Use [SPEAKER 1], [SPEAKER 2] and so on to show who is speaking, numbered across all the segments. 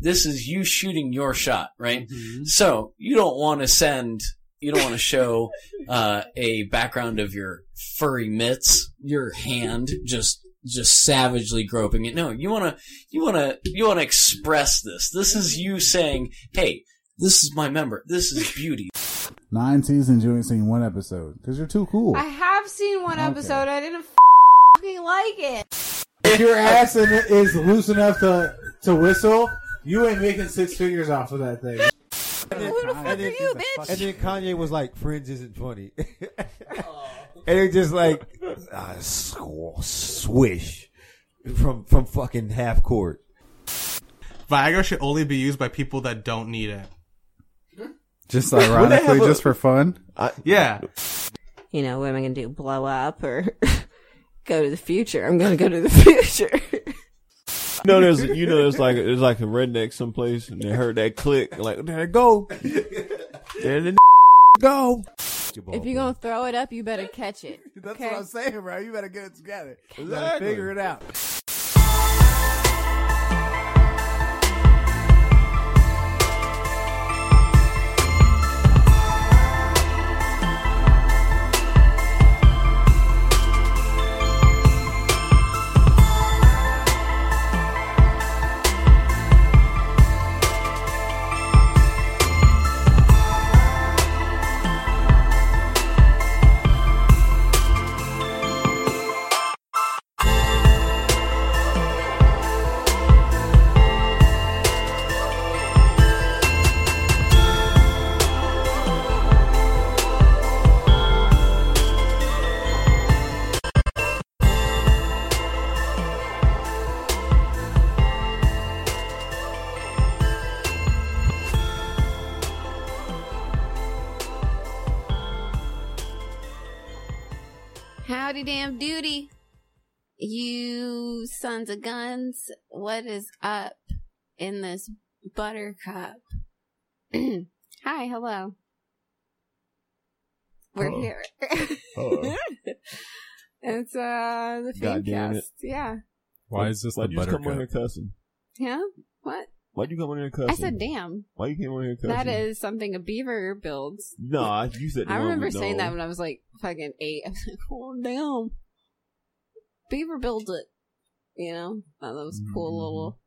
[SPEAKER 1] This is you shooting your shot, right? So you don't want to send, you don't want to show uh, a background of your furry mitts, your hand just just savagely groping it. No, you want to, you want to, you want to express this. This is you saying, "Hey, this is my member. This is beauty."
[SPEAKER 2] Nine seasons, you ain't seen one episode because you're too cool.
[SPEAKER 3] I have seen one
[SPEAKER 2] Okay.
[SPEAKER 3] episode. I didn't fucking like it.
[SPEAKER 2] If your ass in- is loose enough to to whistle, you ain't making six figures off of that thing.
[SPEAKER 3] Who the fuck are
[SPEAKER 4] And then-
[SPEAKER 3] you, bitch?
[SPEAKER 4] And then Kanye was like, "Friends isn't funny," and it just like uh, squ- swish from from fucking half court.
[SPEAKER 5] Viagra should only be used by people that don't need it.
[SPEAKER 2] Just
[SPEAKER 4] Would they
[SPEAKER 2] ironically,
[SPEAKER 4] have a-
[SPEAKER 2] just for fun.
[SPEAKER 5] Yeah.
[SPEAKER 3] You know, what am I going to do? Blow up or go to the future? I'm going to go to the future.
[SPEAKER 6] You know, there's you know, there's like there's like a redneck someplace, and they heard that click, like there it go, there the go.
[SPEAKER 3] if you're going to throw it up, you better catch it.
[SPEAKER 2] That's
[SPEAKER 3] Okay.
[SPEAKER 2] what I'm saying, bro. You better get it together. You better
[SPEAKER 4] Exactly.
[SPEAKER 2] figure it out.
[SPEAKER 3] Howdy damn duty. You sons of guns, what is up in this buttercup? Hi, hello. We're
[SPEAKER 6] Hello.
[SPEAKER 3] here.
[SPEAKER 6] Hello.
[SPEAKER 3] it's uh the
[SPEAKER 6] God damn
[SPEAKER 3] Fiendcast. Yeah.
[SPEAKER 7] Why is this
[SPEAKER 6] Why'd
[SPEAKER 7] the
[SPEAKER 6] you just come on
[SPEAKER 7] buttercup?
[SPEAKER 6] here cussing?
[SPEAKER 3] Yeah? What?
[SPEAKER 6] Why'd you come on here cussing?
[SPEAKER 3] I said damn.
[SPEAKER 6] Why you came on here cussing?
[SPEAKER 3] That is something a beaver builds.
[SPEAKER 6] Nah, you said.
[SPEAKER 3] I
[SPEAKER 6] the
[SPEAKER 3] remember
[SPEAKER 6] wrong- no.
[SPEAKER 3] saying that when I was like fucking eight. I was like, oh damn. Beaver builds it. You know? Thought that was a cool little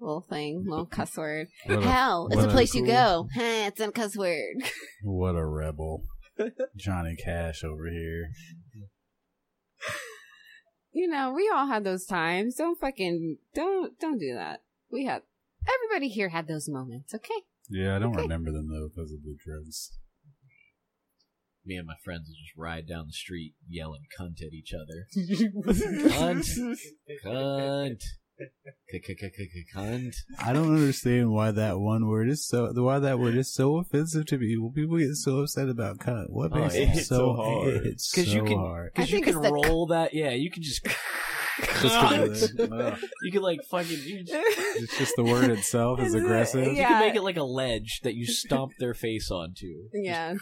[SPEAKER 3] little thing, little cuss word.
[SPEAKER 7] What a-
[SPEAKER 3] Hell, it's a
[SPEAKER 7] what a
[SPEAKER 3] place you
[SPEAKER 7] cool-
[SPEAKER 3] go. Huh, it's a cuss word.
[SPEAKER 2] What a rebel, Johnny Cash over here.
[SPEAKER 3] You know, we all had those times. Don't fucking don't don't do that. We had everybody here had those moments, okay?
[SPEAKER 2] Yeah, I don't remember them though because of the drugs.
[SPEAKER 1] Me and my friends would just ride down the street yelling "cunt" at each other.
[SPEAKER 6] Cunt.
[SPEAKER 1] Cunt. Cunt.
[SPEAKER 2] I don't understand why that one word is so why that word is so offensive to people. People get so upset about cut. What
[SPEAKER 1] Oh,
[SPEAKER 2] makes
[SPEAKER 1] it
[SPEAKER 2] it,
[SPEAKER 6] hits
[SPEAKER 2] so,
[SPEAKER 6] so hard.
[SPEAKER 2] It hits so
[SPEAKER 1] 'Cause you can-
[SPEAKER 2] hard.
[SPEAKER 3] I
[SPEAKER 1] Because you
[SPEAKER 3] think it's
[SPEAKER 1] can
[SPEAKER 3] the-
[SPEAKER 1] roll that. Yeah, you can just.
[SPEAKER 2] Just because of the-
[SPEAKER 1] cunt. you can like fucking. You just,
[SPEAKER 2] It's just the word itself is
[SPEAKER 3] Is it-
[SPEAKER 2] aggressive.
[SPEAKER 1] You
[SPEAKER 3] yeah.
[SPEAKER 1] can make it like a ledge that you stomp their face onto.
[SPEAKER 3] Yeah.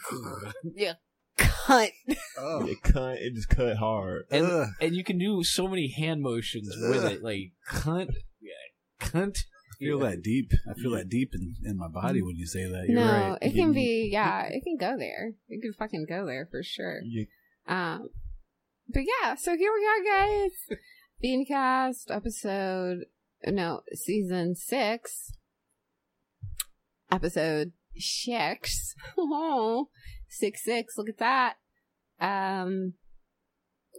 [SPEAKER 3] yeah. Cut.
[SPEAKER 2] Oh.
[SPEAKER 6] It cut. It just cut hard.
[SPEAKER 1] And,
[SPEAKER 2] Ugh.
[SPEAKER 1] and you can do so many hand motions with it, like cunt, yeah, cunt.
[SPEAKER 2] I feel that deep. I feel that deep in, in my body when you say that. You're
[SPEAKER 3] no,
[SPEAKER 2] right. You
[SPEAKER 3] it can
[SPEAKER 2] need-
[SPEAKER 3] be yeah, it can go there. It can fucking go there for sure.
[SPEAKER 6] Yeah.
[SPEAKER 3] Um but yeah, so here we are guys. Beancast episode no, season six. Episode six. Oh, six six, look at that. Um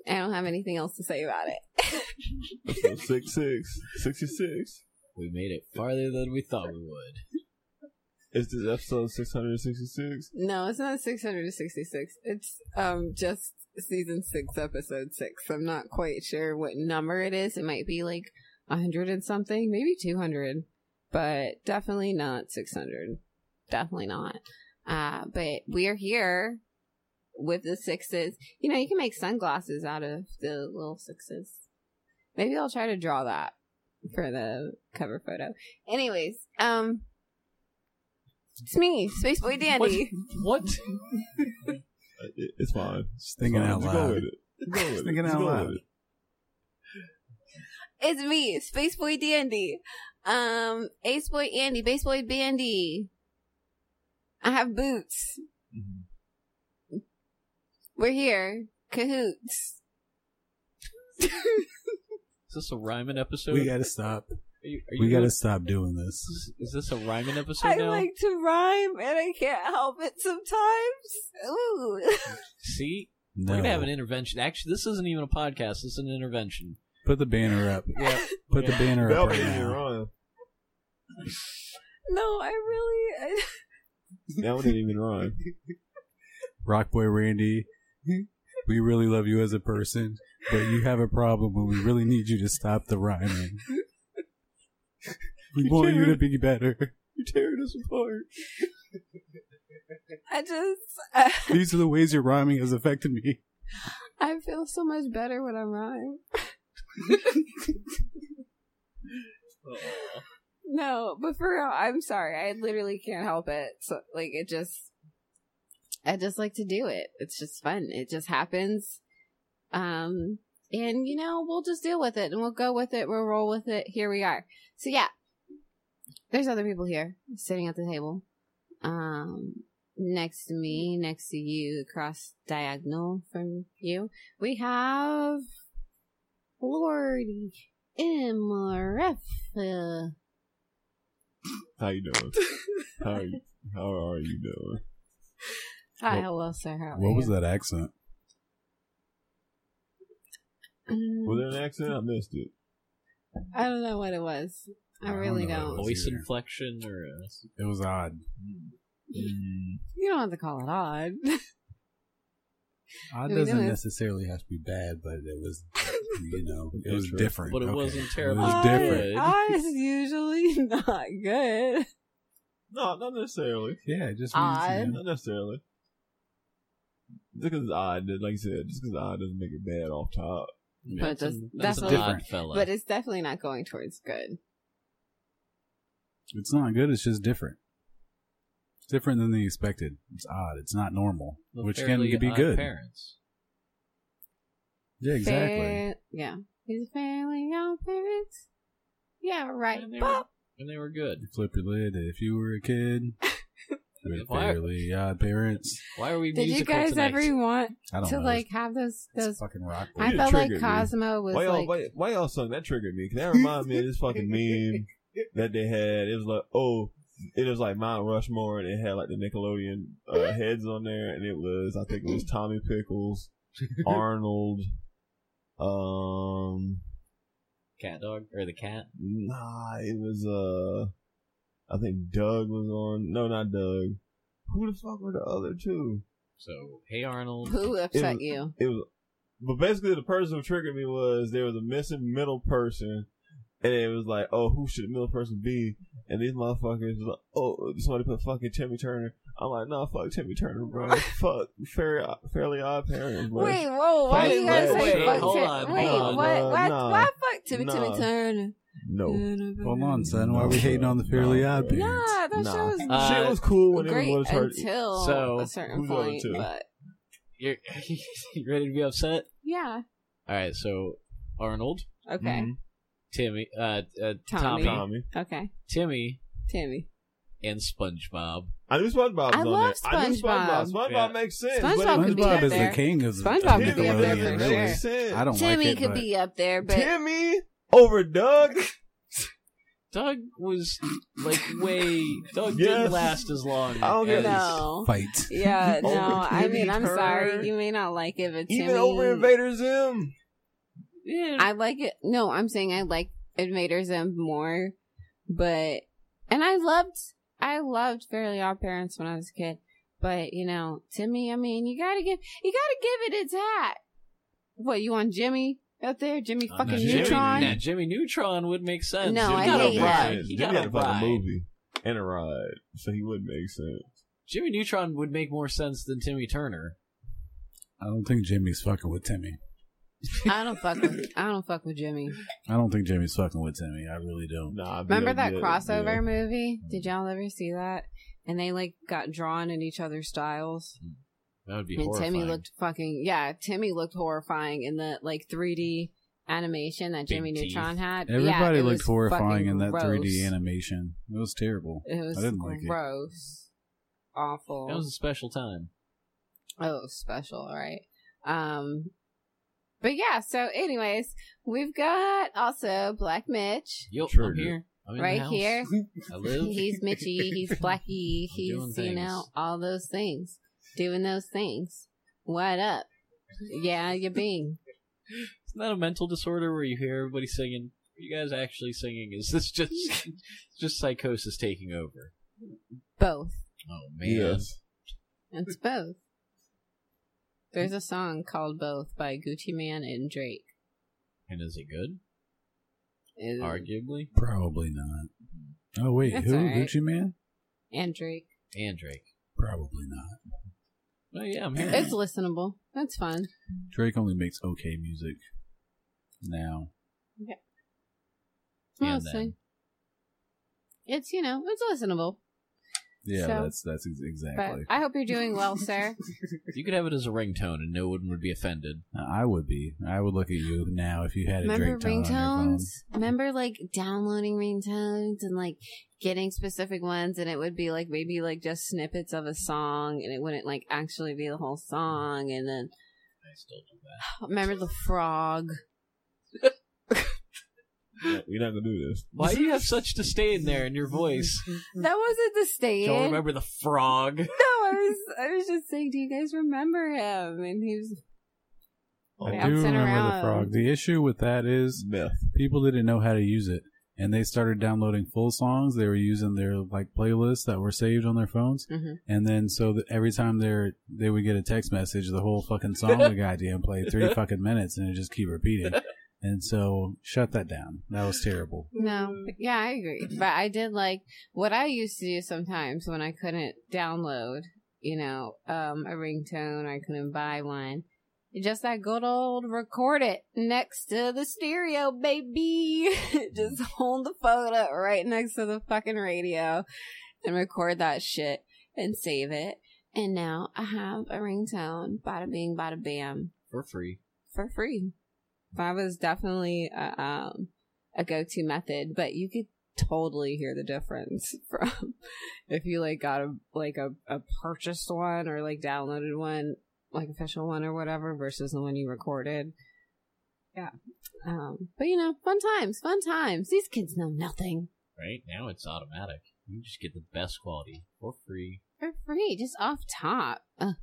[SPEAKER 3] I don't have anything else to say about it.
[SPEAKER 6] So six six sixty six.
[SPEAKER 1] We made it farther than we thought we would.
[SPEAKER 6] Is this episode six hundred sixty six?
[SPEAKER 3] No, it's not 666. It's um just season 6 episode 6. I'm not quite sure what number it is. It might be like 100 and something, maybe 200, but definitely not 600. Definitely not. Uh but we're here with the sixes. You know, you can make sunglasses out of the little sixes. Maybe I'll try to draw that for the cover photo. Anyways, um it's me, Space Boy
[SPEAKER 1] What?
[SPEAKER 3] Dandy.
[SPEAKER 1] What?
[SPEAKER 6] Uh, It's fine.
[SPEAKER 2] Just thinking
[SPEAKER 6] Fine.
[SPEAKER 2] out
[SPEAKER 6] Just go
[SPEAKER 2] loud.
[SPEAKER 6] with it. Just go with
[SPEAKER 2] Just
[SPEAKER 6] it.
[SPEAKER 2] thinking
[SPEAKER 6] Just
[SPEAKER 2] out
[SPEAKER 6] go with
[SPEAKER 2] loud.
[SPEAKER 6] it.
[SPEAKER 3] It's me, Space Boy Dandy. Um, Ace Boy Andy, Base Boy Bandy. I have boots. We're here. Cahoots.
[SPEAKER 1] Is this a Ryman episode?
[SPEAKER 2] We gotta stop.
[SPEAKER 1] Are you- are you
[SPEAKER 2] We gotta
[SPEAKER 1] doing-
[SPEAKER 2] stop doing this.
[SPEAKER 1] Is, is this a Ryman episode
[SPEAKER 3] I
[SPEAKER 1] now?
[SPEAKER 3] like to rhyme and I can't help it sometimes. Ooh.
[SPEAKER 1] See,
[SPEAKER 2] No.
[SPEAKER 1] we're gonna have an intervention. Actually, this isn't even a podcast. This is an intervention.
[SPEAKER 2] Put the banner up.
[SPEAKER 1] Yeah.
[SPEAKER 2] Put the banner
[SPEAKER 6] Bell
[SPEAKER 2] up right
[SPEAKER 6] you're
[SPEAKER 2] now.
[SPEAKER 6] on.
[SPEAKER 3] no, I really. I,
[SPEAKER 6] That one didn't even run.
[SPEAKER 2] Rock boy Randy, we really love you as a person, but you have a problem and we really need you to stop the rhyming. We want you to be better.
[SPEAKER 6] You're tearing us apart.
[SPEAKER 3] I just. I,
[SPEAKER 2] These are the ways your rhyming has affected me.
[SPEAKER 3] I feel so much better when I rhyme. no, but for real, I'm sorry. I literally can't help it. So, like, it just, I just like to do it. It's just fun. It just happens. Um, and you know, we'll just deal with it and we'll go with it. We'll roll with it. Here we are. So yeah, there's other people here sitting at the table. Um, next to me, next to you, across diagonal from you, we have Lordy Imreffa.
[SPEAKER 6] How you doing? How you, how are you doing?
[SPEAKER 3] Hi, hello, sir.
[SPEAKER 1] Oh,
[SPEAKER 3] How are
[SPEAKER 2] What
[SPEAKER 3] you?
[SPEAKER 2] was that accent?
[SPEAKER 3] Um,
[SPEAKER 6] Was there an accident? I missed it.
[SPEAKER 3] I don't know what it was. I
[SPEAKER 2] I don't
[SPEAKER 3] really
[SPEAKER 2] know what it
[SPEAKER 3] don't.
[SPEAKER 2] was.
[SPEAKER 1] Voice
[SPEAKER 2] either.
[SPEAKER 1] inflection or a,
[SPEAKER 2] It was odd. Mm.
[SPEAKER 3] You don't have to call it odd.
[SPEAKER 2] Odd
[SPEAKER 3] Do we
[SPEAKER 2] doesn't
[SPEAKER 3] know it?
[SPEAKER 2] necessarily have to be bad, but it was, you know, it was
[SPEAKER 6] Interesting.
[SPEAKER 2] different.
[SPEAKER 1] but it
[SPEAKER 2] Okay.
[SPEAKER 1] wasn't terrible.
[SPEAKER 2] It was different.
[SPEAKER 3] Odd is usually not good.
[SPEAKER 6] No, not necessarily.
[SPEAKER 2] Yeah, it just means,
[SPEAKER 3] Odd.
[SPEAKER 2] you know,
[SPEAKER 6] Not necessarily. Just because it's odd, like you said, just because it's odd doesn't make it bad off top.
[SPEAKER 3] But it does-
[SPEAKER 1] that's an
[SPEAKER 3] definitely-
[SPEAKER 1] odd fella.
[SPEAKER 3] But it's definitely not going towards good.
[SPEAKER 2] It's not good. It's just different. It's different than they expected. It's odd. It's not normal,
[SPEAKER 1] The
[SPEAKER 2] which can
[SPEAKER 1] fairly
[SPEAKER 2] be
[SPEAKER 1] odd
[SPEAKER 2] good.
[SPEAKER 1] Parents.
[SPEAKER 2] Yeah, exactly.
[SPEAKER 3] Fair- yeah. He's fairly young parents. Yeah, right.
[SPEAKER 1] And they
[SPEAKER 3] Pop.
[SPEAKER 1] were, and they were good.
[SPEAKER 2] Flip your lid if you were a kid. With
[SPEAKER 1] Why-
[SPEAKER 2] fairly odd parents.
[SPEAKER 1] Why are we?
[SPEAKER 3] Did you
[SPEAKER 1] musical
[SPEAKER 3] guys
[SPEAKER 1] tonight?
[SPEAKER 3] ever want
[SPEAKER 2] I don't
[SPEAKER 3] to
[SPEAKER 2] know.
[SPEAKER 3] like have those
[SPEAKER 2] it's
[SPEAKER 3] those?
[SPEAKER 2] fucking rock.
[SPEAKER 6] Well,
[SPEAKER 3] I
[SPEAKER 6] you
[SPEAKER 2] band.
[SPEAKER 3] felt
[SPEAKER 6] triggered
[SPEAKER 3] like
[SPEAKER 6] me.
[SPEAKER 3] Cosmo was
[SPEAKER 6] Why y'all,
[SPEAKER 3] like,
[SPEAKER 6] why, why y'all sung that triggered me? Cause that reminded me of this fucking meme that they had. It was like, oh, it was like Mount Rushmore, and it had like the Nickelodeon uh, heads on there, and it was, I think it was Tommy Pickles, Arnold, um,
[SPEAKER 1] Cat dog or the cat?
[SPEAKER 6] Nah, it was uh, I think Doug was on. No, not Doug. Who the fuck were the other two?
[SPEAKER 1] So hey Arnold.
[SPEAKER 3] "Who upset
[SPEAKER 6] was-
[SPEAKER 3] you?"
[SPEAKER 6] It was, but basically the person who triggered me was there was a missing middle person, and it was like, oh, who should the middle person be? And these motherfuckers, was like, oh, somebody put fucking Timmy Turner. I'm like, no, fuck Timmy Turner, bro. fuck Fairly Fairly Odd Parents, bro.
[SPEAKER 3] Wait, whoa! Why
[SPEAKER 1] Wait,
[SPEAKER 3] you guys
[SPEAKER 6] wait,
[SPEAKER 3] say
[SPEAKER 6] wait,
[SPEAKER 3] fuck
[SPEAKER 1] hold
[SPEAKER 3] Tim?
[SPEAKER 1] on,
[SPEAKER 3] Wait,
[SPEAKER 1] hold on.
[SPEAKER 3] what?
[SPEAKER 6] Nah,
[SPEAKER 3] what?
[SPEAKER 6] nah,
[SPEAKER 3] why fuck Timmy Timmy
[SPEAKER 6] nah.
[SPEAKER 3] Turner? Mm,
[SPEAKER 6] No.
[SPEAKER 2] Hold on, son. Why are we hating on the Fairly
[SPEAKER 6] Nah,
[SPEAKER 2] Odd
[SPEAKER 6] bro.
[SPEAKER 2] parents?
[SPEAKER 3] Nah, that
[SPEAKER 6] Nah.
[SPEAKER 3] show was
[SPEAKER 1] Uh,
[SPEAKER 6] Shit was cool when it
[SPEAKER 3] great
[SPEAKER 6] was what it's
[SPEAKER 3] until
[SPEAKER 1] So,
[SPEAKER 3] a certain
[SPEAKER 6] who's the other
[SPEAKER 3] point.
[SPEAKER 6] two?
[SPEAKER 3] But
[SPEAKER 1] You're, you ready to be upset?
[SPEAKER 3] yeah,
[SPEAKER 1] All right. So Arnold,
[SPEAKER 3] okay,
[SPEAKER 1] Timmy, uh, uh Tommy.
[SPEAKER 3] Tommy.
[SPEAKER 6] Mm-hmm. Tommy.
[SPEAKER 3] okay,
[SPEAKER 1] Timmy,
[SPEAKER 3] Timmy.
[SPEAKER 1] and SpongeBob.
[SPEAKER 6] I knew SpongeBob was
[SPEAKER 3] I
[SPEAKER 6] on
[SPEAKER 3] love
[SPEAKER 6] there. I knew
[SPEAKER 3] SpongeBob.
[SPEAKER 6] SpongeBob. SpongeBob
[SPEAKER 1] Yeah.
[SPEAKER 6] makes sense.
[SPEAKER 3] SpongeBob could be up
[SPEAKER 2] SpongeBob is
[SPEAKER 3] there.
[SPEAKER 2] the king of
[SPEAKER 3] SpongeBob
[SPEAKER 2] of
[SPEAKER 3] could be up there
[SPEAKER 2] Nickelodeon,
[SPEAKER 3] for
[SPEAKER 2] really.
[SPEAKER 3] sure.
[SPEAKER 2] I don't
[SPEAKER 3] Timmy
[SPEAKER 2] like it,
[SPEAKER 3] could
[SPEAKER 2] but
[SPEAKER 3] be up there, but
[SPEAKER 6] Timmy over Doug.
[SPEAKER 1] Doug was like way. Doug
[SPEAKER 6] Yes.
[SPEAKER 1] didn't last as long.
[SPEAKER 6] I don't
[SPEAKER 1] as,
[SPEAKER 6] get
[SPEAKER 3] no.
[SPEAKER 2] fight.
[SPEAKER 3] Yeah,
[SPEAKER 6] Over
[SPEAKER 3] no. I
[SPEAKER 6] Timmy
[SPEAKER 3] mean, I'm
[SPEAKER 6] Turner.
[SPEAKER 3] sorry. You may not like it, but
[SPEAKER 6] Even
[SPEAKER 3] Timmy-
[SPEAKER 6] over Invader Zim.
[SPEAKER 1] Yeah.
[SPEAKER 3] I like it. No, I'm saying I like Invader Zim more, but and I loved I loved Fairly Odd Parents when I was a kid, but you know Timmy. I mean, you gotta give you gotta give it its hat. What you want, Jimmy out there, Jimmy
[SPEAKER 1] Uh,
[SPEAKER 3] fucking
[SPEAKER 1] now Jimmy,
[SPEAKER 3] Neutron?
[SPEAKER 1] now Jimmy Neutron would make sense.
[SPEAKER 3] No,
[SPEAKER 1] He
[SPEAKER 3] Oh, I
[SPEAKER 1] got a
[SPEAKER 3] hate
[SPEAKER 1] ride.
[SPEAKER 3] him.
[SPEAKER 1] He
[SPEAKER 6] Jimmy
[SPEAKER 1] got
[SPEAKER 6] had
[SPEAKER 1] a
[SPEAKER 6] a fucking
[SPEAKER 1] ride.
[SPEAKER 6] movie and a ride, so he would make sense.
[SPEAKER 1] Jimmy Neutron would make more sense than Timmy Turner.
[SPEAKER 2] I don't think Jimmy's fucking with Timmy.
[SPEAKER 3] I don't fuck with I don't fuck with Jimmy.
[SPEAKER 2] I don't think Jimmy's fucking with Timmy. I really don't.
[SPEAKER 6] Nah, I'd be
[SPEAKER 3] Remember
[SPEAKER 6] like,
[SPEAKER 3] that
[SPEAKER 6] yeah,
[SPEAKER 3] crossover
[SPEAKER 6] yeah.
[SPEAKER 3] movie? Did y'all ever see that? And they like got drawn in each other's styles.
[SPEAKER 1] Mm. That would be
[SPEAKER 3] and
[SPEAKER 1] horrifying.
[SPEAKER 3] Timmy looked fucking yeah. Timmy looked horrifying in the like 3D animation that Jimmy
[SPEAKER 1] teeth.
[SPEAKER 3] Neutron had.
[SPEAKER 2] Everybody
[SPEAKER 3] yeah, it
[SPEAKER 2] looked
[SPEAKER 3] was
[SPEAKER 2] horrifying
[SPEAKER 3] fucking
[SPEAKER 2] in that
[SPEAKER 3] gross.
[SPEAKER 2] 3D animation. It was terrible.
[SPEAKER 3] It was
[SPEAKER 2] I didn't like it.
[SPEAKER 3] gross, awful.
[SPEAKER 1] That was a special time.
[SPEAKER 3] Oh, special, all right. Um but yeah, so anyways, we've got also Black Mitch
[SPEAKER 1] Yep,
[SPEAKER 2] Sure
[SPEAKER 1] I'm
[SPEAKER 2] did.
[SPEAKER 1] here. I'm in the
[SPEAKER 3] right
[SPEAKER 1] house.
[SPEAKER 3] here.
[SPEAKER 1] I live.
[SPEAKER 3] He's Mitchy, he's Blackie,
[SPEAKER 1] doing
[SPEAKER 3] he's you
[SPEAKER 1] things.
[SPEAKER 3] know, all those things. Doing those things. What up? Yeah, you being.
[SPEAKER 1] Isn't that a mental disorder where you hear everybody singing? Are you guys actually singing? Is this just just psychosis taking over?
[SPEAKER 3] Both.
[SPEAKER 1] Oh man.
[SPEAKER 6] Yes.
[SPEAKER 3] It's both. There's a song called Both by Gucci Man and Drake.
[SPEAKER 1] And is it good?
[SPEAKER 3] Is-
[SPEAKER 1] Arguably.
[SPEAKER 2] Probably not. Oh wait,
[SPEAKER 3] That's
[SPEAKER 2] who
[SPEAKER 3] all right.
[SPEAKER 2] Gucci Man?
[SPEAKER 3] And Drake.
[SPEAKER 1] And Drake.
[SPEAKER 2] Probably not.
[SPEAKER 1] Oh yeah, I'm here.
[SPEAKER 3] It's listenable. That's fun.
[SPEAKER 2] Drake only makes okay music now.
[SPEAKER 1] And
[SPEAKER 3] Mostly.
[SPEAKER 1] then.
[SPEAKER 3] It's you know, it's listenable.
[SPEAKER 2] Yeah,
[SPEAKER 3] So-
[SPEAKER 2] that's that's ex-
[SPEAKER 3] But
[SPEAKER 2] exactly.
[SPEAKER 3] I hope you're doing well, sir.
[SPEAKER 1] you could have it as a ringtone and no one would be offended.
[SPEAKER 2] Uh, I would be. I would look at you now if you had a
[SPEAKER 3] Remember
[SPEAKER 2] Drake tone on your phone.
[SPEAKER 3] ringtones? Remember like downloading ringtones and like getting specific ones, and it would be like maybe like just snippets of a song, and it wouldn't like actually be the whole song. And then
[SPEAKER 1] I still do that.
[SPEAKER 3] remember the frog.
[SPEAKER 6] Yeah, We're not gonna do this.
[SPEAKER 1] Why do you have such disdain there in your voice?
[SPEAKER 3] That wasn't the stand.
[SPEAKER 1] Y'all remember the frog?
[SPEAKER 3] No, I was I was just saying, do you guys remember him? And he was
[SPEAKER 2] I
[SPEAKER 3] Bouncing
[SPEAKER 2] do remember
[SPEAKER 3] around.
[SPEAKER 2] the frog. The issue with that is
[SPEAKER 6] Myth.
[SPEAKER 2] people didn't know how to use it, and they started downloading full songs. They were using their like playlists that were saved on their phones,
[SPEAKER 3] Mhm.
[SPEAKER 2] and then so that every time they they would get a text message, the whole fucking song would goddamn play three fucking minutes, and it just keep repeating. And so shut that down. That was terrible.
[SPEAKER 3] No, yeah, I agree. But I did like what I used to do sometimes when I couldn't download, you know, um, a ringtone or I couldn't buy one. Just that good old record it next to the stereo, baby. Just hold the phone up right next to the fucking radio and record that shit and save it. And now I have a ringtone, bada bing, bada bam
[SPEAKER 1] For free.
[SPEAKER 3] for free. That was definitely a, um, a go-to method, but you could totally hear the difference from if you like got a like a, a purchased one or like downloaded one, like official one or whatever, versus the one you recorded. Yeah, um, but you know, fun times, fun times. These kids know nothing
[SPEAKER 1] Right? Now it's automatic. You just get the best quality for free.
[SPEAKER 3] for free, just off top. Ugh.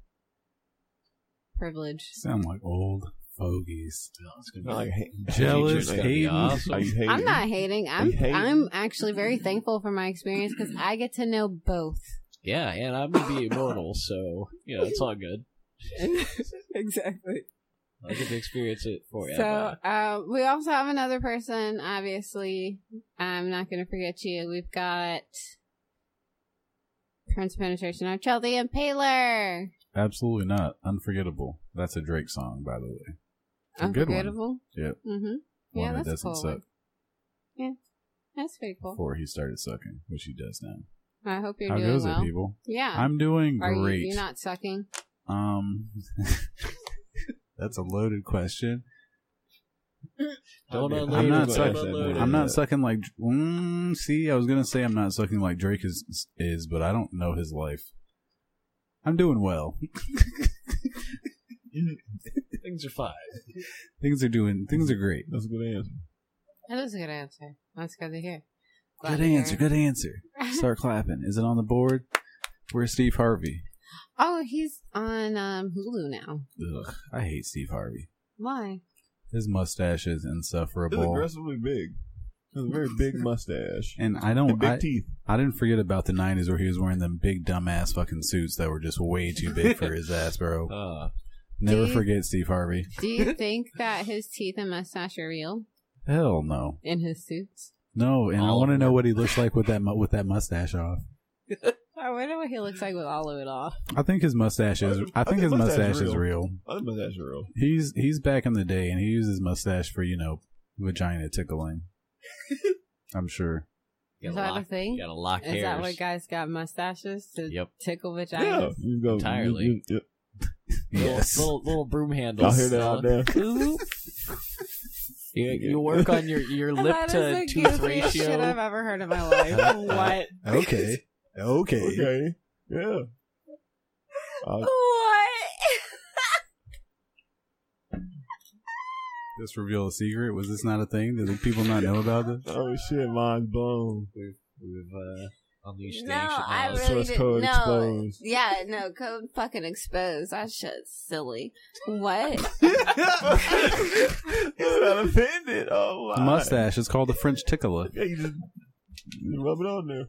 [SPEAKER 3] Privilege.
[SPEAKER 2] Sound like old fogies.
[SPEAKER 1] Oh, it's gonna
[SPEAKER 6] Not like hate.
[SPEAKER 2] Jealous,
[SPEAKER 6] Like,
[SPEAKER 2] hating.
[SPEAKER 6] Are you hating?
[SPEAKER 3] I'm not hating. I'm
[SPEAKER 6] you hating?
[SPEAKER 3] I'm actually very thankful for my experience because I get to know both.
[SPEAKER 1] Yeah, and I'm gonna be immortal, so you know it's all good.
[SPEAKER 3] exactly.
[SPEAKER 1] I get to experience it
[SPEAKER 2] Oh,
[SPEAKER 1] forever.
[SPEAKER 3] So uh, we also have another person. Obviously, I'm not going to forget you. We've got Prince Penetration of Chelsea and Paler.
[SPEAKER 2] Absolutely not. Unforgettable. That's a Drake song, by the way. A good one.
[SPEAKER 3] Unforgettable.
[SPEAKER 2] Yep.
[SPEAKER 3] Mm-hmm.
[SPEAKER 2] One
[SPEAKER 3] Yeah,
[SPEAKER 2] that
[SPEAKER 3] that's
[SPEAKER 2] doesn't
[SPEAKER 3] cool.
[SPEAKER 2] suck
[SPEAKER 3] That's pretty cool.
[SPEAKER 2] before he started sucking, which he does now.
[SPEAKER 3] I hope you're
[SPEAKER 2] How
[SPEAKER 3] doing
[SPEAKER 2] goes
[SPEAKER 3] well.
[SPEAKER 2] it, people?
[SPEAKER 3] Yeah.
[SPEAKER 2] I'm doing
[SPEAKER 3] Are
[SPEAKER 2] great.
[SPEAKER 3] you? You're not sucking.
[SPEAKER 2] Um, that's a loaded question.
[SPEAKER 1] Don't
[SPEAKER 6] I'm
[SPEAKER 1] unload
[SPEAKER 2] not
[SPEAKER 1] it,
[SPEAKER 2] sucking.
[SPEAKER 1] don't unload it.
[SPEAKER 2] I'm
[SPEAKER 6] Yeah.
[SPEAKER 2] not sucking like. Mm, see, I was gonna say I'm not sucking like Drake is, is, but I don't know his life. I'm doing well.
[SPEAKER 1] Things are fine.
[SPEAKER 2] Things are doing. Things are great.
[SPEAKER 6] That's a good answer.
[SPEAKER 3] That is a good answer. That's good to hear. Glad
[SPEAKER 2] Good
[SPEAKER 3] to hear
[SPEAKER 2] answer.
[SPEAKER 3] it.
[SPEAKER 2] Good answer. Start clapping. Is it on the board? Where's Steve Harvey?
[SPEAKER 3] Oh, he's on um, Hulu now.
[SPEAKER 2] Ugh, I hate Steve Harvey.
[SPEAKER 3] Why?
[SPEAKER 2] His mustache is
[SPEAKER 6] It's
[SPEAKER 2] insufferable,
[SPEAKER 6] aggressively big. It's a very big mustache.
[SPEAKER 2] and I don't.
[SPEAKER 6] and big
[SPEAKER 2] I,
[SPEAKER 6] teeth.
[SPEAKER 2] I didn't forget about the '90s where he was wearing them big dumbass fucking suits that were just way too big for his ass, bro.
[SPEAKER 1] Uh,
[SPEAKER 2] Never
[SPEAKER 3] Dude.
[SPEAKER 2] forget Steve Harvey.
[SPEAKER 3] Do you think that his teeth and mustache are real
[SPEAKER 2] Hell no,
[SPEAKER 3] in his suits?
[SPEAKER 2] no. And
[SPEAKER 1] All
[SPEAKER 2] I want to
[SPEAKER 1] of
[SPEAKER 2] know
[SPEAKER 1] them.
[SPEAKER 2] what he looks like with that mu- with that mustache off.
[SPEAKER 3] I wonder what he looks like with all of it off.
[SPEAKER 2] I think his mustache is. I think his mustache is real.
[SPEAKER 6] I think mustache is real.
[SPEAKER 2] He's he's back in the day, and he uses mustache for you know vagina tickling. I'm sure.
[SPEAKER 1] you
[SPEAKER 3] Is
[SPEAKER 1] gotta
[SPEAKER 3] that
[SPEAKER 1] lock,
[SPEAKER 3] a thing?
[SPEAKER 1] You gotta lock
[SPEAKER 3] Is
[SPEAKER 1] hairs.
[SPEAKER 3] that why guys got mustaches to
[SPEAKER 1] Yep.
[SPEAKER 3] tickle
[SPEAKER 6] Yeah,
[SPEAKER 3] vaginas?
[SPEAKER 6] you go
[SPEAKER 1] Entirely.
[SPEAKER 6] You, you,
[SPEAKER 2] Yes.
[SPEAKER 1] Little, little, little broom handles.
[SPEAKER 6] Y'all hear that out there?
[SPEAKER 1] Oop. You, you work on your, your lip
[SPEAKER 3] that
[SPEAKER 1] to
[SPEAKER 3] is the
[SPEAKER 1] tooth
[SPEAKER 3] goofiest shit I've
[SPEAKER 1] ratio.
[SPEAKER 3] ever heard in my life. what?
[SPEAKER 2] Okay. Okay.
[SPEAKER 6] Okay. Yeah. Uh,
[SPEAKER 3] What?
[SPEAKER 2] Just reveal a secret. Was this not a thing? Did people not know about this?
[SPEAKER 6] oh shit, mind's blown.
[SPEAKER 1] We've uh, unleashed the
[SPEAKER 3] No,
[SPEAKER 1] ancient
[SPEAKER 3] I
[SPEAKER 1] laws.
[SPEAKER 3] really
[SPEAKER 6] Source code
[SPEAKER 3] didn't. No,
[SPEAKER 6] exposed.
[SPEAKER 3] yeah, no code fucking exposed. That shit's silly. What?
[SPEAKER 6] you got offended. Oh my.
[SPEAKER 2] Mustache. It's called the French tickler.
[SPEAKER 6] Yeah, you just, you just rub it on there.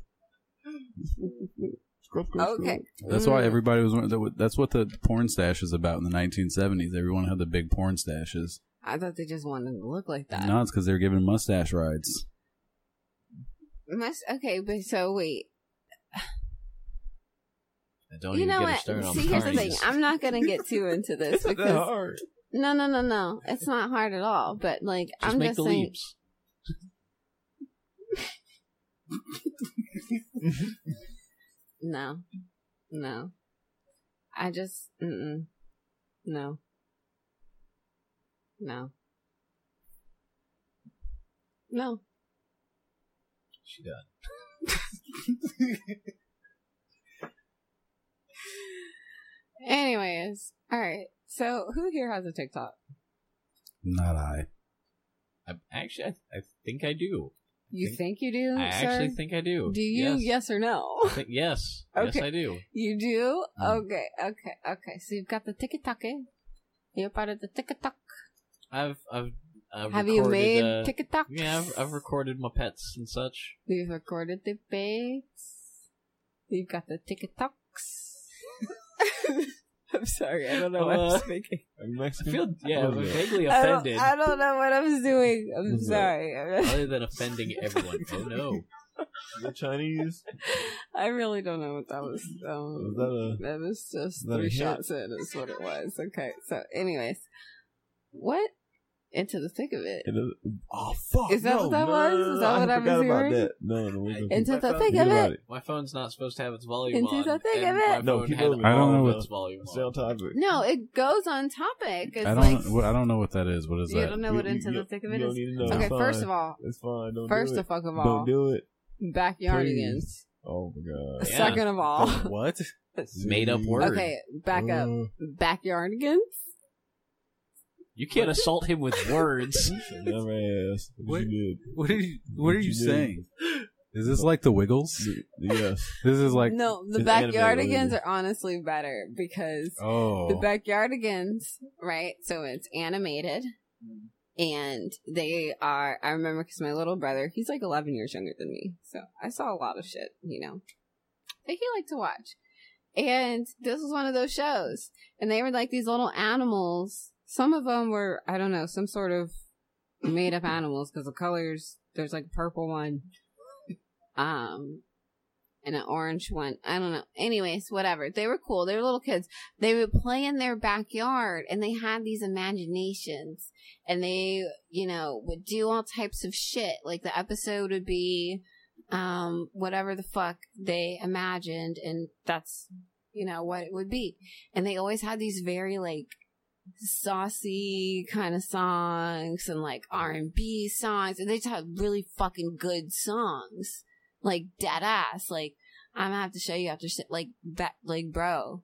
[SPEAKER 6] Scrub, scrub, scrub.
[SPEAKER 3] Okay.
[SPEAKER 2] That's
[SPEAKER 3] Mm.
[SPEAKER 2] why everybody was. wearing- that wa- That's what the porn stash is about in the 1970s. Everyone had the big porn stashes.
[SPEAKER 3] I thought they just wanted to look like that.
[SPEAKER 2] No, it's because they were given mustache rides.
[SPEAKER 3] Must okay, but so wait.
[SPEAKER 1] Don't
[SPEAKER 3] you
[SPEAKER 1] even
[SPEAKER 3] know
[SPEAKER 1] get us
[SPEAKER 3] what?
[SPEAKER 1] started on
[SPEAKER 3] See, here's the thing.
[SPEAKER 1] parties.
[SPEAKER 3] I'm not gonna get too into this
[SPEAKER 6] It's not that
[SPEAKER 3] because
[SPEAKER 6] hard.
[SPEAKER 3] no, no, no, no. It's not hard at all. But like,
[SPEAKER 1] Just
[SPEAKER 3] I'm
[SPEAKER 1] make
[SPEAKER 3] just
[SPEAKER 1] the
[SPEAKER 3] saying.
[SPEAKER 1] leaps.
[SPEAKER 3] No, no. I just mm-mm. no, no, no.
[SPEAKER 1] She done.
[SPEAKER 3] Anyways, all right. So, who here has a TikTok?
[SPEAKER 2] Not I.
[SPEAKER 1] I, actually, I, I think I do.
[SPEAKER 3] You
[SPEAKER 1] Think-
[SPEAKER 3] think you do?
[SPEAKER 1] I
[SPEAKER 3] sir?
[SPEAKER 1] actually think I do.
[SPEAKER 3] Do you? Yes,
[SPEAKER 1] Yes.
[SPEAKER 3] or no?
[SPEAKER 1] I think, yes. Yes,
[SPEAKER 3] Okay.
[SPEAKER 1] I do.
[SPEAKER 3] You do?
[SPEAKER 1] Mm.
[SPEAKER 3] Okay, okay, okay. So you've got the TikTok. Eh? You're part of the TikTok.
[SPEAKER 1] I've I've, I've
[SPEAKER 3] Have
[SPEAKER 1] recorded,
[SPEAKER 3] you made
[SPEAKER 1] uh,
[SPEAKER 3] TikTok?
[SPEAKER 1] Yeah, I've, I've recorded my pets and such.
[SPEAKER 3] We've recorded the baits. We've got the TikToks. I'm sorry, I don't know what
[SPEAKER 1] Uh,
[SPEAKER 3] I'm speaking.
[SPEAKER 6] Are you Mexican?
[SPEAKER 1] I feel
[SPEAKER 6] Oh,
[SPEAKER 1] yeah, I'm vaguely
[SPEAKER 3] I don't,
[SPEAKER 1] offended.
[SPEAKER 3] I don't know what I'm doing. I'm
[SPEAKER 6] Who's that?
[SPEAKER 3] sorry.
[SPEAKER 1] Other than offending everyone. Oh no.
[SPEAKER 6] You're Chinese?
[SPEAKER 3] I really don't know what that was. Um,
[SPEAKER 6] Is that
[SPEAKER 3] that was just
[SPEAKER 6] that a
[SPEAKER 3] three
[SPEAKER 6] hit?
[SPEAKER 3] shots in is what it was. Okay, so anyways, what into the thick of it?
[SPEAKER 6] a? and it- oh fuck!
[SPEAKER 3] Is that
[SPEAKER 6] no,
[SPEAKER 3] what that
[SPEAKER 6] no,
[SPEAKER 3] was?
[SPEAKER 6] no, no,
[SPEAKER 3] Is that
[SPEAKER 6] I
[SPEAKER 3] what I
[SPEAKER 6] forgot
[SPEAKER 3] was
[SPEAKER 6] about
[SPEAKER 3] hearing?
[SPEAKER 6] That. No, no, we're gonna
[SPEAKER 3] Into
[SPEAKER 6] keep-
[SPEAKER 3] the
[SPEAKER 1] I
[SPEAKER 3] thick
[SPEAKER 6] forget
[SPEAKER 3] of
[SPEAKER 6] about
[SPEAKER 3] it.
[SPEAKER 6] it.
[SPEAKER 1] My phone's not supposed to have its volume
[SPEAKER 3] Into
[SPEAKER 1] on.
[SPEAKER 3] the thing
[SPEAKER 1] and
[SPEAKER 3] of it.
[SPEAKER 1] My
[SPEAKER 6] No,
[SPEAKER 1] phone
[SPEAKER 6] keep
[SPEAKER 1] had
[SPEAKER 6] moving.
[SPEAKER 2] I don't know
[SPEAKER 1] all of
[SPEAKER 2] what-
[SPEAKER 1] its volume
[SPEAKER 6] Stay
[SPEAKER 1] on.
[SPEAKER 6] on topic.
[SPEAKER 3] No, it goes on topic. It's
[SPEAKER 2] I
[SPEAKER 3] like
[SPEAKER 2] don't. I don't know what that is. What is
[SPEAKER 3] you
[SPEAKER 2] that?
[SPEAKER 3] don't know what
[SPEAKER 6] You- you-
[SPEAKER 3] into
[SPEAKER 6] you-
[SPEAKER 3] the thick of
[SPEAKER 6] you
[SPEAKER 3] it
[SPEAKER 6] don't
[SPEAKER 3] is.
[SPEAKER 6] need to know.
[SPEAKER 3] Okay,
[SPEAKER 6] It's
[SPEAKER 3] first
[SPEAKER 6] fine.
[SPEAKER 3] of all,
[SPEAKER 6] it's fine. Don't
[SPEAKER 3] first
[SPEAKER 6] do
[SPEAKER 3] of
[SPEAKER 6] it.
[SPEAKER 3] fuck of
[SPEAKER 6] Don't
[SPEAKER 3] all,
[SPEAKER 6] do it.
[SPEAKER 3] backyardigans.
[SPEAKER 6] Oh my god!
[SPEAKER 1] Yeah.
[SPEAKER 3] Second of all,
[SPEAKER 2] What?
[SPEAKER 1] Made up word.
[SPEAKER 3] okay, back up,
[SPEAKER 6] Uh.
[SPEAKER 3] backyardigans.
[SPEAKER 1] You can't assault him with words.
[SPEAKER 6] Never asked. What
[SPEAKER 2] What?
[SPEAKER 6] you
[SPEAKER 2] What are you? What are you
[SPEAKER 6] You do.
[SPEAKER 2] saying? Is this like the Wiggles?
[SPEAKER 6] did? Yes.
[SPEAKER 2] This is like.
[SPEAKER 3] no, the
[SPEAKER 6] it's animated,
[SPEAKER 3] backyardigans
[SPEAKER 6] really.
[SPEAKER 3] are honestly better because
[SPEAKER 2] Oh.
[SPEAKER 3] the backyardigans, right? So it's animated. And they are, I remember because my little brother, he's like 11 years younger than me. So I saw a lot of shit, you know, that he liked to watch. And this was one of those shows. And they were like these little animals. Some of them were, I don't know, some sort of made up animals because the colors, there's like a purple one. Um, and an orange one. I don't know. Anyways, whatever. They were cool. They were little kids they would play in their backyard and they had these imaginations and they, you know, would do all types of shit. Like the episode would be, um, whatever the fuck they imagined and that's, you know, what it would be. And they always had these very like, saucy kind of songs and like R&B songs and they just had really fucking good songs like dead ass like I'm gonna have to show you after shit like that like bro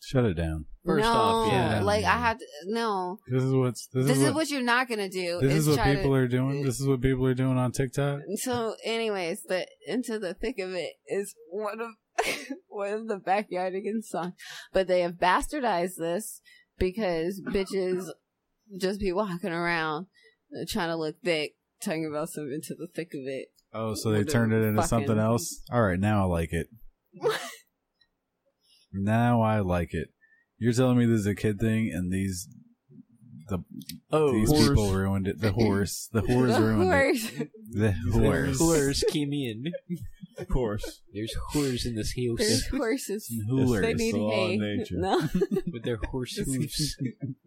[SPEAKER 2] Shut it down.
[SPEAKER 1] First
[SPEAKER 3] no,
[SPEAKER 1] off, yeah.
[SPEAKER 3] Like I had to, no.
[SPEAKER 2] This is what's. This,
[SPEAKER 3] This
[SPEAKER 2] is,
[SPEAKER 3] is
[SPEAKER 2] what.
[SPEAKER 3] what you're not gonna do.
[SPEAKER 2] This is what
[SPEAKER 3] try
[SPEAKER 2] people
[SPEAKER 3] to,
[SPEAKER 2] are doing. This is what people are doing on TikTok.
[SPEAKER 3] So, anyways, the into the thick of it is one of one of the backyardigans song, but they have bastardized this because bitches just be walking around uh, trying to look thick, talking about some into the thick of it.
[SPEAKER 2] Oh, so they
[SPEAKER 3] They're
[SPEAKER 2] turned it into
[SPEAKER 3] fucking-
[SPEAKER 2] something else. All right, now I like it. now I like it. You're telling me this is a kid thing, and these
[SPEAKER 1] Oh,
[SPEAKER 2] these
[SPEAKER 1] horse.
[SPEAKER 2] people ruined it. The horse, the horse
[SPEAKER 3] The
[SPEAKER 2] ruined it.
[SPEAKER 3] whores.
[SPEAKER 2] The horse.
[SPEAKER 1] Whores came in.
[SPEAKER 6] Of course.
[SPEAKER 1] There's whores in this
[SPEAKER 3] There's
[SPEAKER 1] house
[SPEAKER 3] horses.
[SPEAKER 2] Whores.
[SPEAKER 3] They need
[SPEAKER 6] the law of
[SPEAKER 3] hay.
[SPEAKER 6] nature.
[SPEAKER 3] No.
[SPEAKER 1] with their horse hooves.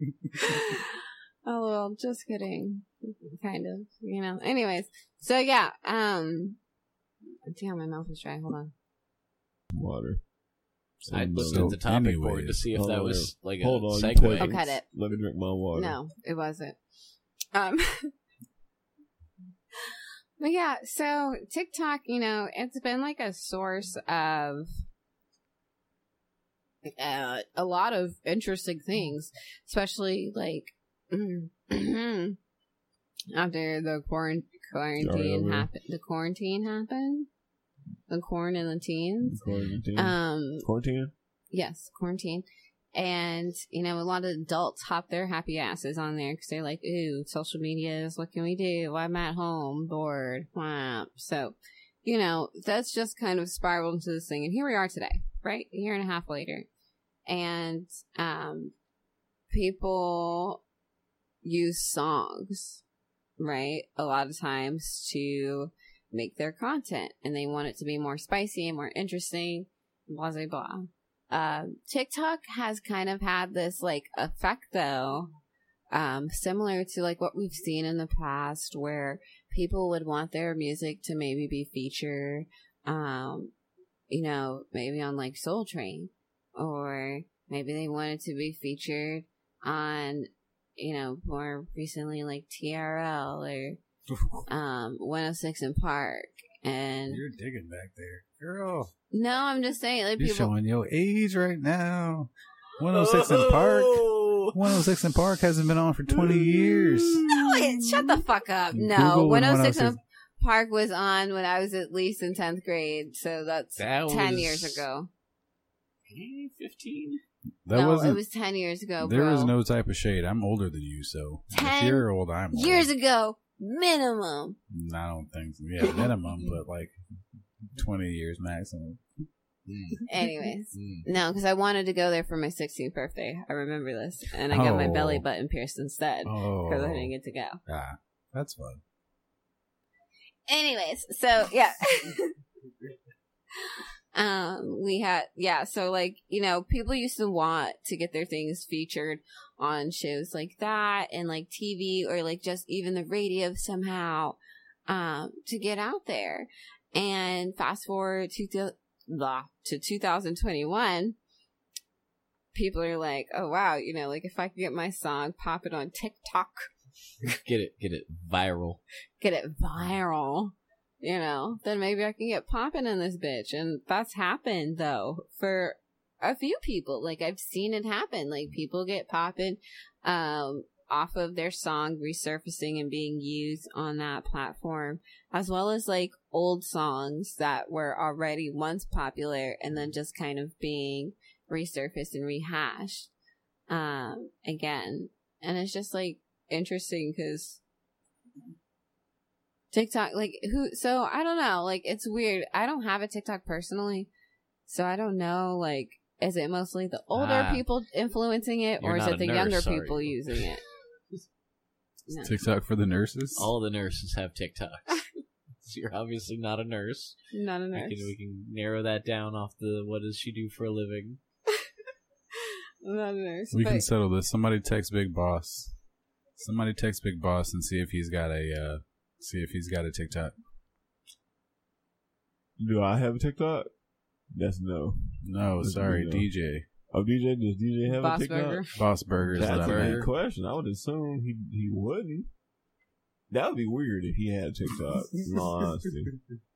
[SPEAKER 3] oh well, just kidding. Kind of, you know. Anyways, so yeah, um damn my mouth is dry, hold on.
[SPEAKER 6] Water.
[SPEAKER 1] I looked
[SPEAKER 2] So
[SPEAKER 1] at the topic
[SPEAKER 2] anyway,
[SPEAKER 1] board to see if
[SPEAKER 6] hold
[SPEAKER 1] that
[SPEAKER 6] on.
[SPEAKER 1] was like a
[SPEAKER 6] Hold on. you
[SPEAKER 1] segue.
[SPEAKER 6] take
[SPEAKER 3] Okay. cut it.
[SPEAKER 6] Let me drink my water.
[SPEAKER 3] No, it wasn't. Um Well, yeah, so TikTok, you know, it's been like a source of uh, a lot of interesting things, especially like after the quarant- quarantine
[SPEAKER 6] Oh, yeah.
[SPEAKER 3] happened. The quarantine happened. The corn and the teens.
[SPEAKER 6] Quarantine.
[SPEAKER 3] Um,
[SPEAKER 6] Quarantine?
[SPEAKER 3] Yes, quarantine. And, you know, a lot of adults hop their happy asses on there because they're like, ooh, social media is what can we do? I'm at home, bored. Wow. So, you know, that's just kind of spiraled into this thing. And here we are today, right? A year and a half later. And, um, people use songs, right? A lot of times to make their content and they want it to be more spicy and more interesting, blah, blah, blah um, TikTok has kind of had this like effect though, um, similar to like what we've seen in the past where people would want their music to maybe be featured, um, you know, maybe on like Soul Train or maybe they wanted to be featured on, you know, more recently like TRL or, um, 106 in Park. And
[SPEAKER 2] You're digging back there, girl.
[SPEAKER 3] no, I'm just saying, like,
[SPEAKER 2] You're
[SPEAKER 3] people,
[SPEAKER 2] showing your age right now. 106
[SPEAKER 1] Oh.
[SPEAKER 2] in Park. 106 in Park hasn't been on for 20 years.
[SPEAKER 3] No, it, shut the fuck up. No,
[SPEAKER 2] Google oh when
[SPEAKER 3] 106
[SPEAKER 2] 106
[SPEAKER 3] Park was on when I was at least in 10th grade, so that's
[SPEAKER 1] That
[SPEAKER 3] 10
[SPEAKER 1] was-
[SPEAKER 3] years ago.
[SPEAKER 1] Eh, Fifteen.
[SPEAKER 2] That
[SPEAKER 3] no,
[SPEAKER 2] wasn't.
[SPEAKER 3] it was 10 years ago,
[SPEAKER 2] there
[SPEAKER 3] bro.
[SPEAKER 2] is no type of shade. I'm older than you, so if
[SPEAKER 3] Ten
[SPEAKER 2] you're old, I'm old.
[SPEAKER 3] years ago, minimum.
[SPEAKER 2] Mm, I don't think. Yeah, minimum, but like 20 years maximum.
[SPEAKER 3] Anyways. No, because I wanted to go there for my 16th birthday. I remember this. And I got my
[SPEAKER 2] Oh.
[SPEAKER 3] belly button pierced instead
[SPEAKER 2] Oh,
[SPEAKER 3] because I didn't get to go.
[SPEAKER 2] ah, that's fun.
[SPEAKER 3] Anyways, so yeah. um we had yeah, so like, you know, people used to want to get their things featured on shows like that and like TV or like just even the radio somehow um to get out there. And fast forward to the- blah, to 2021 people are like, "Oh wow, you know, like if I could get my song pop it on TikTok
[SPEAKER 1] Get it, get it viral.
[SPEAKER 3] get it viral, you know, then maybe I can get popping in this bitch. And that's happened though for a few people. Like I've seen it happen. Like people get popping um off of their song resurfacing and being used on that platform, as well as like old songs that were already once popular and then just kind of being resurfaced and rehashed um again. And it's just like interesting because TikTok, like who? So I don't know. Like it's weird. I don't have a TikTok personally, so I don't know. Like, is it mostly the older
[SPEAKER 1] Ah.
[SPEAKER 3] people influencing it,
[SPEAKER 1] You're
[SPEAKER 3] or is
[SPEAKER 1] not
[SPEAKER 3] it
[SPEAKER 1] a
[SPEAKER 3] the
[SPEAKER 1] nurse,
[SPEAKER 3] younger
[SPEAKER 1] sorry.
[SPEAKER 3] people using it? No.
[SPEAKER 2] TikTok for the nurses.
[SPEAKER 1] All the nurses have TikToks. so you're obviously not a nurse.
[SPEAKER 3] Not a
[SPEAKER 1] We
[SPEAKER 3] nurse.
[SPEAKER 1] can, we can narrow that down off the what does she do for a living.
[SPEAKER 3] Not a nurse.
[SPEAKER 2] we can
[SPEAKER 3] but
[SPEAKER 2] settle this. Somebody text Big Boss. Somebody text Big Boss and see if he's got a uh, see if he's got a TikTok.
[SPEAKER 6] Do I have a TikTok? That's no.
[SPEAKER 2] No, sorry,
[SPEAKER 6] No.
[SPEAKER 2] DJ
[SPEAKER 6] Oh, DJ, does DJ have
[SPEAKER 3] Boss
[SPEAKER 6] a TikTok?
[SPEAKER 3] Burger.
[SPEAKER 2] Boss Burgers.
[SPEAKER 6] That's
[SPEAKER 2] That
[SPEAKER 6] a
[SPEAKER 2] I
[SPEAKER 6] good
[SPEAKER 2] meant.
[SPEAKER 6] question. I would assume he he wouldn't. That would be weird if he had TikTok. in all honesty,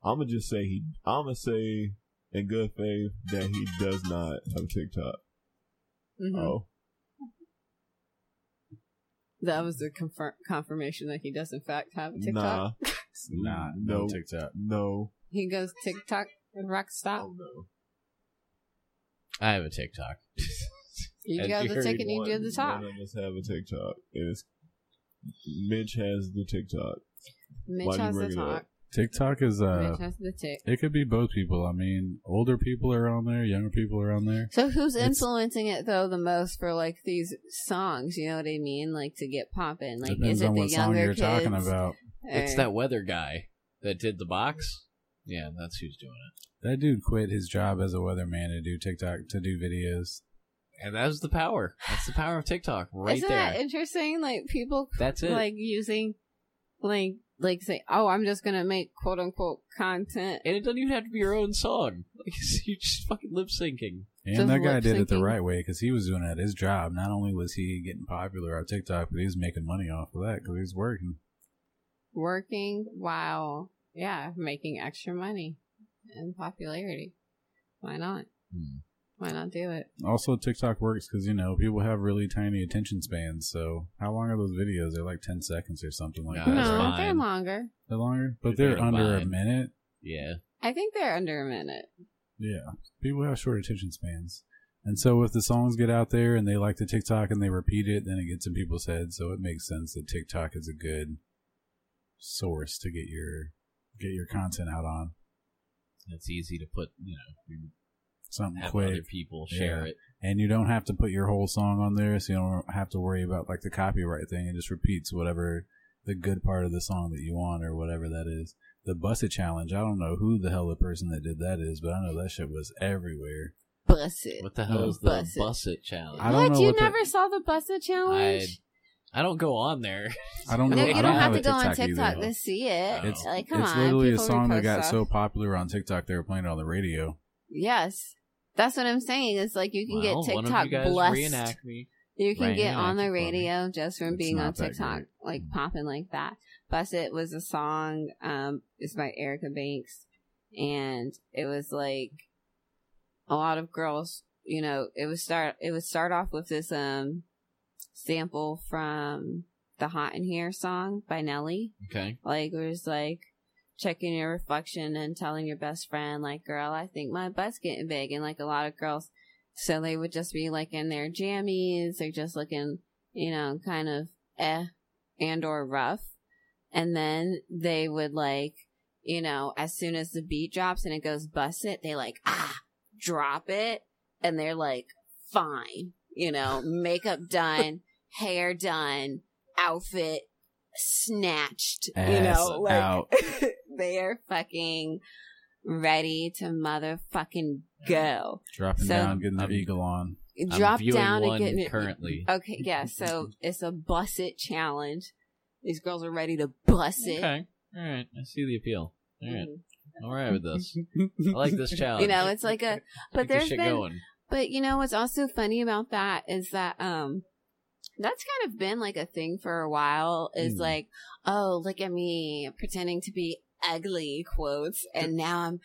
[SPEAKER 6] I'm gonna just say he. I'm gonna say in good faith that he does not have TikTok.
[SPEAKER 3] Mhm.
[SPEAKER 6] Oh,
[SPEAKER 3] That was the confir- confirmation that he does in fact have a TikTok.
[SPEAKER 6] nah,
[SPEAKER 2] It's not no
[SPEAKER 6] Nope.
[SPEAKER 2] TikTok.
[SPEAKER 6] no,
[SPEAKER 3] He goes TikTok and rock stop.
[SPEAKER 6] oh no.
[SPEAKER 1] I have a TikTok.
[SPEAKER 3] You
[SPEAKER 1] and
[SPEAKER 3] go
[SPEAKER 1] you
[SPEAKER 3] to the
[SPEAKER 1] heard
[SPEAKER 3] ticket and you do
[SPEAKER 6] One-
[SPEAKER 3] the top.
[SPEAKER 6] One of us have a TikTok. And it's Mitch has the TikTok.
[SPEAKER 3] Mitch
[SPEAKER 6] Why'd you
[SPEAKER 3] has the
[SPEAKER 6] bring it up?
[SPEAKER 3] talk.
[SPEAKER 2] TikTok is uh,
[SPEAKER 3] Mitch has the tick.
[SPEAKER 2] it could be both people. I mean, older people are on there, younger people are on there.
[SPEAKER 3] So who's
[SPEAKER 2] It's-
[SPEAKER 3] influencing it though the most for like these songs? You know what I mean? Like to get poppin'. Like
[SPEAKER 2] Depends
[SPEAKER 3] is it
[SPEAKER 2] on
[SPEAKER 3] the
[SPEAKER 2] what song
[SPEAKER 3] younger
[SPEAKER 2] you're
[SPEAKER 3] kids?
[SPEAKER 2] talking about.
[SPEAKER 1] It's
[SPEAKER 3] or-
[SPEAKER 1] that weather guy that did the box. Yeah, that's who's doing it.
[SPEAKER 2] That dude quit his job as a weatherman to do TikTok to do videos.
[SPEAKER 1] And that's the power. That's the power of TikTok right
[SPEAKER 3] Isn't
[SPEAKER 1] there.
[SPEAKER 3] that interesting? Like people
[SPEAKER 1] that's it.
[SPEAKER 3] like using like like say, oh, I'm just gonna make quote unquote content.
[SPEAKER 1] and it doesn't even have to be your own song. Like, you're just fucking lip syncing.
[SPEAKER 2] And
[SPEAKER 3] Just
[SPEAKER 2] that guy did it the
[SPEAKER 3] lip-syncing.
[SPEAKER 2] right way because he was doing it at his job. Not only was he getting popular on TikTok, but he was making money off of that because he was working.
[SPEAKER 3] working while yeah, making extra money and popularity. Why not?
[SPEAKER 8] Hmm.
[SPEAKER 3] Why not do it?
[SPEAKER 2] Also, TikTok works because you know people have really tiny attention spans. So how long are those videos? They're like ten seconds or something like
[SPEAKER 8] Yeah,
[SPEAKER 2] that.
[SPEAKER 8] that's
[SPEAKER 3] no,
[SPEAKER 8] fine.
[SPEAKER 3] they're longer.
[SPEAKER 2] They're longer, but
[SPEAKER 8] They're
[SPEAKER 2] they're under a
[SPEAKER 8] fine.
[SPEAKER 2] minute.
[SPEAKER 8] Yeah.
[SPEAKER 3] I think they're under a minute.
[SPEAKER 2] Yeah, people have short attention spans, and so if the songs get out there and they like the TikTok and they repeat it, then it gets in people's heads. So it makes sense that TikTok is a good source to get your get your content out on.
[SPEAKER 1] It's easy to put, you know,
[SPEAKER 2] Something
[SPEAKER 1] have
[SPEAKER 2] quick,
[SPEAKER 1] other people share
[SPEAKER 2] Yeah.
[SPEAKER 1] it.
[SPEAKER 2] and you don't have to put your whole song on there, so you don't have to worry about like the copyright thing. It just repeats whatever the good part of the song that you want or whatever that is. The Busted Challenge. I don't know who the hell the person that did that is, but I know that shit was everywhere.
[SPEAKER 3] Bus it.
[SPEAKER 1] What the hell is the
[SPEAKER 3] Bus
[SPEAKER 1] bus
[SPEAKER 3] it.
[SPEAKER 1] it, challenge?
[SPEAKER 2] I
[SPEAKER 1] I,
[SPEAKER 2] don't
[SPEAKER 3] What?
[SPEAKER 2] know
[SPEAKER 3] You
[SPEAKER 2] what the-
[SPEAKER 3] never saw the Bus it challenge?
[SPEAKER 1] don't go on there.
[SPEAKER 2] I don't know.
[SPEAKER 3] No,
[SPEAKER 2] I
[SPEAKER 3] you
[SPEAKER 2] don't
[SPEAKER 3] don't have
[SPEAKER 2] a
[SPEAKER 3] to go on
[SPEAKER 2] either.
[SPEAKER 3] TikTok to see it.
[SPEAKER 1] It's-
[SPEAKER 3] like, come
[SPEAKER 2] it's
[SPEAKER 3] on.
[SPEAKER 2] literally a
[SPEAKER 3] people
[SPEAKER 2] song that
[SPEAKER 3] repost
[SPEAKER 2] got
[SPEAKER 3] stuff.
[SPEAKER 2] so popular on TikTok they were playing it on the radio.
[SPEAKER 3] Yes, that's what I'm saying. It's like you can
[SPEAKER 1] Well,
[SPEAKER 3] get
[SPEAKER 1] one of
[SPEAKER 3] TikTok
[SPEAKER 1] you guys
[SPEAKER 3] blessed.
[SPEAKER 1] reenact me.
[SPEAKER 3] You can get
[SPEAKER 1] Reenact
[SPEAKER 3] on
[SPEAKER 1] it
[SPEAKER 3] the
[SPEAKER 1] for me.
[SPEAKER 3] radio just from
[SPEAKER 2] It's
[SPEAKER 3] being on
[SPEAKER 2] not that
[SPEAKER 3] TikTok,
[SPEAKER 2] great. Mm.
[SPEAKER 3] like popping like that. Bus It was a song. Um, it's by Erica Banks, and it was like a lot of girls. You know, it was start. It would start off with this um sample from the Hot in Here song by Nelly.
[SPEAKER 1] Okay.
[SPEAKER 3] Like it was like checking your reflection and telling your best friend, like, girl, I think my butt's getting big and like a lot of girls so they would just be like in their jammies, they're just looking, you know, kind of eh and or rough. And then they would like, you know, as soon as the beat drops and it goes bust it, they like ah drop it and they're like, fine, you know, makeup done, hair done, outfit snatched, you
[SPEAKER 2] Ass
[SPEAKER 3] know, like
[SPEAKER 2] out.
[SPEAKER 3] they are fucking ready to motherfucking go.
[SPEAKER 2] Dropping
[SPEAKER 3] So-
[SPEAKER 2] down, getting the
[SPEAKER 1] I'm-
[SPEAKER 2] eagle on.
[SPEAKER 1] I'm
[SPEAKER 3] Drop
[SPEAKER 1] viewing
[SPEAKER 3] down
[SPEAKER 1] one
[SPEAKER 3] and get it.
[SPEAKER 1] Um, currently.
[SPEAKER 3] Okay, yeah, so it's a bus it challenge. These girls are ready to bus it.
[SPEAKER 1] Okay. All right. I see the appeal. All right.
[SPEAKER 3] Mhm.
[SPEAKER 1] All right with this. I like this challenge.
[SPEAKER 3] You know, it's like a
[SPEAKER 1] Get this
[SPEAKER 3] but there's
[SPEAKER 1] shit
[SPEAKER 3] been
[SPEAKER 1] going.
[SPEAKER 3] but you know what's also funny about that is that um that's kind of been like a thing for a while is
[SPEAKER 1] Hmm.
[SPEAKER 2] Mm.
[SPEAKER 3] like, oh, look at me pretending to be ugly quotes and now I'm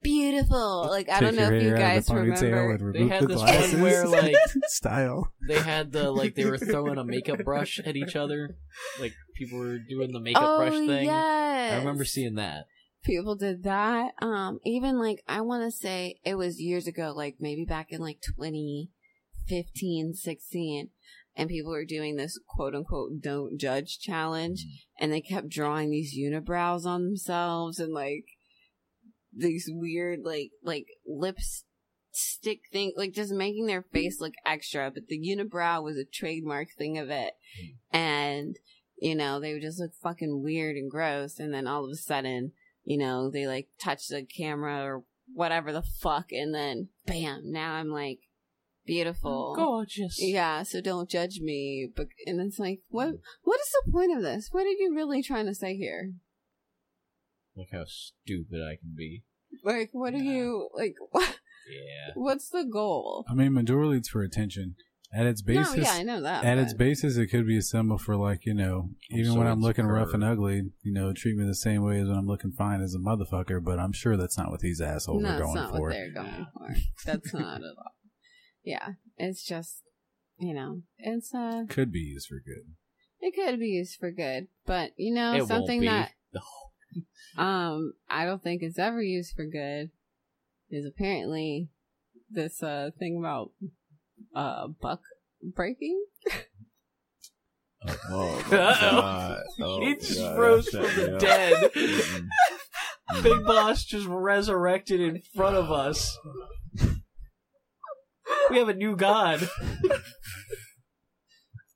[SPEAKER 3] beautiful. Like I don't know if you guys remember
[SPEAKER 2] and
[SPEAKER 1] They
[SPEAKER 2] remove
[SPEAKER 1] had
[SPEAKER 2] the
[SPEAKER 1] this one
[SPEAKER 2] glasses.
[SPEAKER 1] where, like-
[SPEAKER 2] style.
[SPEAKER 1] They had the like they were throwing a makeup brush at each other. Like people were doing the makeup
[SPEAKER 3] oh,
[SPEAKER 1] brush thing.
[SPEAKER 3] Yes.
[SPEAKER 1] I remember seeing that.
[SPEAKER 3] people did that. Um, even like I want to say it was years ago, like maybe back in like 2015, 16, and people were doing this quote unquote don't judge challenge, and they kept drawing these unibrows on themselves and like these weird like like lips stick thing like just making their face look extra but the unibrow was a trademark thing of it and you know they would just look fucking weird and gross and then all of a sudden you know, they like touch the camera or whatever the fuck, and then bam, now I'm like beautiful.
[SPEAKER 1] Gorgeous.
[SPEAKER 3] Yeah, so don't judge me. But and it's like, what? What is the point of this? What are you really trying to say here?
[SPEAKER 1] Look how stupid I can be.
[SPEAKER 3] Like, what are
[SPEAKER 1] Yeah.
[SPEAKER 3] you like?
[SPEAKER 1] Yeah.
[SPEAKER 3] What's the goal?
[SPEAKER 2] I mean, majorly it's for attention. At its
[SPEAKER 3] No,
[SPEAKER 2] basis,
[SPEAKER 3] yeah, I know that.
[SPEAKER 2] at
[SPEAKER 3] but-
[SPEAKER 2] its basis, it could be a symbol for like you know,
[SPEAKER 1] I'm
[SPEAKER 2] even
[SPEAKER 1] so
[SPEAKER 2] when I'm looking rough
[SPEAKER 1] insecure.
[SPEAKER 2] and ugly, you know, treat me the same way as when I'm looking fine as a motherfucker. But I'm sure that's not what these assholes
[SPEAKER 3] no,
[SPEAKER 2] are
[SPEAKER 3] it's
[SPEAKER 2] going
[SPEAKER 3] not
[SPEAKER 2] for.
[SPEAKER 3] what they're going for. That's not at all. Yeah, it's just you know, it's uh,
[SPEAKER 2] Could be used for good.
[SPEAKER 3] it could be used for good, but you know,
[SPEAKER 1] it won't
[SPEAKER 3] something
[SPEAKER 1] be.
[SPEAKER 3] that
[SPEAKER 1] No.
[SPEAKER 3] Um, I don't think it's ever used for good. Is apparently this uh thing about uh buck breaking?
[SPEAKER 6] Oh, my
[SPEAKER 1] Uh-oh.
[SPEAKER 6] God. Oh,
[SPEAKER 1] he just
[SPEAKER 6] God,
[SPEAKER 1] rose
[SPEAKER 6] that
[SPEAKER 1] from
[SPEAKER 6] set me
[SPEAKER 1] the
[SPEAKER 6] up.
[SPEAKER 1] dead.
[SPEAKER 6] Mm-mm.
[SPEAKER 1] Big Boss just resurrected in front of us. We have a new god.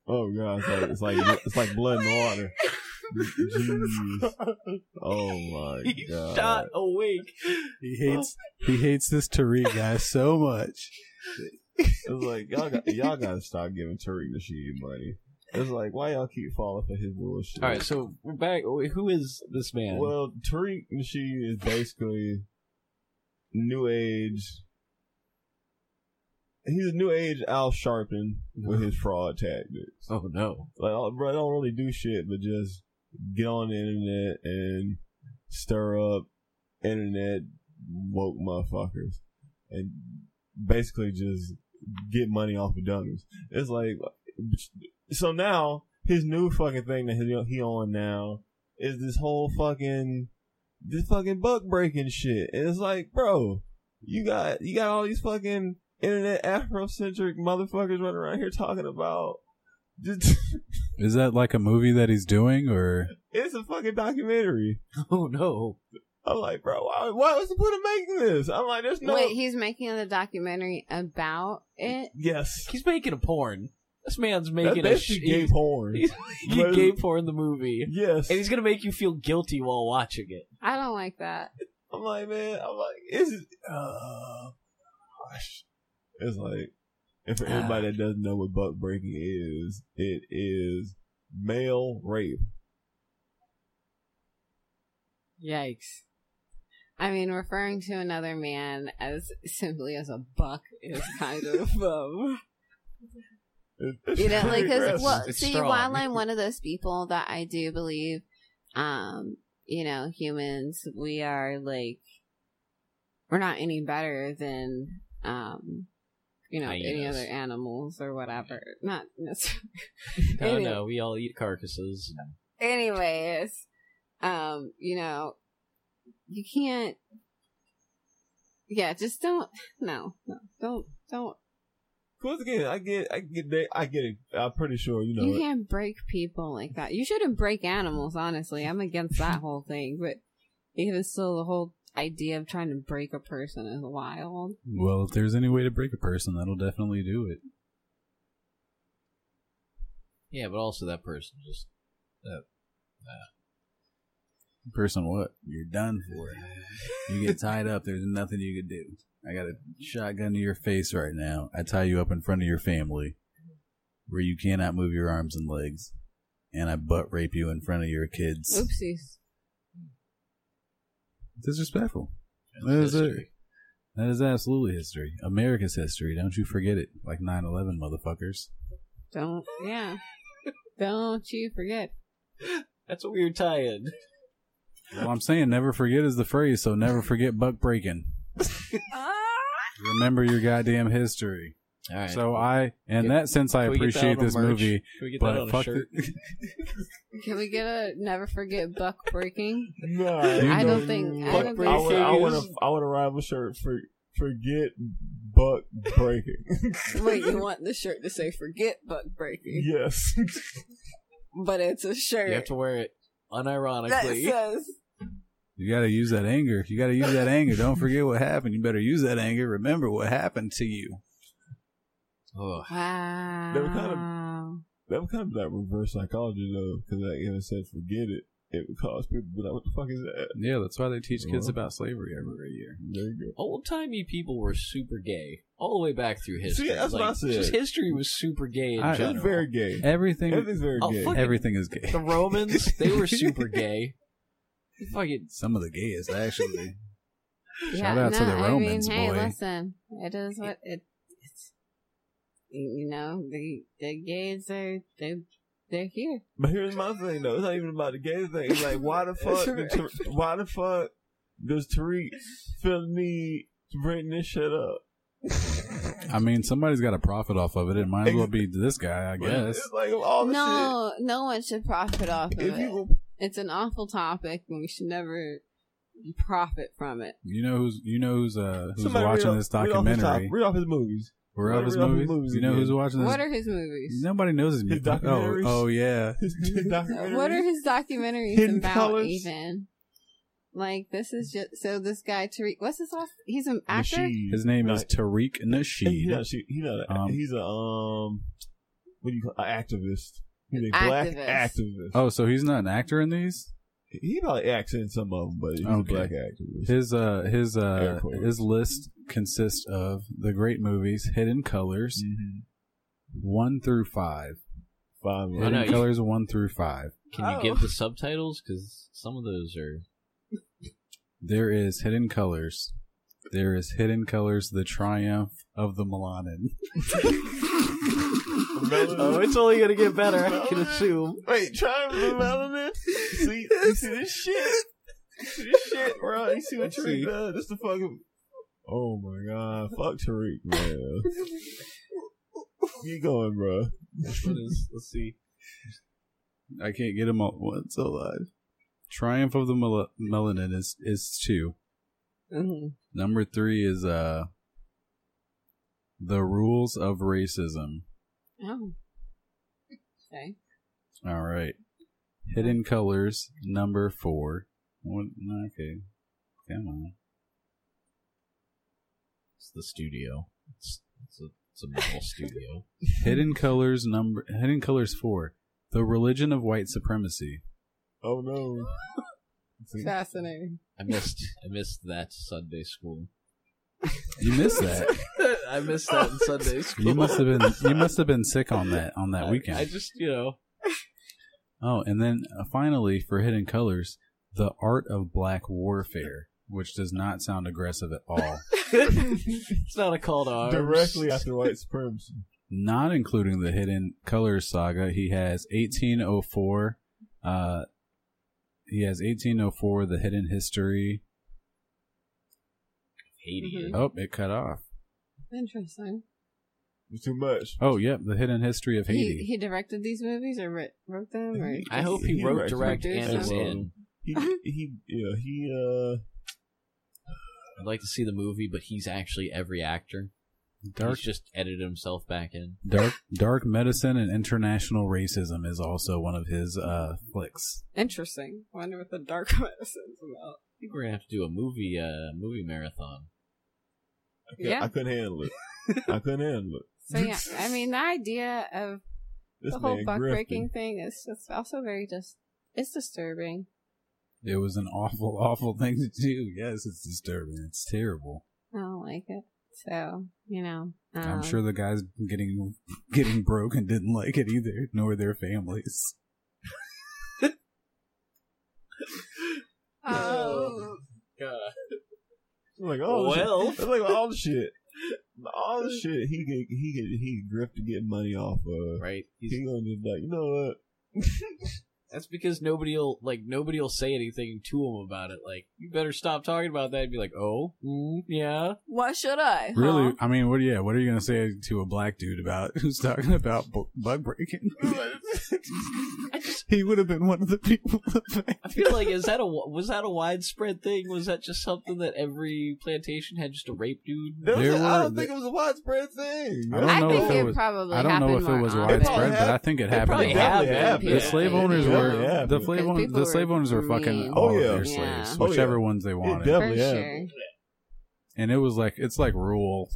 [SPEAKER 6] Oh god, it's like it's like it's like blood in the water. Jeez. Oh my
[SPEAKER 1] He
[SPEAKER 6] god.
[SPEAKER 1] shot awake.
[SPEAKER 2] He hates he hates this Tariq guy so much.
[SPEAKER 6] It's like y'all got y'all gotta stop giving Tariq the shitty money. It's like why y'all keep falling for his bullshit.
[SPEAKER 1] All right, so we're back. Wait, Who is this man?
[SPEAKER 6] Well, Tariq Nasheed is basically new age. He's a new age Al Sharpton with his fraud tactics.
[SPEAKER 1] oh no.
[SPEAKER 6] Like, I- bro, I don't really do shit, but just get on the internet and stir up internet woke motherfuckers and basically just get money off of dummies. It's like, so now his new fucking thing that he- he on now is this whole fucking this fucking buck breaking shit, and it's like, bro, you got you got all these fucking internet Afrocentric motherfuckers running around here talking about.
[SPEAKER 2] Is that like a movie that he's doing, or
[SPEAKER 6] It's a fucking documentary.
[SPEAKER 1] Oh no.
[SPEAKER 6] I'm like, bro, why, why was the point of making this? I'm like, there's no.
[SPEAKER 3] Wait, he's making a documentary about it.
[SPEAKER 6] yes,
[SPEAKER 1] He's making a porn. This man's
[SPEAKER 6] that's
[SPEAKER 1] making a
[SPEAKER 6] basically
[SPEAKER 1] sh-
[SPEAKER 6] gay
[SPEAKER 1] he's-
[SPEAKER 6] porn.
[SPEAKER 1] he's- He
[SPEAKER 6] But-
[SPEAKER 1] gay porn the movie.
[SPEAKER 6] Yes,
[SPEAKER 1] And he's gonna make you feel guilty while watching it.
[SPEAKER 3] I don't like that.
[SPEAKER 6] I'm like, man, I'm like, it's uh, gosh. It's like,
[SPEAKER 3] Ah.
[SPEAKER 6] and for everybody that doesn't know what buck breaking is, it is male rape.
[SPEAKER 3] Yikes. I mean, referring to another man as simply as a buck is kind of, um,
[SPEAKER 6] It- it's
[SPEAKER 3] you know, like,
[SPEAKER 6] pretty
[SPEAKER 3] 'cause-
[SPEAKER 6] aggressive.
[SPEAKER 3] well,
[SPEAKER 1] It's
[SPEAKER 3] see,
[SPEAKER 1] strong.
[SPEAKER 3] while I'm one of those people that I do believe, um, you know, humans, we are like, we're not any better than, um, you know, any
[SPEAKER 1] Hyenas.
[SPEAKER 3] other animals or whatever. Not necessarily.
[SPEAKER 1] Oh
[SPEAKER 3] Any-
[SPEAKER 1] no, we all eat carcasses.
[SPEAKER 3] anyways, um, you know, you can't. Yeah, just don't. No, no, don't, don't.
[SPEAKER 6] Once again, I get, I get, they, I get it. I'm pretty sure, you know.
[SPEAKER 3] You can't break people like that. You shouldn't break animals. Honestly, I'm against that whole thing. But even still, the whole idea of trying to break a person is wild.
[SPEAKER 2] well, if there's any way to break a person, that'll definitely do it.
[SPEAKER 1] Yeah, but also that person just
[SPEAKER 2] Person, what? You're done for. You get tied up. There's nothing you could do. I got a shotgun to your face right now. I tie you up in front of your family, where you cannot move your arms and legs, and I butt rape you in front of your kids.
[SPEAKER 3] Oopsies.
[SPEAKER 2] Disrespectful. That is it. That is absolutely history. America's history. Don't you forget it. Like 9 11, motherfuckers.
[SPEAKER 3] Don't. Yeah. don't you forget.
[SPEAKER 1] That's a weird tie-in.
[SPEAKER 2] Well, I'm saying never forget is the phrase, so never forget buck breaking. Remember your goddamn history.
[SPEAKER 1] All right.
[SPEAKER 2] So I, in
[SPEAKER 1] Can-
[SPEAKER 2] that sense, I
[SPEAKER 1] Can we get that
[SPEAKER 2] appreciate
[SPEAKER 1] on
[SPEAKER 2] this
[SPEAKER 1] merch?
[SPEAKER 2] movie,
[SPEAKER 1] Can we get that on
[SPEAKER 2] but
[SPEAKER 1] a
[SPEAKER 2] fuck
[SPEAKER 1] shirt?
[SPEAKER 2] it.
[SPEAKER 3] Can we get a never forget buck breaking?
[SPEAKER 6] Nah,
[SPEAKER 3] I don't think. I
[SPEAKER 6] Buck
[SPEAKER 3] don't
[SPEAKER 6] I want, I
[SPEAKER 3] think.
[SPEAKER 6] want a, I want a rival shirt for forget buck breaking.
[SPEAKER 3] Wait, you want the shirt to say "Forget Buck Breaking,"
[SPEAKER 6] yes,
[SPEAKER 3] but it's a shirt
[SPEAKER 1] You have to wear it
[SPEAKER 3] that
[SPEAKER 1] unironically.
[SPEAKER 3] says
[SPEAKER 2] You gotta use that anger. You gotta use that anger. Don't forget what happened. You better use that anger. Remember what happened to you.
[SPEAKER 1] Ugh.
[SPEAKER 3] "Wow."
[SPEAKER 6] They were that would kind of be like reverse psychology though, because like Evan said, forget it. It would cause people to be like, "What the fuck is that?"
[SPEAKER 2] Yeah, that's why they teach
[SPEAKER 6] kids
[SPEAKER 2] about slavery every year.
[SPEAKER 6] There you
[SPEAKER 1] Old-timey people were super gay all the way back through history.
[SPEAKER 6] See, that's what
[SPEAKER 1] Like,
[SPEAKER 6] I said.
[SPEAKER 1] Just history was super gay in
[SPEAKER 2] I-
[SPEAKER 6] go. It's
[SPEAKER 1] general.
[SPEAKER 6] very gay.
[SPEAKER 2] Everything,
[SPEAKER 6] Everything's very
[SPEAKER 1] Oh,
[SPEAKER 6] gay.
[SPEAKER 1] fuck.
[SPEAKER 2] everything is gay.
[SPEAKER 1] The Romans, they were super gay. Fucking
[SPEAKER 2] Some of the gayest, actually.
[SPEAKER 3] Yeah,
[SPEAKER 2] out to
[SPEAKER 3] no,
[SPEAKER 2] the Romans,
[SPEAKER 3] I mean, hey,
[SPEAKER 2] boy.
[SPEAKER 3] listen, it is what it. It's, you know, the the gays are they they're here.
[SPEAKER 6] But here's my thing though. It's not even about the gay thing. It's like why the fuck? did Tar- why the fuck does Tariq feel the need to bring this shit up?
[SPEAKER 2] I mean, somebody's got to profit off of it. It might as well be this guy, I guess.
[SPEAKER 6] It's like all the shit.
[SPEAKER 3] No, no one should profit off of
[SPEAKER 6] If
[SPEAKER 3] it.
[SPEAKER 6] you go
[SPEAKER 3] It's an awful topic, and we should never profit from it.
[SPEAKER 2] You know who's you know who's uh who's
[SPEAKER 6] Somebody read
[SPEAKER 2] watching
[SPEAKER 6] off-
[SPEAKER 2] this
[SPEAKER 6] read off his top-
[SPEAKER 2] documentary.
[SPEAKER 6] Read off his movies.
[SPEAKER 2] We're
[SPEAKER 6] read
[SPEAKER 2] of his
[SPEAKER 6] off his
[SPEAKER 2] movies.
[SPEAKER 6] movies
[SPEAKER 2] You know
[SPEAKER 6] again.
[SPEAKER 2] who's watching this?
[SPEAKER 3] What are his movies?
[SPEAKER 2] Nobody knows his music. Oh,
[SPEAKER 6] documentaries?
[SPEAKER 2] oh yeah.
[SPEAKER 6] His documentary.
[SPEAKER 3] What are his documentaries
[SPEAKER 6] Hidden
[SPEAKER 3] about?
[SPEAKER 6] Colors?
[SPEAKER 3] Even like this is just so this guy Tariq. What's his last? He's an actor.
[SPEAKER 6] Nasheed.
[SPEAKER 2] His name is
[SPEAKER 6] Not-
[SPEAKER 2] Tariq
[SPEAKER 6] He's
[SPEAKER 2] Nasheed.
[SPEAKER 6] not. She, he's not. A,
[SPEAKER 2] Um,
[SPEAKER 6] he's a um. What do you call an activist? He's a
[SPEAKER 3] Activist.
[SPEAKER 6] black activist.
[SPEAKER 2] Oh, so he's not an actor in these?
[SPEAKER 6] He probably acts in some of them, but he's a
[SPEAKER 2] Okay.
[SPEAKER 6] black activist.
[SPEAKER 2] His uh his uh
[SPEAKER 6] Air quotes.
[SPEAKER 2] his list consists of the great movies, Hidden Colors,
[SPEAKER 6] Mm. Mm-hmm.
[SPEAKER 2] one through five.
[SPEAKER 6] Five.
[SPEAKER 1] I
[SPEAKER 2] Hidden
[SPEAKER 1] know, you-
[SPEAKER 2] Colors one through five.
[SPEAKER 1] Can
[SPEAKER 3] Oh.
[SPEAKER 1] you give the subtitles? Because some of those are.
[SPEAKER 2] There is Hidden Colors. There is Hidden Colors, The Triumph of the Melanin.
[SPEAKER 6] Oh,
[SPEAKER 1] it's only gonna get
[SPEAKER 6] better, I can assume. Wait, try and remember this. See, you see this shit? this shit, bro. You see what
[SPEAKER 5] Let's
[SPEAKER 6] Tariq
[SPEAKER 5] see.
[SPEAKER 6] does? This the fucking. Oh my god, fuck Tariq, man. Keep going, bro.
[SPEAKER 5] Which one is? Let's see.
[SPEAKER 2] I can't get them all at once. Alive. Triumph of the Mel- Melanin is is two.
[SPEAKER 3] Mhm.
[SPEAKER 2] Number three is uh, the rules of racism.
[SPEAKER 3] Oh. Okay.
[SPEAKER 2] All right, hidden colors number four. What? no, Okay, come on.
[SPEAKER 1] It's the studio. It's, it's, a, it's a metal studio.
[SPEAKER 2] Hidden colors number. Hidden colors four. The religion of white supremacy.
[SPEAKER 6] Oh no.
[SPEAKER 3] Fascinating.
[SPEAKER 1] I missed I missed that Sunday school.
[SPEAKER 2] You missed that.
[SPEAKER 1] I missed that in Sunday school.
[SPEAKER 2] You must have been. You must have been sick on that on that
[SPEAKER 1] I-
[SPEAKER 2] weekend.
[SPEAKER 1] I, just you know
[SPEAKER 2] Oh, and then uh, finally, for Hidden Colors, The Art of Black Warfare, which does not sound aggressive at all.
[SPEAKER 1] it's not a call to arms.
[SPEAKER 6] Directly after white supremacy.
[SPEAKER 2] not including the Hidden Colors saga, he has 1804. Uh, he has 1804, The Hidden History.
[SPEAKER 3] Mm-hmm.
[SPEAKER 1] Haiti.
[SPEAKER 2] Oh, it cut off.
[SPEAKER 3] Interesting.
[SPEAKER 6] It's too much.
[SPEAKER 2] Oh, yep, The Hidden History of
[SPEAKER 3] He,
[SPEAKER 2] Haiti.
[SPEAKER 3] he directed these movies or writ- wrote them? Or
[SPEAKER 1] I hope he
[SPEAKER 6] He
[SPEAKER 1] wrote,
[SPEAKER 6] writes
[SPEAKER 1] direct,
[SPEAKER 3] movies.
[SPEAKER 1] and is
[SPEAKER 6] Well,
[SPEAKER 1] in.
[SPEAKER 6] He, he, yeah, he, uh,
[SPEAKER 1] I'd like to see the movie, but he's actually every actor.
[SPEAKER 2] Dark,
[SPEAKER 1] He's just edited himself back in.
[SPEAKER 2] dark, dark medicine and international racism is also one of his uh, flicks.
[SPEAKER 3] Interesting. Wonder what the dark medicine's about.
[SPEAKER 1] I think we're gonna have to do a movie uh movie marathon.
[SPEAKER 6] I, cou-
[SPEAKER 3] Yeah.
[SPEAKER 6] I couldn't handle it. I couldn't handle it.
[SPEAKER 3] So yeah, I mean the idea of
[SPEAKER 6] This
[SPEAKER 3] the whole
[SPEAKER 6] man
[SPEAKER 3] buck
[SPEAKER 6] grifting.
[SPEAKER 3] breaking thing is just also very just it's disturbing.
[SPEAKER 2] It was an awful, awful thing to do. Yes, it's disturbing. It's terrible.
[SPEAKER 3] I don't like it. So you know, um,
[SPEAKER 2] I'm sure the guys getting getting broke and didn't like it either, nor their families.
[SPEAKER 3] Oh,
[SPEAKER 6] I'm like, oh, well,
[SPEAKER 1] Well.
[SPEAKER 6] it's like all the shit, all the shit he could, he could, he could grift to get money off of.
[SPEAKER 1] Right? He's-
[SPEAKER 6] He gonna just be like, you know what?
[SPEAKER 1] that's because nobody'll like nobody'll say anything to him about it. Like, you better stop talking about that and be like, Oh, mm, yeah.
[SPEAKER 3] why should I?
[SPEAKER 2] Really, I mean, what? Yeah, what are you gonna say to a black dude about who's talking about bu- bug breaking? he would have been one of the people. affected.
[SPEAKER 1] I feel like is that a was that a widespread thing? Was that just something that every plantation had just a rape dude?
[SPEAKER 6] That was
[SPEAKER 2] There
[SPEAKER 6] just- I
[SPEAKER 2] were-
[SPEAKER 6] don't think it was a widespread thing.
[SPEAKER 2] I don't
[SPEAKER 3] I,
[SPEAKER 2] know
[SPEAKER 3] think
[SPEAKER 2] if it
[SPEAKER 3] it,
[SPEAKER 2] was-
[SPEAKER 3] probably.
[SPEAKER 2] I don't know
[SPEAKER 3] happened
[SPEAKER 2] if it
[SPEAKER 3] more
[SPEAKER 2] was
[SPEAKER 3] often.
[SPEAKER 2] widespread, but
[SPEAKER 6] happened.
[SPEAKER 2] I think it
[SPEAKER 1] It
[SPEAKER 2] happened.
[SPEAKER 1] probably
[SPEAKER 2] a
[SPEAKER 6] It
[SPEAKER 2] lot.
[SPEAKER 6] happened.
[SPEAKER 1] happened.
[SPEAKER 6] happened.
[SPEAKER 2] The
[SPEAKER 6] Yeah.
[SPEAKER 2] slave owners
[SPEAKER 6] Yeah.
[SPEAKER 2] were
[SPEAKER 6] Yeah.
[SPEAKER 2] the slave
[SPEAKER 3] Because
[SPEAKER 2] own,
[SPEAKER 3] people
[SPEAKER 2] the slave
[SPEAKER 3] were
[SPEAKER 2] owners were fucking
[SPEAKER 3] mean.
[SPEAKER 2] all
[SPEAKER 6] Oh,
[SPEAKER 2] of
[SPEAKER 6] yeah.
[SPEAKER 2] their
[SPEAKER 3] Yeah.
[SPEAKER 2] slaves,
[SPEAKER 6] Oh, yeah.
[SPEAKER 2] whichever ones they
[SPEAKER 6] It
[SPEAKER 2] wanted.
[SPEAKER 3] For
[SPEAKER 6] definitely
[SPEAKER 3] sure.
[SPEAKER 6] happened.
[SPEAKER 2] and it was like it's like rural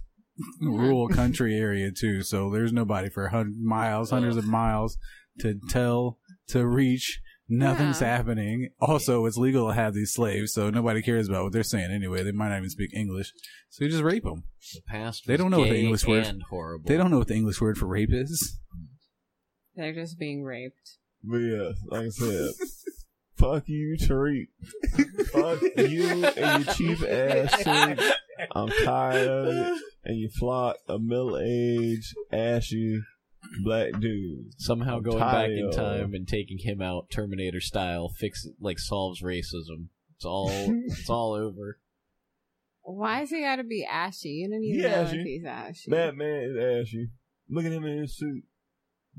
[SPEAKER 2] rural country area too so there's nobody for hundred miles hundreds of miles to tell to reach nothing's
[SPEAKER 3] Yeah.
[SPEAKER 2] happening also it's legal to have these slaves so nobody cares about what they're saying anyway they might not even speak english so you just rape them
[SPEAKER 1] The past.
[SPEAKER 2] They
[SPEAKER 1] was
[SPEAKER 2] don't know what the
[SPEAKER 1] gay
[SPEAKER 2] English word-
[SPEAKER 1] and horrible.
[SPEAKER 2] they don't know what the english word for rape is
[SPEAKER 3] They're just being raped.
[SPEAKER 6] But yeah, like I said, fuck you, Tariq. fuck you and your cheap ass suit. I'm tired of it. And your flock of middle aged, ashy, black dudes.
[SPEAKER 1] Somehow
[SPEAKER 6] I'm
[SPEAKER 1] going back in
[SPEAKER 6] tired.
[SPEAKER 1] time and taking him out Terminator style, fix like solves racism. It's all it's all over.
[SPEAKER 3] Why has he got to be ashy? You don't even
[SPEAKER 6] He
[SPEAKER 3] know
[SPEAKER 6] ashy.
[SPEAKER 3] if he's ashy.
[SPEAKER 6] Batman is ashy. Look at him in his suit.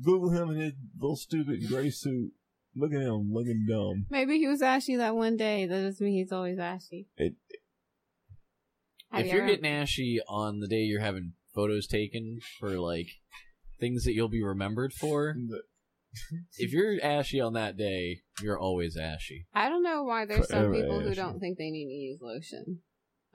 [SPEAKER 6] Google him in his little stupid gray suit. Look at him looking dumb.
[SPEAKER 3] Maybe he was ashy that one day. That doesn't mean he's always ashy.
[SPEAKER 6] It-
[SPEAKER 3] Have
[SPEAKER 1] if
[SPEAKER 3] you
[SPEAKER 1] you're
[SPEAKER 3] ever-
[SPEAKER 1] getting ashy on the day you're having photos taken for like things that you'll be remembered for, if you're ashy on that day, you're always ashy.
[SPEAKER 3] I don't know why there's some
[SPEAKER 6] Forever
[SPEAKER 3] people who
[SPEAKER 6] ashy.
[SPEAKER 3] don't think they need to use lotion.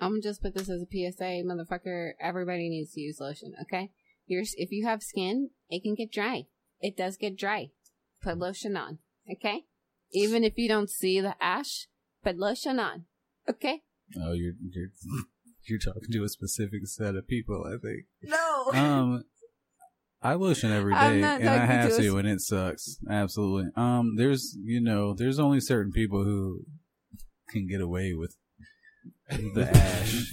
[SPEAKER 3] I'm gonna just put this as a PSA, motherfucker. Everybody needs to use lotion, okay? Your if you have skin, it can get dry. It does get dry. Put lotion on, okay? Even if you don't see the ash, put lotion on, okay?
[SPEAKER 2] oh you're you're you're talking to a specific set of people i think
[SPEAKER 3] No.
[SPEAKER 2] um i lotion every
[SPEAKER 3] I'm
[SPEAKER 2] day
[SPEAKER 3] not
[SPEAKER 2] and i
[SPEAKER 3] talking
[SPEAKER 2] have
[SPEAKER 3] to a
[SPEAKER 2] to,
[SPEAKER 3] s-
[SPEAKER 2] and it sucks absolutely um there's you know there's only certain people who can get away with the ash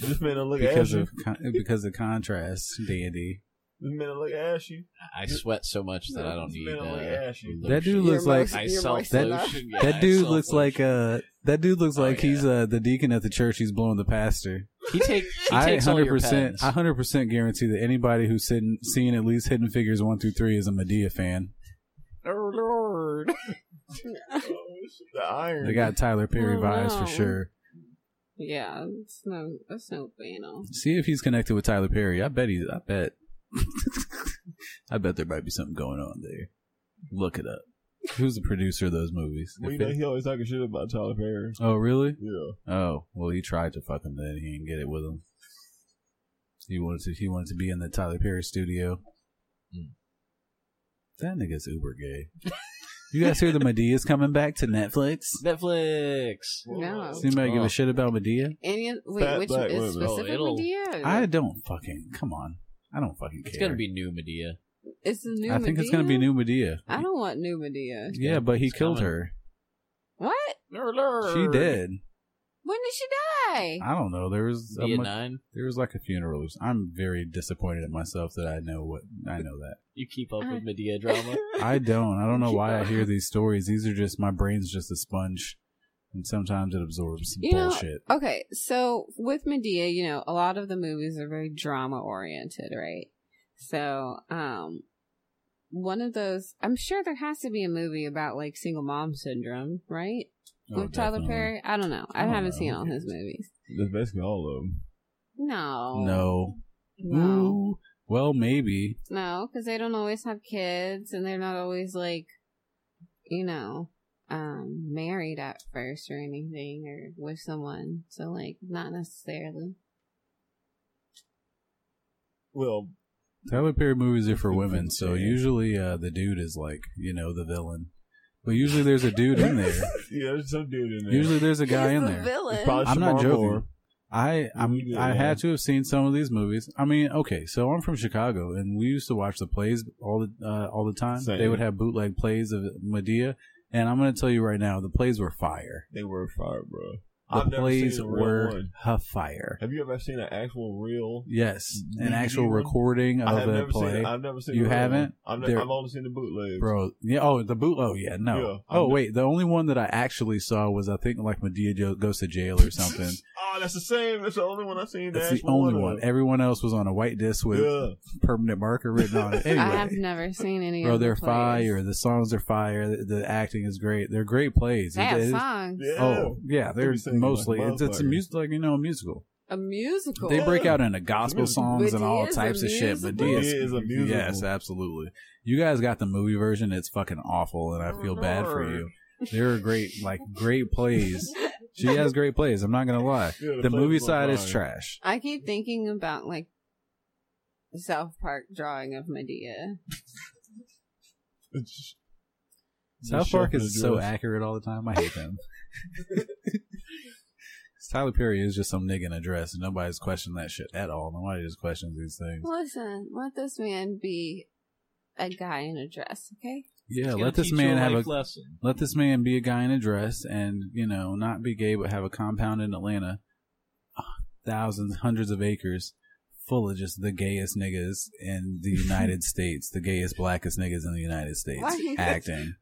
[SPEAKER 6] This man don't look
[SPEAKER 2] because
[SPEAKER 6] ashy.
[SPEAKER 2] of con- because of contrast dandy
[SPEAKER 6] This man look ashy.
[SPEAKER 1] I sweat so much that I don't
[SPEAKER 6] This
[SPEAKER 1] need
[SPEAKER 6] man look
[SPEAKER 1] uh,
[SPEAKER 6] ashy.
[SPEAKER 2] That dude
[SPEAKER 1] lotion.
[SPEAKER 2] looks like
[SPEAKER 1] I
[SPEAKER 3] You're
[SPEAKER 1] self
[SPEAKER 3] moist enough.
[SPEAKER 1] lotion. yeah, I
[SPEAKER 2] that dude looks like
[SPEAKER 1] self-lotion.
[SPEAKER 2] uh that dude looks
[SPEAKER 1] Oh,
[SPEAKER 2] like he's
[SPEAKER 1] yeah.
[SPEAKER 2] uh the deacon at the church. He's blowing the pastor.
[SPEAKER 1] he take he
[SPEAKER 2] I
[SPEAKER 1] takes all
[SPEAKER 2] hundred
[SPEAKER 1] your
[SPEAKER 2] percent,
[SPEAKER 1] pens.
[SPEAKER 2] I hundred percent guarantee that anybody who's sitting, seeing at least Hidden Figures one through three is a Medea fan.
[SPEAKER 1] Oh Lord!
[SPEAKER 6] The iron.
[SPEAKER 2] They got Tyler Perry
[SPEAKER 3] Oh,
[SPEAKER 2] vibes
[SPEAKER 3] no.
[SPEAKER 2] for sure.
[SPEAKER 3] Yeah, it's no, that's no bueno.
[SPEAKER 2] See if he's connected with Tyler Perry. I bet he's. I bet. I bet there might be something going on there. Look it up. Who's the producer of those movies?
[SPEAKER 6] Well, you
[SPEAKER 2] If
[SPEAKER 6] know
[SPEAKER 2] it-
[SPEAKER 6] he always talking shit about Tyler Perry.
[SPEAKER 2] oh, really?
[SPEAKER 6] Yeah.
[SPEAKER 2] Oh, well, he tried to fuck him, then he didn't get it with him. He wanted to. He wanted to be in the Tyler Perry studio. That nigga's uber gay. you guys hear the Medea's coming back to Netflix?
[SPEAKER 1] Netflix.
[SPEAKER 3] No.
[SPEAKER 2] Does anybody give
[SPEAKER 1] Oh.
[SPEAKER 2] a shit about Medea?
[SPEAKER 3] Any wait,
[SPEAKER 6] Fat
[SPEAKER 3] which
[SPEAKER 6] black
[SPEAKER 3] is
[SPEAKER 6] women. Oh,
[SPEAKER 3] specific
[SPEAKER 1] it'll-
[SPEAKER 3] Medea?
[SPEAKER 2] I don't fucking come on. I don't fucking care.
[SPEAKER 1] It's gonna be new Medea.
[SPEAKER 3] it's the new.
[SPEAKER 2] I think it's gonna be
[SPEAKER 3] Medea?
[SPEAKER 2] new Medea.
[SPEAKER 3] I don't want new Medea.
[SPEAKER 2] Yeah, but he
[SPEAKER 1] It's
[SPEAKER 2] killed
[SPEAKER 1] coming.
[SPEAKER 2] her.
[SPEAKER 3] What?
[SPEAKER 2] She did.
[SPEAKER 3] When did she die?
[SPEAKER 2] I don't know. There was a
[SPEAKER 1] Medea
[SPEAKER 2] mu-
[SPEAKER 1] nine.
[SPEAKER 2] there was like a funeral. or s- I'm very disappointed at myself that I know what I know that.
[SPEAKER 1] You keep up
[SPEAKER 3] Uh-huh.
[SPEAKER 1] with Medea drama.
[SPEAKER 2] I don't. I don't know why I hear these stories. These are just my brain's just a sponge, and sometimes it absorbs
[SPEAKER 3] You know-
[SPEAKER 2] bullshit.
[SPEAKER 3] Okay, so with Medea, you know, a lot of the movies are very drama oriented, right? So, um, one of those, I'm sure there has to be a movie about like single mom syndrome, right?
[SPEAKER 2] Oh,
[SPEAKER 3] with Tyler
[SPEAKER 2] definitely.
[SPEAKER 3] Perry, I don't know. I,
[SPEAKER 2] I don't
[SPEAKER 3] haven't
[SPEAKER 2] know.
[SPEAKER 3] seen all his movies.
[SPEAKER 6] That's basically all of them.
[SPEAKER 3] No,
[SPEAKER 2] No.
[SPEAKER 3] no,
[SPEAKER 2] Ooh. Well, maybe.
[SPEAKER 3] no, because they don't always have kids, and they're not always like, you know, um, married at first or anything, or with someone. So, like, not necessarily.
[SPEAKER 6] Well,
[SPEAKER 2] Tyler Perry movies are for women, so usually uh, the dude is like, you know, the villain. But usually there's a dude in there.
[SPEAKER 6] yeah, there's some dude in there.
[SPEAKER 2] Usually there's a guy
[SPEAKER 3] He's
[SPEAKER 2] in
[SPEAKER 3] the
[SPEAKER 2] there.
[SPEAKER 3] villain.
[SPEAKER 6] It's probably
[SPEAKER 2] I'm not
[SPEAKER 6] Shamar
[SPEAKER 2] joking.
[SPEAKER 6] Moore.
[SPEAKER 2] I I'm,
[SPEAKER 6] Yeah.
[SPEAKER 2] I had to have seen some of these movies. I mean, okay, so I'm from Chicago, and we used to watch the plays all the uh, all the time.
[SPEAKER 6] Same.
[SPEAKER 2] They would have bootleg plays of Medea, and I'm going to tell you right now, the plays were fire.
[SPEAKER 6] They were fire, bro.
[SPEAKER 2] The
[SPEAKER 6] I've never seen
[SPEAKER 2] plays
[SPEAKER 6] a real
[SPEAKER 2] were
[SPEAKER 6] one.
[SPEAKER 2] ha fire.
[SPEAKER 6] Have you ever seen an actual real?
[SPEAKER 2] Yes, an
[SPEAKER 6] DVD
[SPEAKER 2] actual
[SPEAKER 6] one?
[SPEAKER 2] recording
[SPEAKER 6] I
[SPEAKER 2] of
[SPEAKER 6] have
[SPEAKER 2] a
[SPEAKER 6] never
[SPEAKER 2] play,
[SPEAKER 6] seen. I've never seen.
[SPEAKER 2] You
[SPEAKER 6] a real one.
[SPEAKER 2] haven't?
[SPEAKER 6] I've, ne-
[SPEAKER 2] They're-
[SPEAKER 6] I've only seen the bootlegs.
[SPEAKER 2] bro. Yeah. Oh, the boot. Oh, yeah. No.
[SPEAKER 6] Yeah,
[SPEAKER 2] oh,
[SPEAKER 6] I'm-
[SPEAKER 2] wait. The only one that I actually saw was I think like Medea jo- goes to jail or something.
[SPEAKER 6] Oh, that's the same. That's the only one I've seen.
[SPEAKER 2] That's the
[SPEAKER 6] actual
[SPEAKER 2] only
[SPEAKER 6] of.
[SPEAKER 2] one. Everyone else was on a white disc with
[SPEAKER 6] Yeah.
[SPEAKER 2] permanent marker written on it. Anyway.
[SPEAKER 3] I have never seen any
[SPEAKER 2] Bro,
[SPEAKER 3] of the
[SPEAKER 2] they're
[SPEAKER 3] plays.
[SPEAKER 2] fire. The songs are fire. The, the acting is great. They're great plays.
[SPEAKER 3] They
[SPEAKER 2] It
[SPEAKER 3] have
[SPEAKER 2] is-
[SPEAKER 3] songs.
[SPEAKER 6] Yeah.
[SPEAKER 2] Oh yeah,
[SPEAKER 6] They
[SPEAKER 2] they're
[SPEAKER 6] be singing
[SPEAKER 2] mostly
[SPEAKER 6] like
[SPEAKER 2] it's, it's a
[SPEAKER 6] motherfuckers.
[SPEAKER 2] music like you know a musical.
[SPEAKER 3] A musical.
[SPEAKER 2] They break out into
[SPEAKER 6] It's a
[SPEAKER 2] gospel
[SPEAKER 6] musical.
[SPEAKER 2] songs and all
[SPEAKER 3] Medea is
[SPEAKER 2] types
[SPEAKER 3] a
[SPEAKER 2] of shit. But
[SPEAKER 3] musical?
[SPEAKER 6] Medea is a musical.
[SPEAKER 2] Yes, absolutely. You guys got the movie version. It's fucking awful, and I feel bad for you. There are great like great plays. She has great plays. I'm not gonna lie.
[SPEAKER 6] Yeah, the
[SPEAKER 2] the
[SPEAKER 6] plays
[SPEAKER 2] movie
[SPEAKER 6] were
[SPEAKER 2] side is
[SPEAKER 6] fire.
[SPEAKER 2] trash.
[SPEAKER 3] I keep thinking about like South Park drawing of Medea.
[SPEAKER 6] It's-
[SPEAKER 2] South
[SPEAKER 6] Just
[SPEAKER 2] Park
[SPEAKER 6] shuffling
[SPEAKER 2] is
[SPEAKER 6] the
[SPEAKER 2] so
[SPEAKER 6] drawers.
[SPEAKER 2] accurate all the time. I hate them. 'Cause Tyler Perry is just some nigga in a dress, and nobody's questioned that shit at all. Nobody just questions these things.
[SPEAKER 3] Listen, let this man be a guy in a dress, okay?
[SPEAKER 2] Yeah,
[SPEAKER 1] Gonna
[SPEAKER 2] let this
[SPEAKER 1] teach you
[SPEAKER 2] man have
[SPEAKER 1] life
[SPEAKER 2] a
[SPEAKER 1] lesson.
[SPEAKER 2] let this man be a guy in a dress, and you know, not be gay, but have a compound in Atlanta, ah, thousands, hundreds of acres, full of just the gayest niggas in the United States, the gayest, blackest niggas in the United States,
[SPEAKER 3] Why you-
[SPEAKER 2] acting.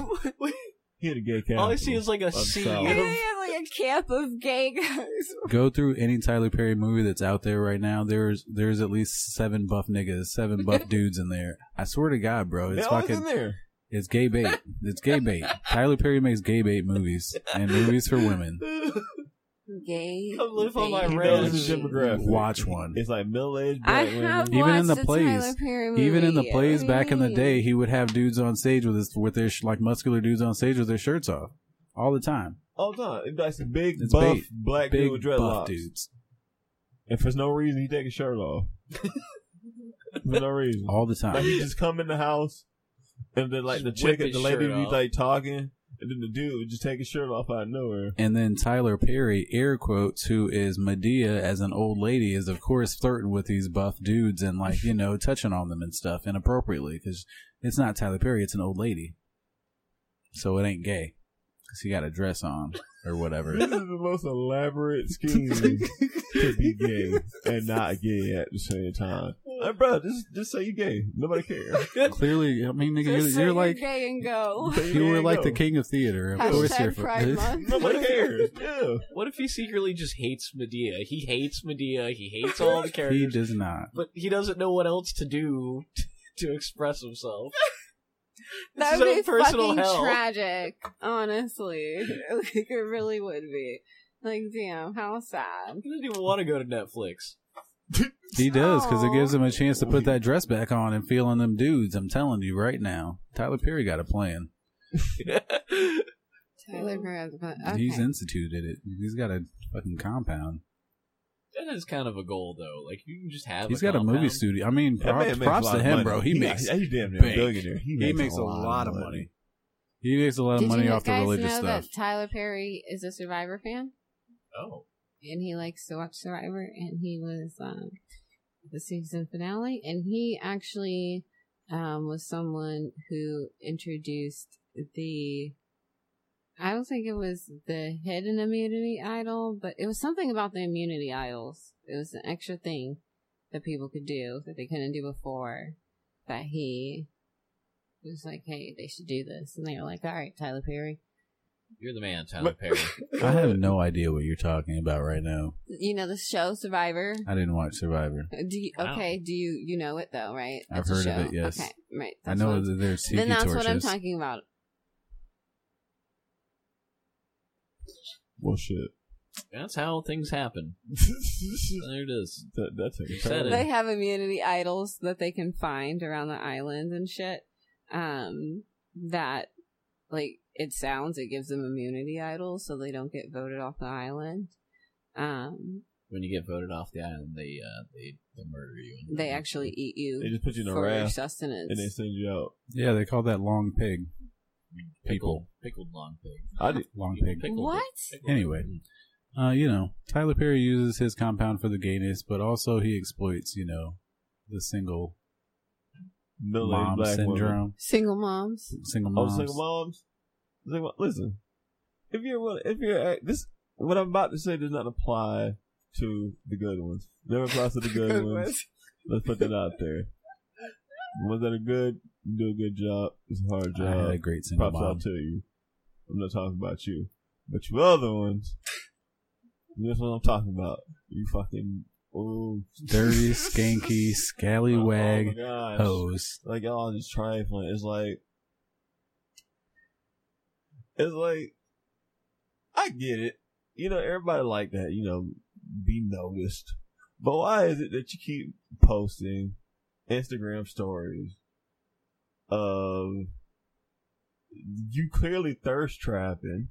[SPEAKER 6] He had a gay
[SPEAKER 1] All I
[SPEAKER 6] capital.
[SPEAKER 1] see is like a sea
[SPEAKER 6] South.
[SPEAKER 3] Maybe
[SPEAKER 1] of
[SPEAKER 3] it's like a camp of gay guys.
[SPEAKER 2] Go through any Tyler Perry movie that's out there right now. There's there's at least seven buff niggas, seven buff dudes in there. I swear to God, bro,
[SPEAKER 6] They
[SPEAKER 2] it's
[SPEAKER 6] always in
[SPEAKER 2] fucking
[SPEAKER 6] there.
[SPEAKER 2] it's gay bait. It's gay bait. Tyler Perry makes gay bait movies and movies for women.
[SPEAKER 3] Gay.
[SPEAKER 1] Come live on my
[SPEAKER 3] gay
[SPEAKER 1] ranch.
[SPEAKER 3] guys.
[SPEAKER 6] Demographic.
[SPEAKER 2] Watch one.
[SPEAKER 6] It's like middle aged
[SPEAKER 3] I
[SPEAKER 6] black women.
[SPEAKER 3] have
[SPEAKER 2] Even in the
[SPEAKER 3] watched a
[SPEAKER 2] plays.
[SPEAKER 3] Tyler Perry
[SPEAKER 2] Even in the
[SPEAKER 3] movie. Mm-hmm. What
[SPEAKER 2] plays
[SPEAKER 3] do you
[SPEAKER 2] back in the
[SPEAKER 3] mean?
[SPEAKER 2] day, he would have dudes on stage with his with their sh- like muscular dudes on stage with their shirts off all the time.
[SPEAKER 6] Oh no, that's a big
[SPEAKER 2] It's
[SPEAKER 6] buff
[SPEAKER 2] bait.
[SPEAKER 6] black dude with
[SPEAKER 2] Big buff
[SPEAKER 6] dreadlocks.
[SPEAKER 2] dudes
[SPEAKER 6] And for no reason, he take his shirt off. for no reason.
[SPEAKER 2] all the
[SPEAKER 6] Like
[SPEAKER 2] time.
[SPEAKER 6] he just come in the house, and then like the
[SPEAKER 1] Just whip
[SPEAKER 6] chick, the
[SPEAKER 1] his
[SPEAKER 6] lady
[SPEAKER 1] shirt
[SPEAKER 6] be
[SPEAKER 1] off.
[SPEAKER 6] like talking, and then the dude would just take his shirt off out of nowhere.
[SPEAKER 2] And then Tyler Perry, air quotes, who is Medea as an old lady, is of course flirting with these buff dudes and like you know touching on them and stuff inappropriately because it's not Tyler Perry, it's an old lady, so it ain't gay because he got a dress on or whatever.
[SPEAKER 6] This is the most elaborate scheme to be gay and not gay at the same time. Hey, bro, just just say you gay. Nobody cares.
[SPEAKER 2] Clearly, I mean, nigga,
[SPEAKER 3] Just
[SPEAKER 2] you're,
[SPEAKER 3] say
[SPEAKER 2] you're like
[SPEAKER 3] gay and go.
[SPEAKER 2] you were like the
[SPEAKER 6] king.
[SPEAKER 2] king of theater. Of course, you're
[SPEAKER 3] Hashtag Pride Month.
[SPEAKER 6] Nobody cares. Yeah.
[SPEAKER 1] What if he secretly just hates Medea? He hates Medea. He hates all the
[SPEAKER 2] He
[SPEAKER 1] characters,
[SPEAKER 2] does not.
[SPEAKER 1] but he doesn't know what else to do to express himself. This
[SPEAKER 3] That
[SPEAKER 1] is
[SPEAKER 3] would
[SPEAKER 1] our
[SPEAKER 3] be
[SPEAKER 1] personal
[SPEAKER 3] fucking
[SPEAKER 1] hell.
[SPEAKER 3] tragic, honestly. like, it really would be. Like, damn, how sad.
[SPEAKER 1] He doesn't even want to go to Netflix.
[SPEAKER 2] He does because it gives him a chance to
[SPEAKER 6] Aw.
[SPEAKER 2] put that dress back on and feel on them dudes. I'm telling you right now, Tyler Perry got a plan.
[SPEAKER 3] Tyler Perez, but okay.
[SPEAKER 2] He's instituted it. He's got a fucking compound.
[SPEAKER 1] That is kind of a goal, though. Like you can just have.
[SPEAKER 2] He's
[SPEAKER 1] a
[SPEAKER 2] got a movie
[SPEAKER 1] compound.
[SPEAKER 2] studio. I mean,
[SPEAKER 6] That
[SPEAKER 2] props,
[SPEAKER 6] man makes a
[SPEAKER 2] props
[SPEAKER 6] lot
[SPEAKER 2] to
[SPEAKER 6] of
[SPEAKER 2] him,
[SPEAKER 6] money.
[SPEAKER 2] bro. He, makes
[SPEAKER 6] got- he's damn near
[SPEAKER 2] bank.
[SPEAKER 6] a billionaire. He
[SPEAKER 2] he
[SPEAKER 6] makes,
[SPEAKER 2] makes a lot of money. he makes a lot of
[SPEAKER 3] Did
[SPEAKER 2] money
[SPEAKER 3] you
[SPEAKER 2] off the
[SPEAKER 3] guys
[SPEAKER 2] religious
[SPEAKER 3] know
[SPEAKER 2] stuff.
[SPEAKER 3] that Tyler Perry is a Survivor fan?
[SPEAKER 1] Oh,
[SPEAKER 3] and he likes to watch Survivor, and he was um, the season finale, and he actually um, was someone who introduced the. I don't think it was the hidden immunity idol, but it was something about the immunity idols. It was an extra thing that people could do that they couldn't do before. That he was like, "Hey, they should do this," and they were like, "All right, Tyler Perry."
[SPEAKER 1] you're the man, Tyler Perry.
[SPEAKER 2] I have no idea what you're talking about right now.
[SPEAKER 3] You know the show Survivor.
[SPEAKER 2] I didn't watch Survivor.
[SPEAKER 3] Do you,
[SPEAKER 1] Wow.
[SPEAKER 3] okay? Do you you know it though, right?
[SPEAKER 2] I've
[SPEAKER 3] a
[SPEAKER 2] heard of
[SPEAKER 3] show.
[SPEAKER 2] it, yes.
[SPEAKER 3] Okay, right.
[SPEAKER 2] I
[SPEAKER 3] that's what
[SPEAKER 2] know
[SPEAKER 3] I'm-
[SPEAKER 2] that there's tiki
[SPEAKER 3] Then that's
[SPEAKER 2] torches.
[SPEAKER 3] what I'm talking about.
[SPEAKER 6] Well, shit.
[SPEAKER 1] That's how things happen. There it is.
[SPEAKER 6] that, that takes
[SPEAKER 1] Said
[SPEAKER 6] time.
[SPEAKER 1] it.
[SPEAKER 3] They have immunity idols that they can find around the island and shit. Um, that like it sounds, it gives them immunity idols, so they don't get voted off the island. Um,
[SPEAKER 1] When you get voted off the island, they uh, they they murder you.
[SPEAKER 2] Mm-hmm.
[SPEAKER 3] they actually eat
[SPEAKER 6] They
[SPEAKER 3] you
[SPEAKER 6] just put you in a
[SPEAKER 3] for your
[SPEAKER 6] raft
[SPEAKER 3] sustenance.
[SPEAKER 6] and they send you out.
[SPEAKER 2] Yeah, they call that long pig.
[SPEAKER 1] pickled pickled long pig. Mm,
[SPEAKER 6] I did.
[SPEAKER 2] Long
[SPEAKER 1] You
[SPEAKER 2] pig.
[SPEAKER 1] pickled it.
[SPEAKER 3] what?
[SPEAKER 1] Pickled it.
[SPEAKER 2] Anyway, uh, you know, Tyler Perry uses his compound for the gayness, but also he exploits, you know, the single
[SPEAKER 6] Middle aged
[SPEAKER 2] mom
[SPEAKER 6] black woman.
[SPEAKER 2] syndrome.
[SPEAKER 3] Single moms.
[SPEAKER 2] Single
[SPEAKER 6] Oh,
[SPEAKER 2] moms.
[SPEAKER 6] single moms. Single mom- Listen, if you're one- if you're act- this, what I'm about to say does not apply to the good ones. Never applies to the good,
[SPEAKER 3] Good
[SPEAKER 6] ones.
[SPEAKER 3] ones.
[SPEAKER 6] Let's put that out there. The ones that are good, you do a good job. It's a hard
[SPEAKER 2] I had a
[SPEAKER 6] job.
[SPEAKER 2] great single
[SPEAKER 6] Uh, Props
[SPEAKER 2] mom.
[SPEAKER 6] out to you. I'm not talking about you, but you other ones. That's what I'm talking about. You fucking oh,
[SPEAKER 2] Dirty, skanky,
[SPEAKER 6] Oh my
[SPEAKER 2] scallywag
[SPEAKER 6] gosh.
[SPEAKER 2] hose.
[SPEAKER 6] Like y'all just trifling. It's like it's like I get it. You know, everybody like that, you know, be noticed. But why is it that you keep posting Instagram stories of you clearly thirst trapping,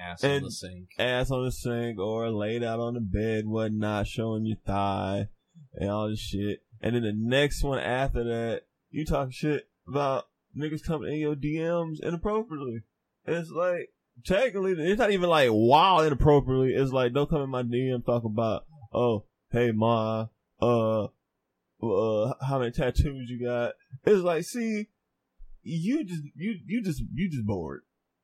[SPEAKER 1] Ass on
[SPEAKER 6] And-
[SPEAKER 1] the sink.
[SPEAKER 6] ass on the sink or laid out on the bed, whatnot, showing your thigh and all this shit. And then the next one after that, you talk shit about niggas coming in your DMs inappropriately. And it's like, technically, it's not even like wow inappropriately. It's like, don't come in my DM talk about, oh, hey, ma, uh, uh, how many tattoos you got? It's like, see, you just, you, you just, you just bored.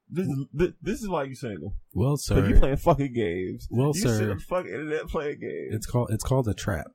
[SPEAKER 6] This is, this, this is why you single.
[SPEAKER 2] Well,
[SPEAKER 6] But you
[SPEAKER 2] sir,
[SPEAKER 6] playing fucking games.
[SPEAKER 2] well,
[SPEAKER 6] you sit
[SPEAKER 2] sir,
[SPEAKER 6] on fucking internet playing games.
[SPEAKER 2] it's called it's called a trap.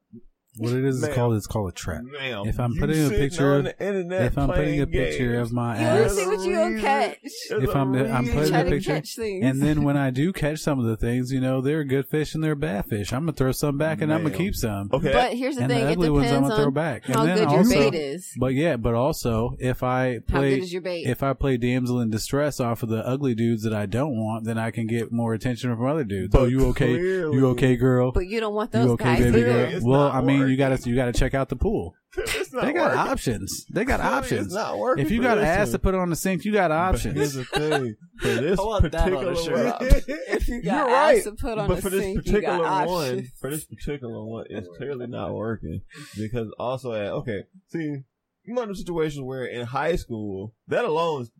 [SPEAKER 2] What it is,
[SPEAKER 6] Ma'am.
[SPEAKER 2] it's called it's called a trap.
[SPEAKER 6] Ma'am,
[SPEAKER 2] If I'm
[SPEAKER 6] you
[SPEAKER 2] putting a
[SPEAKER 6] sitting
[SPEAKER 2] picture
[SPEAKER 6] on
[SPEAKER 2] of-
[SPEAKER 6] the internet
[SPEAKER 2] If I'm putting
[SPEAKER 6] playing
[SPEAKER 2] a picture
[SPEAKER 6] games,
[SPEAKER 2] of my
[SPEAKER 3] You only
[SPEAKER 6] There's
[SPEAKER 2] ass,
[SPEAKER 3] see
[SPEAKER 6] a
[SPEAKER 3] what you don't
[SPEAKER 6] reason-
[SPEAKER 3] catch.
[SPEAKER 6] there's
[SPEAKER 2] If
[SPEAKER 6] a
[SPEAKER 2] I'm- I'm
[SPEAKER 6] reason-
[SPEAKER 2] Put putting in
[SPEAKER 3] Try
[SPEAKER 2] a
[SPEAKER 3] to
[SPEAKER 2] picture,
[SPEAKER 3] catch things.
[SPEAKER 2] And then when I do catch some of the things, you know, they're good fish and they're bad fish. I'm gonna throw some back and I'm gonna
[SPEAKER 6] Ma'am.
[SPEAKER 2] keep some.
[SPEAKER 6] Okay.
[SPEAKER 3] but here's the
[SPEAKER 2] And
[SPEAKER 3] thing:
[SPEAKER 2] the
[SPEAKER 3] it
[SPEAKER 2] ugly ones I'm
[SPEAKER 3] depends
[SPEAKER 2] gonna throw
[SPEAKER 3] on
[SPEAKER 2] back.
[SPEAKER 3] how
[SPEAKER 2] and then
[SPEAKER 3] good your
[SPEAKER 2] also,
[SPEAKER 3] bait is.
[SPEAKER 2] But yeah, but also if I
[SPEAKER 3] How good
[SPEAKER 2] play
[SPEAKER 3] is your bait?
[SPEAKER 2] if I play damsel in distress off of the ugly dudes that I don't want, then I can get more attention from other dudes.
[SPEAKER 6] But
[SPEAKER 2] oh, you okay?
[SPEAKER 6] clearly-
[SPEAKER 2] You okay, girl?
[SPEAKER 3] But you don't want those
[SPEAKER 2] You okay,
[SPEAKER 3] guys
[SPEAKER 2] baby
[SPEAKER 3] either.
[SPEAKER 6] It's
[SPEAKER 2] girl? Well,
[SPEAKER 6] not
[SPEAKER 2] I mean, you
[SPEAKER 6] working.
[SPEAKER 2] gotta you gotta check out the pool.
[SPEAKER 6] it's not
[SPEAKER 2] They got
[SPEAKER 6] working.
[SPEAKER 2] options. They got
[SPEAKER 6] Clearly It's
[SPEAKER 2] options.
[SPEAKER 6] not working.
[SPEAKER 2] If you
[SPEAKER 6] for
[SPEAKER 2] got
[SPEAKER 6] this
[SPEAKER 2] ass
[SPEAKER 6] one.
[SPEAKER 2] to put on the sink, you got
[SPEAKER 6] But here's
[SPEAKER 2] options.
[SPEAKER 6] the thing. For this
[SPEAKER 1] I want that on a
[SPEAKER 6] particular
[SPEAKER 1] shirt.
[SPEAKER 6] one,
[SPEAKER 3] You
[SPEAKER 6] you're
[SPEAKER 3] got
[SPEAKER 6] right.
[SPEAKER 3] ass to put on
[SPEAKER 6] but
[SPEAKER 3] a
[SPEAKER 6] for this
[SPEAKER 3] sink, you
[SPEAKER 6] particular
[SPEAKER 3] got
[SPEAKER 6] one,
[SPEAKER 3] options.
[SPEAKER 6] for this particular one, it's clearly not working because also at okay, see, you know the situations where in high school that alone, is-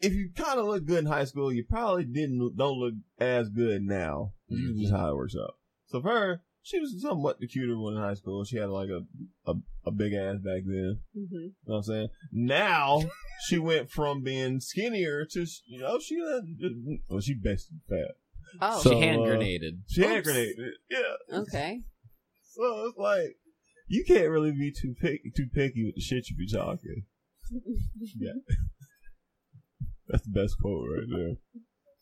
[SPEAKER 6] if you kind of look good in high school, you probably didn't don't look as good now. This is just how it works out. So for her, she was somewhat the cuter one in high school. She had like a a, a big ass back then.
[SPEAKER 3] Mhm.
[SPEAKER 6] You know what I'm saying? Now she went from being skinnier to you know she uh, well she basically fat.
[SPEAKER 3] Oh,
[SPEAKER 6] So-
[SPEAKER 1] she hand
[SPEAKER 6] uh,
[SPEAKER 1] grenaded.
[SPEAKER 6] She had
[SPEAKER 3] Oops.
[SPEAKER 6] grenade. Yeah.
[SPEAKER 3] okay.
[SPEAKER 6] So it's like you can't really be too picky, too picky with the shit you be talking. Yeah, that's the best quote right there.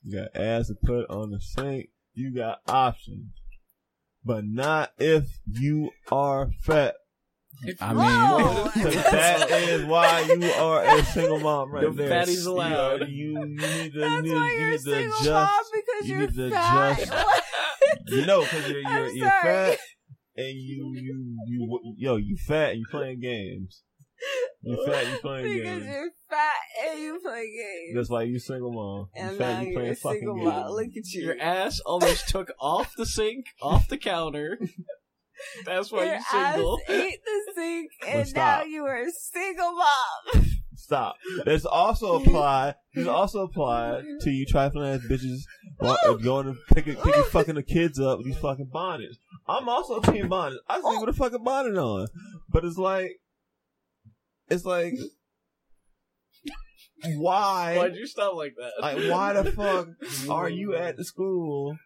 [SPEAKER 6] You got ass to put on the sink. You got options, but not if you are fat.
[SPEAKER 2] I mean,
[SPEAKER 3] Whoa!
[SPEAKER 6] 'Cause that is why you are a single mom right
[SPEAKER 8] No
[SPEAKER 6] there.
[SPEAKER 8] fatties
[SPEAKER 6] You,
[SPEAKER 8] allowed.
[SPEAKER 6] you, you need to,
[SPEAKER 3] That's
[SPEAKER 6] you,
[SPEAKER 3] why
[SPEAKER 6] you
[SPEAKER 3] you're a
[SPEAKER 6] need to
[SPEAKER 3] single
[SPEAKER 6] adjust.
[SPEAKER 3] mom because
[SPEAKER 6] you
[SPEAKER 3] you are
[SPEAKER 6] need to
[SPEAKER 3] fat.
[SPEAKER 6] adjust. You know, because you're, you're,
[SPEAKER 3] I'm
[SPEAKER 6] you're
[SPEAKER 3] sorry.
[SPEAKER 6] fat and you, you, you, yo, you fat and you playing games. You fat and you playing
[SPEAKER 3] because
[SPEAKER 6] games.
[SPEAKER 3] you're fat and you play games.
[SPEAKER 6] That's why you single mom. You
[SPEAKER 3] and
[SPEAKER 6] fat
[SPEAKER 3] now
[SPEAKER 6] and you
[SPEAKER 3] you're
[SPEAKER 6] playing
[SPEAKER 3] a
[SPEAKER 6] fucking
[SPEAKER 3] single
[SPEAKER 6] games.
[SPEAKER 3] mom. Look at you.
[SPEAKER 1] Your ass almost took off the sink, off the counter. That's why
[SPEAKER 3] Your
[SPEAKER 1] you're single.
[SPEAKER 3] ass ate the sink,
[SPEAKER 6] But
[SPEAKER 3] and now
[SPEAKER 6] stop.
[SPEAKER 3] you are a single mom.
[SPEAKER 6] Stop. This also apply. This also apply to you trifling ass bitches wa- uh, going to pick, pick fucking the kids up with these fucking bonnets. I'm also team bonnet. I sleep with a fucking bonnet on, but it's like, it's like, why?
[SPEAKER 1] Why'd you stop like that?
[SPEAKER 6] Like, why the fuck are you at the school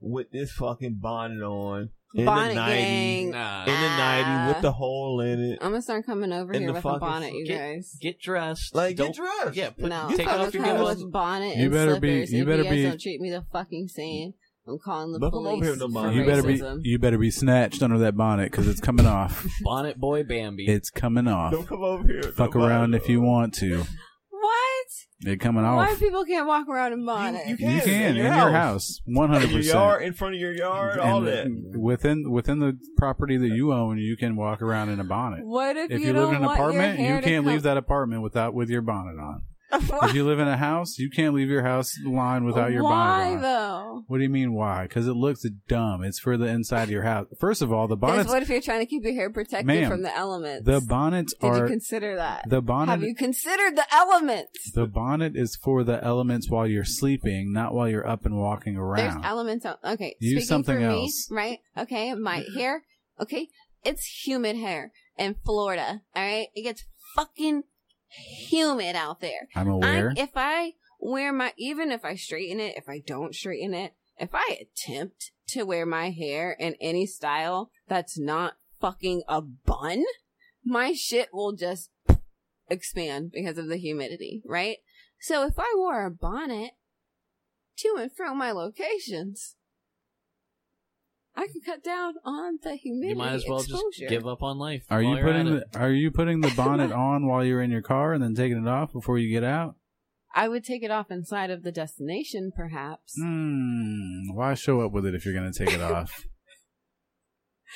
[SPEAKER 6] with this fucking bonnet on in
[SPEAKER 3] Bonnet
[SPEAKER 6] the nighty,
[SPEAKER 3] gang.
[SPEAKER 6] in
[SPEAKER 1] Nah.
[SPEAKER 6] the nighty with the hole in it?
[SPEAKER 3] I'm gonna start coming over
[SPEAKER 6] In
[SPEAKER 3] here
[SPEAKER 6] the
[SPEAKER 3] with a
[SPEAKER 6] fucking
[SPEAKER 3] bonnet, you
[SPEAKER 1] get-
[SPEAKER 3] guys.
[SPEAKER 1] Get dressed.
[SPEAKER 6] Like,
[SPEAKER 1] Don't,
[SPEAKER 6] get dressed.
[SPEAKER 1] Yeah, put,
[SPEAKER 3] no,
[SPEAKER 1] take
[SPEAKER 3] I'm
[SPEAKER 1] off your
[SPEAKER 3] coming
[SPEAKER 1] goggles.
[SPEAKER 3] with bonnet
[SPEAKER 2] You
[SPEAKER 3] and
[SPEAKER 2] better be-
[SPEAKER 3] slippers.
[SPEAKER 2] you
[SPEAKER 3] if
[SPEAKER 2] better
[SPEAKER 3] you guys
[SPEAKER 2] be-
[SPEAKER 3] don't treat me the fucking same. I'm calling the
[SPEAKER 6] Don't come over
[SPEAKER 3] police
[SPEAKER 6] here with no
[SPEAKER 3] for
[SPEAKER 6] bonnet.
[SPEAKER 2] you better be
[SPEAKER 3] racism.
[SPEAKER 2] you better be snatched under that bonnet because it's coming off.
[SPEAKER 1] Bonnet boy Bambi.
[SPEAKER 2] It's coming
[SPEAKER 6] Don't
[SPEAKER 2] off.
[SPEAKER 6] come over here. with
[SPEAKER 2] Fuck
[SPEAKER 6] no
[SPEAKER 2] around
[SPEAKER 6] bonnet
[SPEAKER 2] if you
[SPEAKER 6] on.
[SPEAKER 2] want to.
[SPEAKER 3] What?
[SPEAKER 2] It coming
[SPEAKER 3] Why
[SPEAKER 2] off.
[SPEAKER 3] people can't walk around in bonnet?
[SPEAKER 6] you
[SPEAKER 2] You
[SPEAKER 6] can,
[SPEAKER 2] can in
[SPEAKER 6] in your
[SPEAKER 2] your
[SPEAKER 6] house.
[SPEAKER 2] house, one hundred
[SPEAKER 6] in your yard,
[SPEAKER 2] percent.
[SPEAKER 6] in front of your yard, all that.
[SPEAKER 2] within within the property that you own, you can walk around in a bonnet.
[SPEAKER 3] what if,
[SPEAKER 2] If
[SPEAKER 3] you,
[SPEAKER 2] you
[SPEAKER 3] don't
[SPEAKER 2] live in an
[SPEAKER 3] want
[SPEAKER 2] apartment,
[SPEAKER 3] your hair
[SPEAKER 2] you can't
[SPEAKER 3] to
[SPEAKER 2] leave that apartment without with your bonnet on.
[SPEAKER 3] that.
[SPEAKER 2] If you live in a house, you can't leave your house line without your bonnet
[SPEAKER 3] Why
[SPEAKER 2] on.
[SPEAKER 3] though?
[SPEAKER 2] What do you mean why? Because it looks dumb. It's for the inside of your house. First of all, the
[SPEAKER 3] Because
[SPEAKER 2] bonnets,
[SPEAKER 3] what if you're trying to keep your hair protected
[SPEAKER 2] Ma'am,
[SPEAKER 3] from the elements?
[SPEAKER 2] the bonnets
[SPEAKER 3] Did you
[SPEAKER 2] are
[SPEAKER 3] consider that?
[SPEAKER 2] the bonnet.
[SPEAKER 3] Have you considered the elements?
[SPEAKER 2] the bonnet is for the elements while you're sleeping, not while you're up and walking around.
[SPEAKER 3] There's elements. Out- okay,
[SPEAKER 2] Use
[SPEAKER 3] speaking
[SPEAKER 2] something
[SPEAKER 3] for
[SPEAKER 2] else.
[SPEAKER 3] me, right? Okay, my hair. Okay, it's humid hair in Florida. All right, it gets fucking humid out there.
[SPEAKER 2] I'm aware.
[SPEAKER 3] I, if I wear my, even if I straighten it, if I don't straighten it, if I attempt to wear my hair in any style that's not fucking a bun, my shit will just expand because of the humidity, right? So if I wore a bonnet to and from my locations, I can cut down on the humidity
[SPEAKER 1] You might as well
[SPEAKER 3] exposure.
[SPEAKER 1] just give up on life.
[SPEAKER 2] are
[SPEAKER 1] while you're
[SPEAKER 2] you
[SPEAKER 1] at
[SPEAKER 2] putting
[SPEAKER 1] it.
[SPEAKER 2] the, are you putting the bonnet on while you're in your car and then taking it off before you get out?
[SPEAKER 3] I would take it off inside of the destination, perhaps.
[SPEAKER 1] Mm.
[SPEAKER 2] Hmm. Why show up with it if you're going to take it off?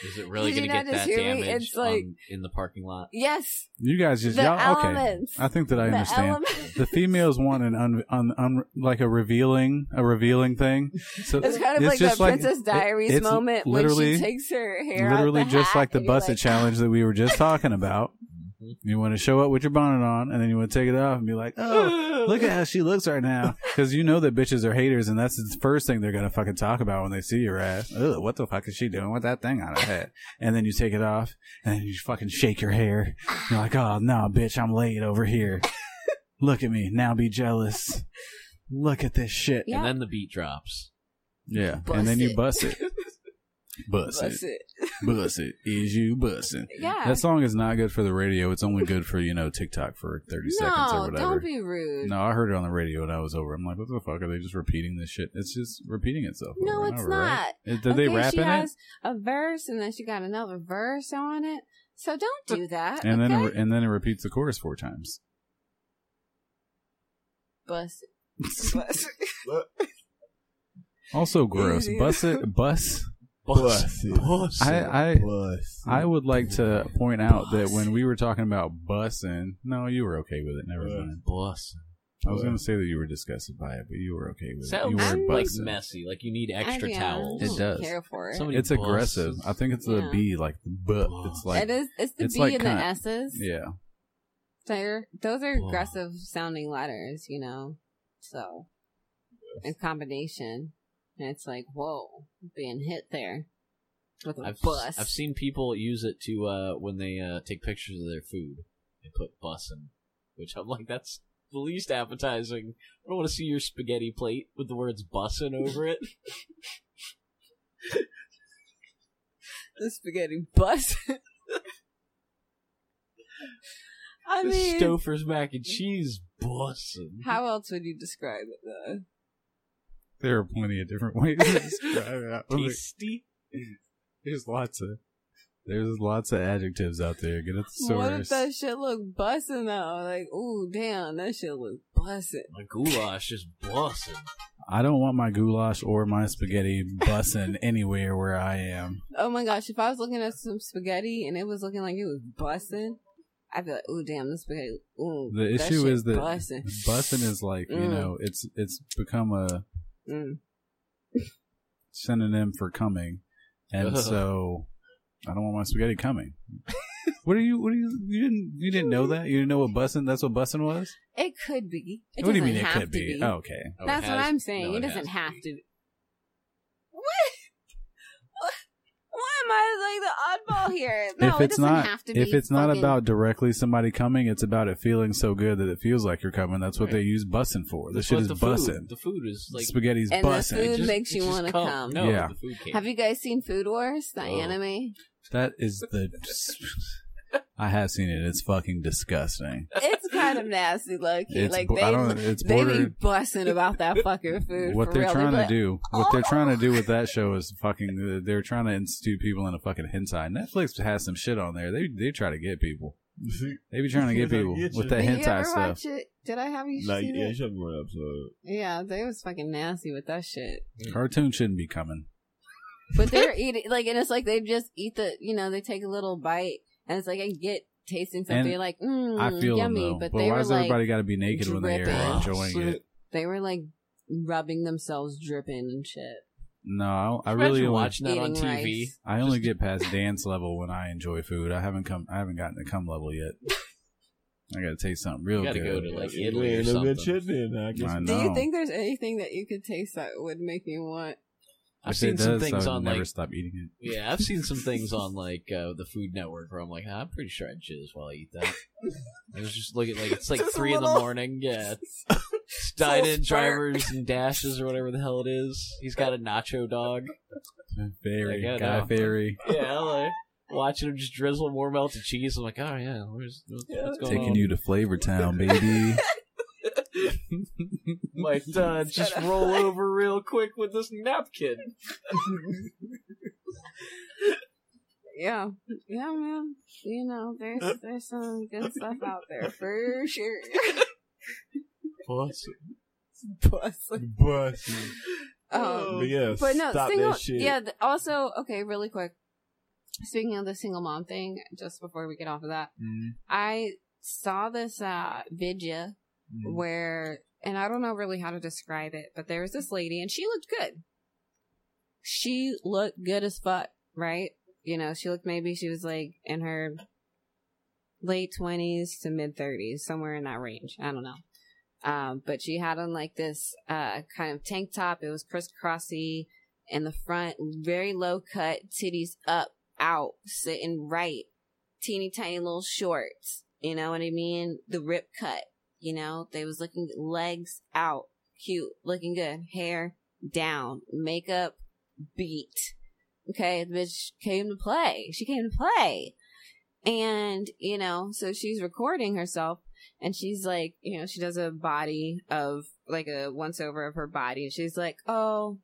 [SPEAKER 1] Is it really
[SPEAKER 3] Did
[SPEAKER 1] going
[SPEAKER 3] you
[SPEAKER 1] to get
[SPEAKER 3] not just
[SPEAKER 1] that
[SPEAKER 3] hear me?
[SPEAKER 1] damage
[SPEAKER 3] It's like-
[SPEAKER 1] on- in the parking lot?
[SPEAKER 3] Yes,
[SPEAKER 2] You guys just
[SPEAKER 3] The
[SPEAKER 2] y'all okay.
[SPEAKER 3] elements.
[SPEAKER 2] I think that I
[SPEAKER 3] The
[SPEAKER 2] understand.
[SPEAKER 3] elements.
[SPEAKER 2] The females want an un, un, un like a revealing a revealing thing. So
[SPEAKER 3] It's kind of like
[SPEAKER 2] just
[SPEAKER 3] the Princess
[SPEAKER 2] it-
[SPEAKER 3] Diaries
[SPEAKER 2] it's
[SPEAKER 3] moment
[SPEAKER 2] Literally,
[SPEAKER 3] when she takes her hair
[SPEAKER 2] literally
[SPEAKER 3] out the
[SPEAKER 2] just
[SPEAKER 3] hat
[SPEAKER 2] like the
[SPEAKER 3] and you're
[SPEAKER 2] busted
[SPEAKER 3] like,
[SPEAKER 2] challenge that we were just talking about.
[SPEAKER 1] Mm-hmm.
[SPEAKER 2] You want to show up with your bonnet on, and then you want to take it off and be like, "Oh, look at how she looks right now," because you know that bitches are haters, and that's the first thing they're gonna fucking talk about when they see your ass. Oh, what the fuck is she doing with that thing on her head? And then you take it off, and then you fucking shake your hair. You're like, "Oh no, bitch, I'm laid over here. Look at me now, be jealous. Look at this shit."
[SPEAKER 3] Yeah.
[SPEAKER 1] And then the beat drops.
[SPEAKER 2] Yeah,
[SPEAKER 3] Bust
[SPEAKER 2] and then you
[SPEAKER 3] it.
[SPEAKER 2] bust it. Bust,
[SPEAKER 3] "That's
[SPEAKER 2] it.
[SPEAKER 3] it."
[SPEAKER 2] Bust it. Is you bussin'?
[SPEAKER 3] Yeah.
[SPEAKER 2] That song is not good for the radio. It's only good for, you know, TikTok for 30 seconds or
[SPEAKER 3] no,
[SPEAKER 2] whatever.
[SPEAKER 3] don't be rude.
[SPEAKER 2] no, I heard it on the radio and I was over. I'm like, what the fuck? Are they just repeating this shit? It's just repeating itself.
[SPEAKER 3] No,
[SPEAKER 2] over and
[SPEAKER 3] it's
[SPEAKER 2] over, right? Is- Did they
[SPEAKER 3] Okay,
[SPEAKER 2] rap
[SPEAKER 3] she
[SPEAKER 2] in
[SPEAKER 3] has
[SPEAKER 2] it?
[SPEAKER 3] a verse and then she got another verse on it. So don't do that.
[SPEAKER 2] And then, it,
[SPEAKER 3] okay?
[SPEAKER 2] re- and then it repeats the chorus four times.
[SPEAKER 3] bust it. Bust it.
[SPEAKER 2] Also gross.
[SPEAKER 3] Easy.
[SPEAKER 2] Bust it. Bus.
[SPEAKER 6] Plus, plus,
[SPEAKER 2] I- I- I would like to point out that when we were talking about bussin', no, you were okay with it. Never
[SPEAKER 6] Bus.
[SPEAKER 2] mind.
[SPEAKER 1] Bless.
[SPEAKER 2] I was going to say that you were disgusted by it, but you were okay with it. You
[SPEAKER 1] Sounds
[SPEAKER 2] were
[SPEAKER 1] like
[SPEAKER 2] bussin'.
[SPEAKER 1] messy. Like you need extra
[SPEAKER 3] I- yeah,
[SPEAKER 1] towels.
[SPEAKER 3] I
[SPEAKER 2] It
[SPEAKER 3] don't
[SPEAKER 2] does.
[SPEAKER 3] Care for it.
[SPEAKER 1] Somebody
[SPEAKER 2] It's
[SPEAKER 1] busts.
[SPEAKER 2] aggressive. I think it's the
[SPEAKER 3] Yeah.
[SPEAKER 2] B, like the but. It's like
[SPEAKER 3] it is. It's the
[SPEAKER 2] it's
[SPEAKER 3] B
[SPEAKER 2] like
[SPEAKER 3] and the
[SPEAKER 2] cunt.
[SPEAKER 3] S's.
[SPEAKER 2] yeah.
[SPEAKER 3] They're, those are
[SPEAKER 1] Whoa.
[SPEAKER 3] aggressive sounding letters, you know? So, in combination, and it's like, whoa, being hit there with a
[SPEAKER 1] I've,
[SPEAKER 3] bus.
[SPEAKER 1] I've seen people use it to uh, when they uh, take pictures of their food. They put bussin, which I'm like, that's the least appetizing. I don't want to see your spaghetti plate with the words bussin over it.
[SPEAKER 3] the spaghetti bus. I
[SPEAKER 1] This
[SPEAKER 3] mean,
[SPEAKER 1] Stouffer's mac and cheese bussin'.
[SPEAKER 3] how else would you describe it though?
[SPEAKER 2] There are plenty of different ways to describe it. I was like,
[SPEAKER 1] Tasty.
[SPEAKER 2] There's lots of there's lots of adjectives out there. Get at the
[SPEAKER 3] What if
[SPEAKER 2] source.
[SPEAKER 3] that shit look bussin' though? Like, ooh, damn, that shit look bussin'.
[SPEAKER 1] My goulash is bussin'.
[SPEAKER 2] I don't want my goulash or my spaghetti bussing anywhere where I am.
[SPEAKER 3] Oh my gosh, if I was looking at some spaghetti and it was looking like it was bussin', I'd be like, ooh, damn, this spaghetti. Ooh,
[SPEAKER 2] The issue
[SPEAKER 3] shit
[SPEAKER 2] is that
[SPEAKER 3] bussin'.
[SPEAKER 2] bussing is like you
[SPEAKER 3] Mm.
[SPEAKER 2] know it's it's become a
[SPEAKER 3] Mm.
[SPEAKER 2] synonym for coming, and
[SPEAKER 1] Ugh.
[SPEAKER 2] so I don't want my spaghetti coming. what are you? What are you? You didn't you didn't know that? You didn't know what bussing? That's what bussing was.
[SPEAKER 3] It could be. It
[SPEAKER 2] what do you
[SPEAKER 3] doesn't
[SPEAKER 2] mean it
[SPEAKER 3] have
[SPEAKER 2] could
[SPEAKER 3] to
[SPEAKER 2] be? Oh, okay.
[SPEAKER 1] Oh, it
[SPEAKER 3] That's what
[SPEAKER 1] has-
[SPEAKER 3] I'm saying.
[SPEAKER 1] no,
[SPEAKER 3] it
[SPEAKER 1] it
[SPEAKER 3] doesn't
[SPEAKER 1] has.
[SPEAKER 3] have to. be- What? What? Why am I like the oddball here? No,
[SPEAKER 2] if
[SPEAKER 3] it
[SPEAKER 2] it's
[SPEAKER 3] doesn't
[SPEAKER 2] not
[SPEAKER 3] have to be.
[SPEAKER 2] if it's not
[SPEAKER 3] fucking-
[SPEAKER 2] about directly somebody coming, it's about it feeling so good that it feels like you're coming. That's what
[SPEAKER 1] Right.
[SPEAKER 2] they use bussing for. This
[SPEAKER 1] That's
[SPEAKER 2] shit
[SPEAKER 1] what
[SPEAKER 2] is
[SPEAKER 1] the
[SPEAKER 2] bussing.
[SPEAKER 1] Food, the food is like.
[SPEAKER 2] Spaghetti's
[SPEAKER 3] And the
[SPEAKER 2] bussing.
[SPEAKER 3] food-
[SPEAKER 1] it just-
[SPEAKER 3] makes
[SPEAKER 1] it
[SPEAKER 3] you
[SPEAKER 1] just
[SPEAKER 3] wanna come.
[SPEAKER 1] No,
[SPEAKER 2] Yeah.
[SPEAKER 1] the food cake.
[SPEAKER 3] Have you guys seen Food Wars, the
[SPEAKER 1] Oh.
[SPEAKER 3] anime?
[SPEAKER 2] That is the. I have seen it. It's fucking disgusting.
[SPEAKER 3] It's kind of nasty, low key.
[SPEAKER 2] It's
[SPEAKER 3] like
[SPEAKER 2] bo-
[SPEAKER 3] they,
[SPEAKER 2] I don't. It's
[SPEAKER 3] they be
[SPEAKER 2] border.
[SPEAKER 3] bussing about that fucking food.
[SPEAKER 2] What
[SPEAKER 3] for
[SPEAKER 2] they're
[SPEAKER 3] real. They
[SPEAKER 2] trying
[SPEAKER 3] be
[SPEAKER 2] to
[SPEAKER 3] like,
[SPEAKER 2] do, what they're
[SPEAKER 3] "Oh."
[SPEAKER 2] trying to do with that show is fucking. They're trying to institute people in a fucking hentai. Netflix has some shit on there. They they try to get people. They be trying to get
[SPEAKER 6] They'll
[SPEAKER 2] people
[SPEAKER 6] get
[SPEAKER 2] with
[SPEAKER 6] you.
[SPEAKER 2] that
[SPEAKER 3] Did you
[SPEAKER 2] hentai
[SPEAKER 3] ever
[SPEAKER 2] stuff.
[SPEAKER 3] watch it? Did I have you
[SPEAKER 6] Nah,
[SPEAKER 3] seen
[SPEAKER 6] yeah, you
[SPEAKER 3] it?
[SPEAKER 6] showed me one episode.
[SPEAKER 3] Yeah, they was fucking nasty with that shit.
[SPEAKER 2] Cartoon shouldn't be coming.
[SPEAKER 3] But they're eating like, and it's like they just eat the, you know, they take a little bite, and it's like I get tasting something
[SPEAKER 2] And
[SPEAKER 3] like, mm,
[SPEAKER 2] I feel
[SPEAKER 3] yummy,
[SPEAKER 2] them though. But,
[SPEAKER 3] but they
[SPEAKER 2] why
[SPEAKER 3] were
[SPEAKER 2] does
[SPEAKER 3] like,
[SPEAKER 2] everybody got to be naked when they
[SPEAKER 3] dripping.
[SPEAKER 2] are
[SPEAKER 1] Oh,
[SPEAKER 2] enjoying it?
[SPEAKER 3] they were like rubbing themselves, dripping and shit.
[SPEAKER 2] No, I, I
[SPEAKER 1] Imagine
[SPEAKER 2] really only,
[SPEAKER 1] watching that on
[SPEAKER 3] Eating
[SPEAKER 1] TV.
[SPEAKER 3] rice.
[SPEAKER 2] I only get past dance level when I enjoy food. I haven't come. I haven't gotten to cum level yet. I got to taste something real
[SPEAKER 1] You gotta
[SPEAKER 2] good.
[SPEAKER 1] go to like
[SPEAKER 6] Yeah,
[SPEAKER 1] Italy or
[SPEAKER 6] ain't no good
[SPEAKER 1] something.
[SPEAKER 6] shit then. I guess.
[SPEAKER 2] I
[SPEAKER 3] Do you
[SPEAKER 2] know.
[SPEAKER 3] think there's anything that you could taste that would make me want?
[SPEAKER 1] I've
[SPEAKER 2] If it
[SPEAKER 1] seen some
[SPEAKER 2] does, I
[SPEAKER 1] things
[SPEAKER 2] would
[SPEAKER 1] on
[SPEAKER 2] never
[SPEAKER 1] like
[SPEAKER 2] stop eating it.
[SPEAKER 1] yeah, I've seen some things on like uh, the Food Network where I'm like, "Ah, I'm pretty sure I'd jizz while I eat that. I was just looking like it's like
[SPEAKER 3] Just a
[SPEAKER 1] three in the
[SPEAKER 3] little-
[SPEAKER 1] morning. Yeah, It's
[SPEAKER 3] little
[SPEAKER 1] dine in
[SPEAKER 3] spark.
[SPEAKER 1] drivers and dashes or whatever the hell it is. He's got a nacho dog.
[SPEAKER 2] Fairy,
[SPEAKER 1] Like, I
[SPEAKER 2] guy
[SPEAKER 1] know.
[SPEAKER 2] fairy,
[SPEAKER 1] Yeah, I'm like watching him just drizzle more melted cheese. I'm like, oh yeah, where's what's going
[SPEAKER 2] taking
[SPEAKER 1] on?
[SPEAKER 2] you to Flavor Town, baby.
[SPEAKER 1] Like, uh, just roll over real quick with this napkin.
[SPEAKER 3] Yeah, yeah, man. You know, there's there's some good stuff out there for sure. Bussing.
[SPEAKER 6] Bust.
[SPEAKER 3] Um,
[SPEAKER 2] Oh,
[SPEAKER 6] But yeah,
[SPEAKER 3] but no,
[SPEAKER 6] stop
[SPEAKER 3] single.
[SPEAKER 6] that shit.
[SPEAKER 3] Yeah. Th- also, okay, really quick. Speaking of the single mom thing, just before we get off of that,
[SPEAKER 6] Mm-hmm.
[SPEAKER 3] I saw this uh vidya
[SPEAKER 6] Mm-hmm.
[SPEAKER 3] where, and I don't know really how to describe it, but there was this lady, and she looked good. She looked good as fuck, right? You know, she looked maybe she was like in her late twenties to mid thirties, somewhere in that range. I don't know. Um, but she had on like this uh kind of tank top. It was crisscrossy in the front, very low cut, titties up, out, sitting right, teeny tiny little shorts. You know what I mean? The rip cut. You know, they was looking legs out, cute, looking good, hair down, makeup beat. Okay, the bitch came to play. She came to play. And, you know, so she's recording herself and she's like, you know, she does a body of like a once over of her body. And she's like, oh,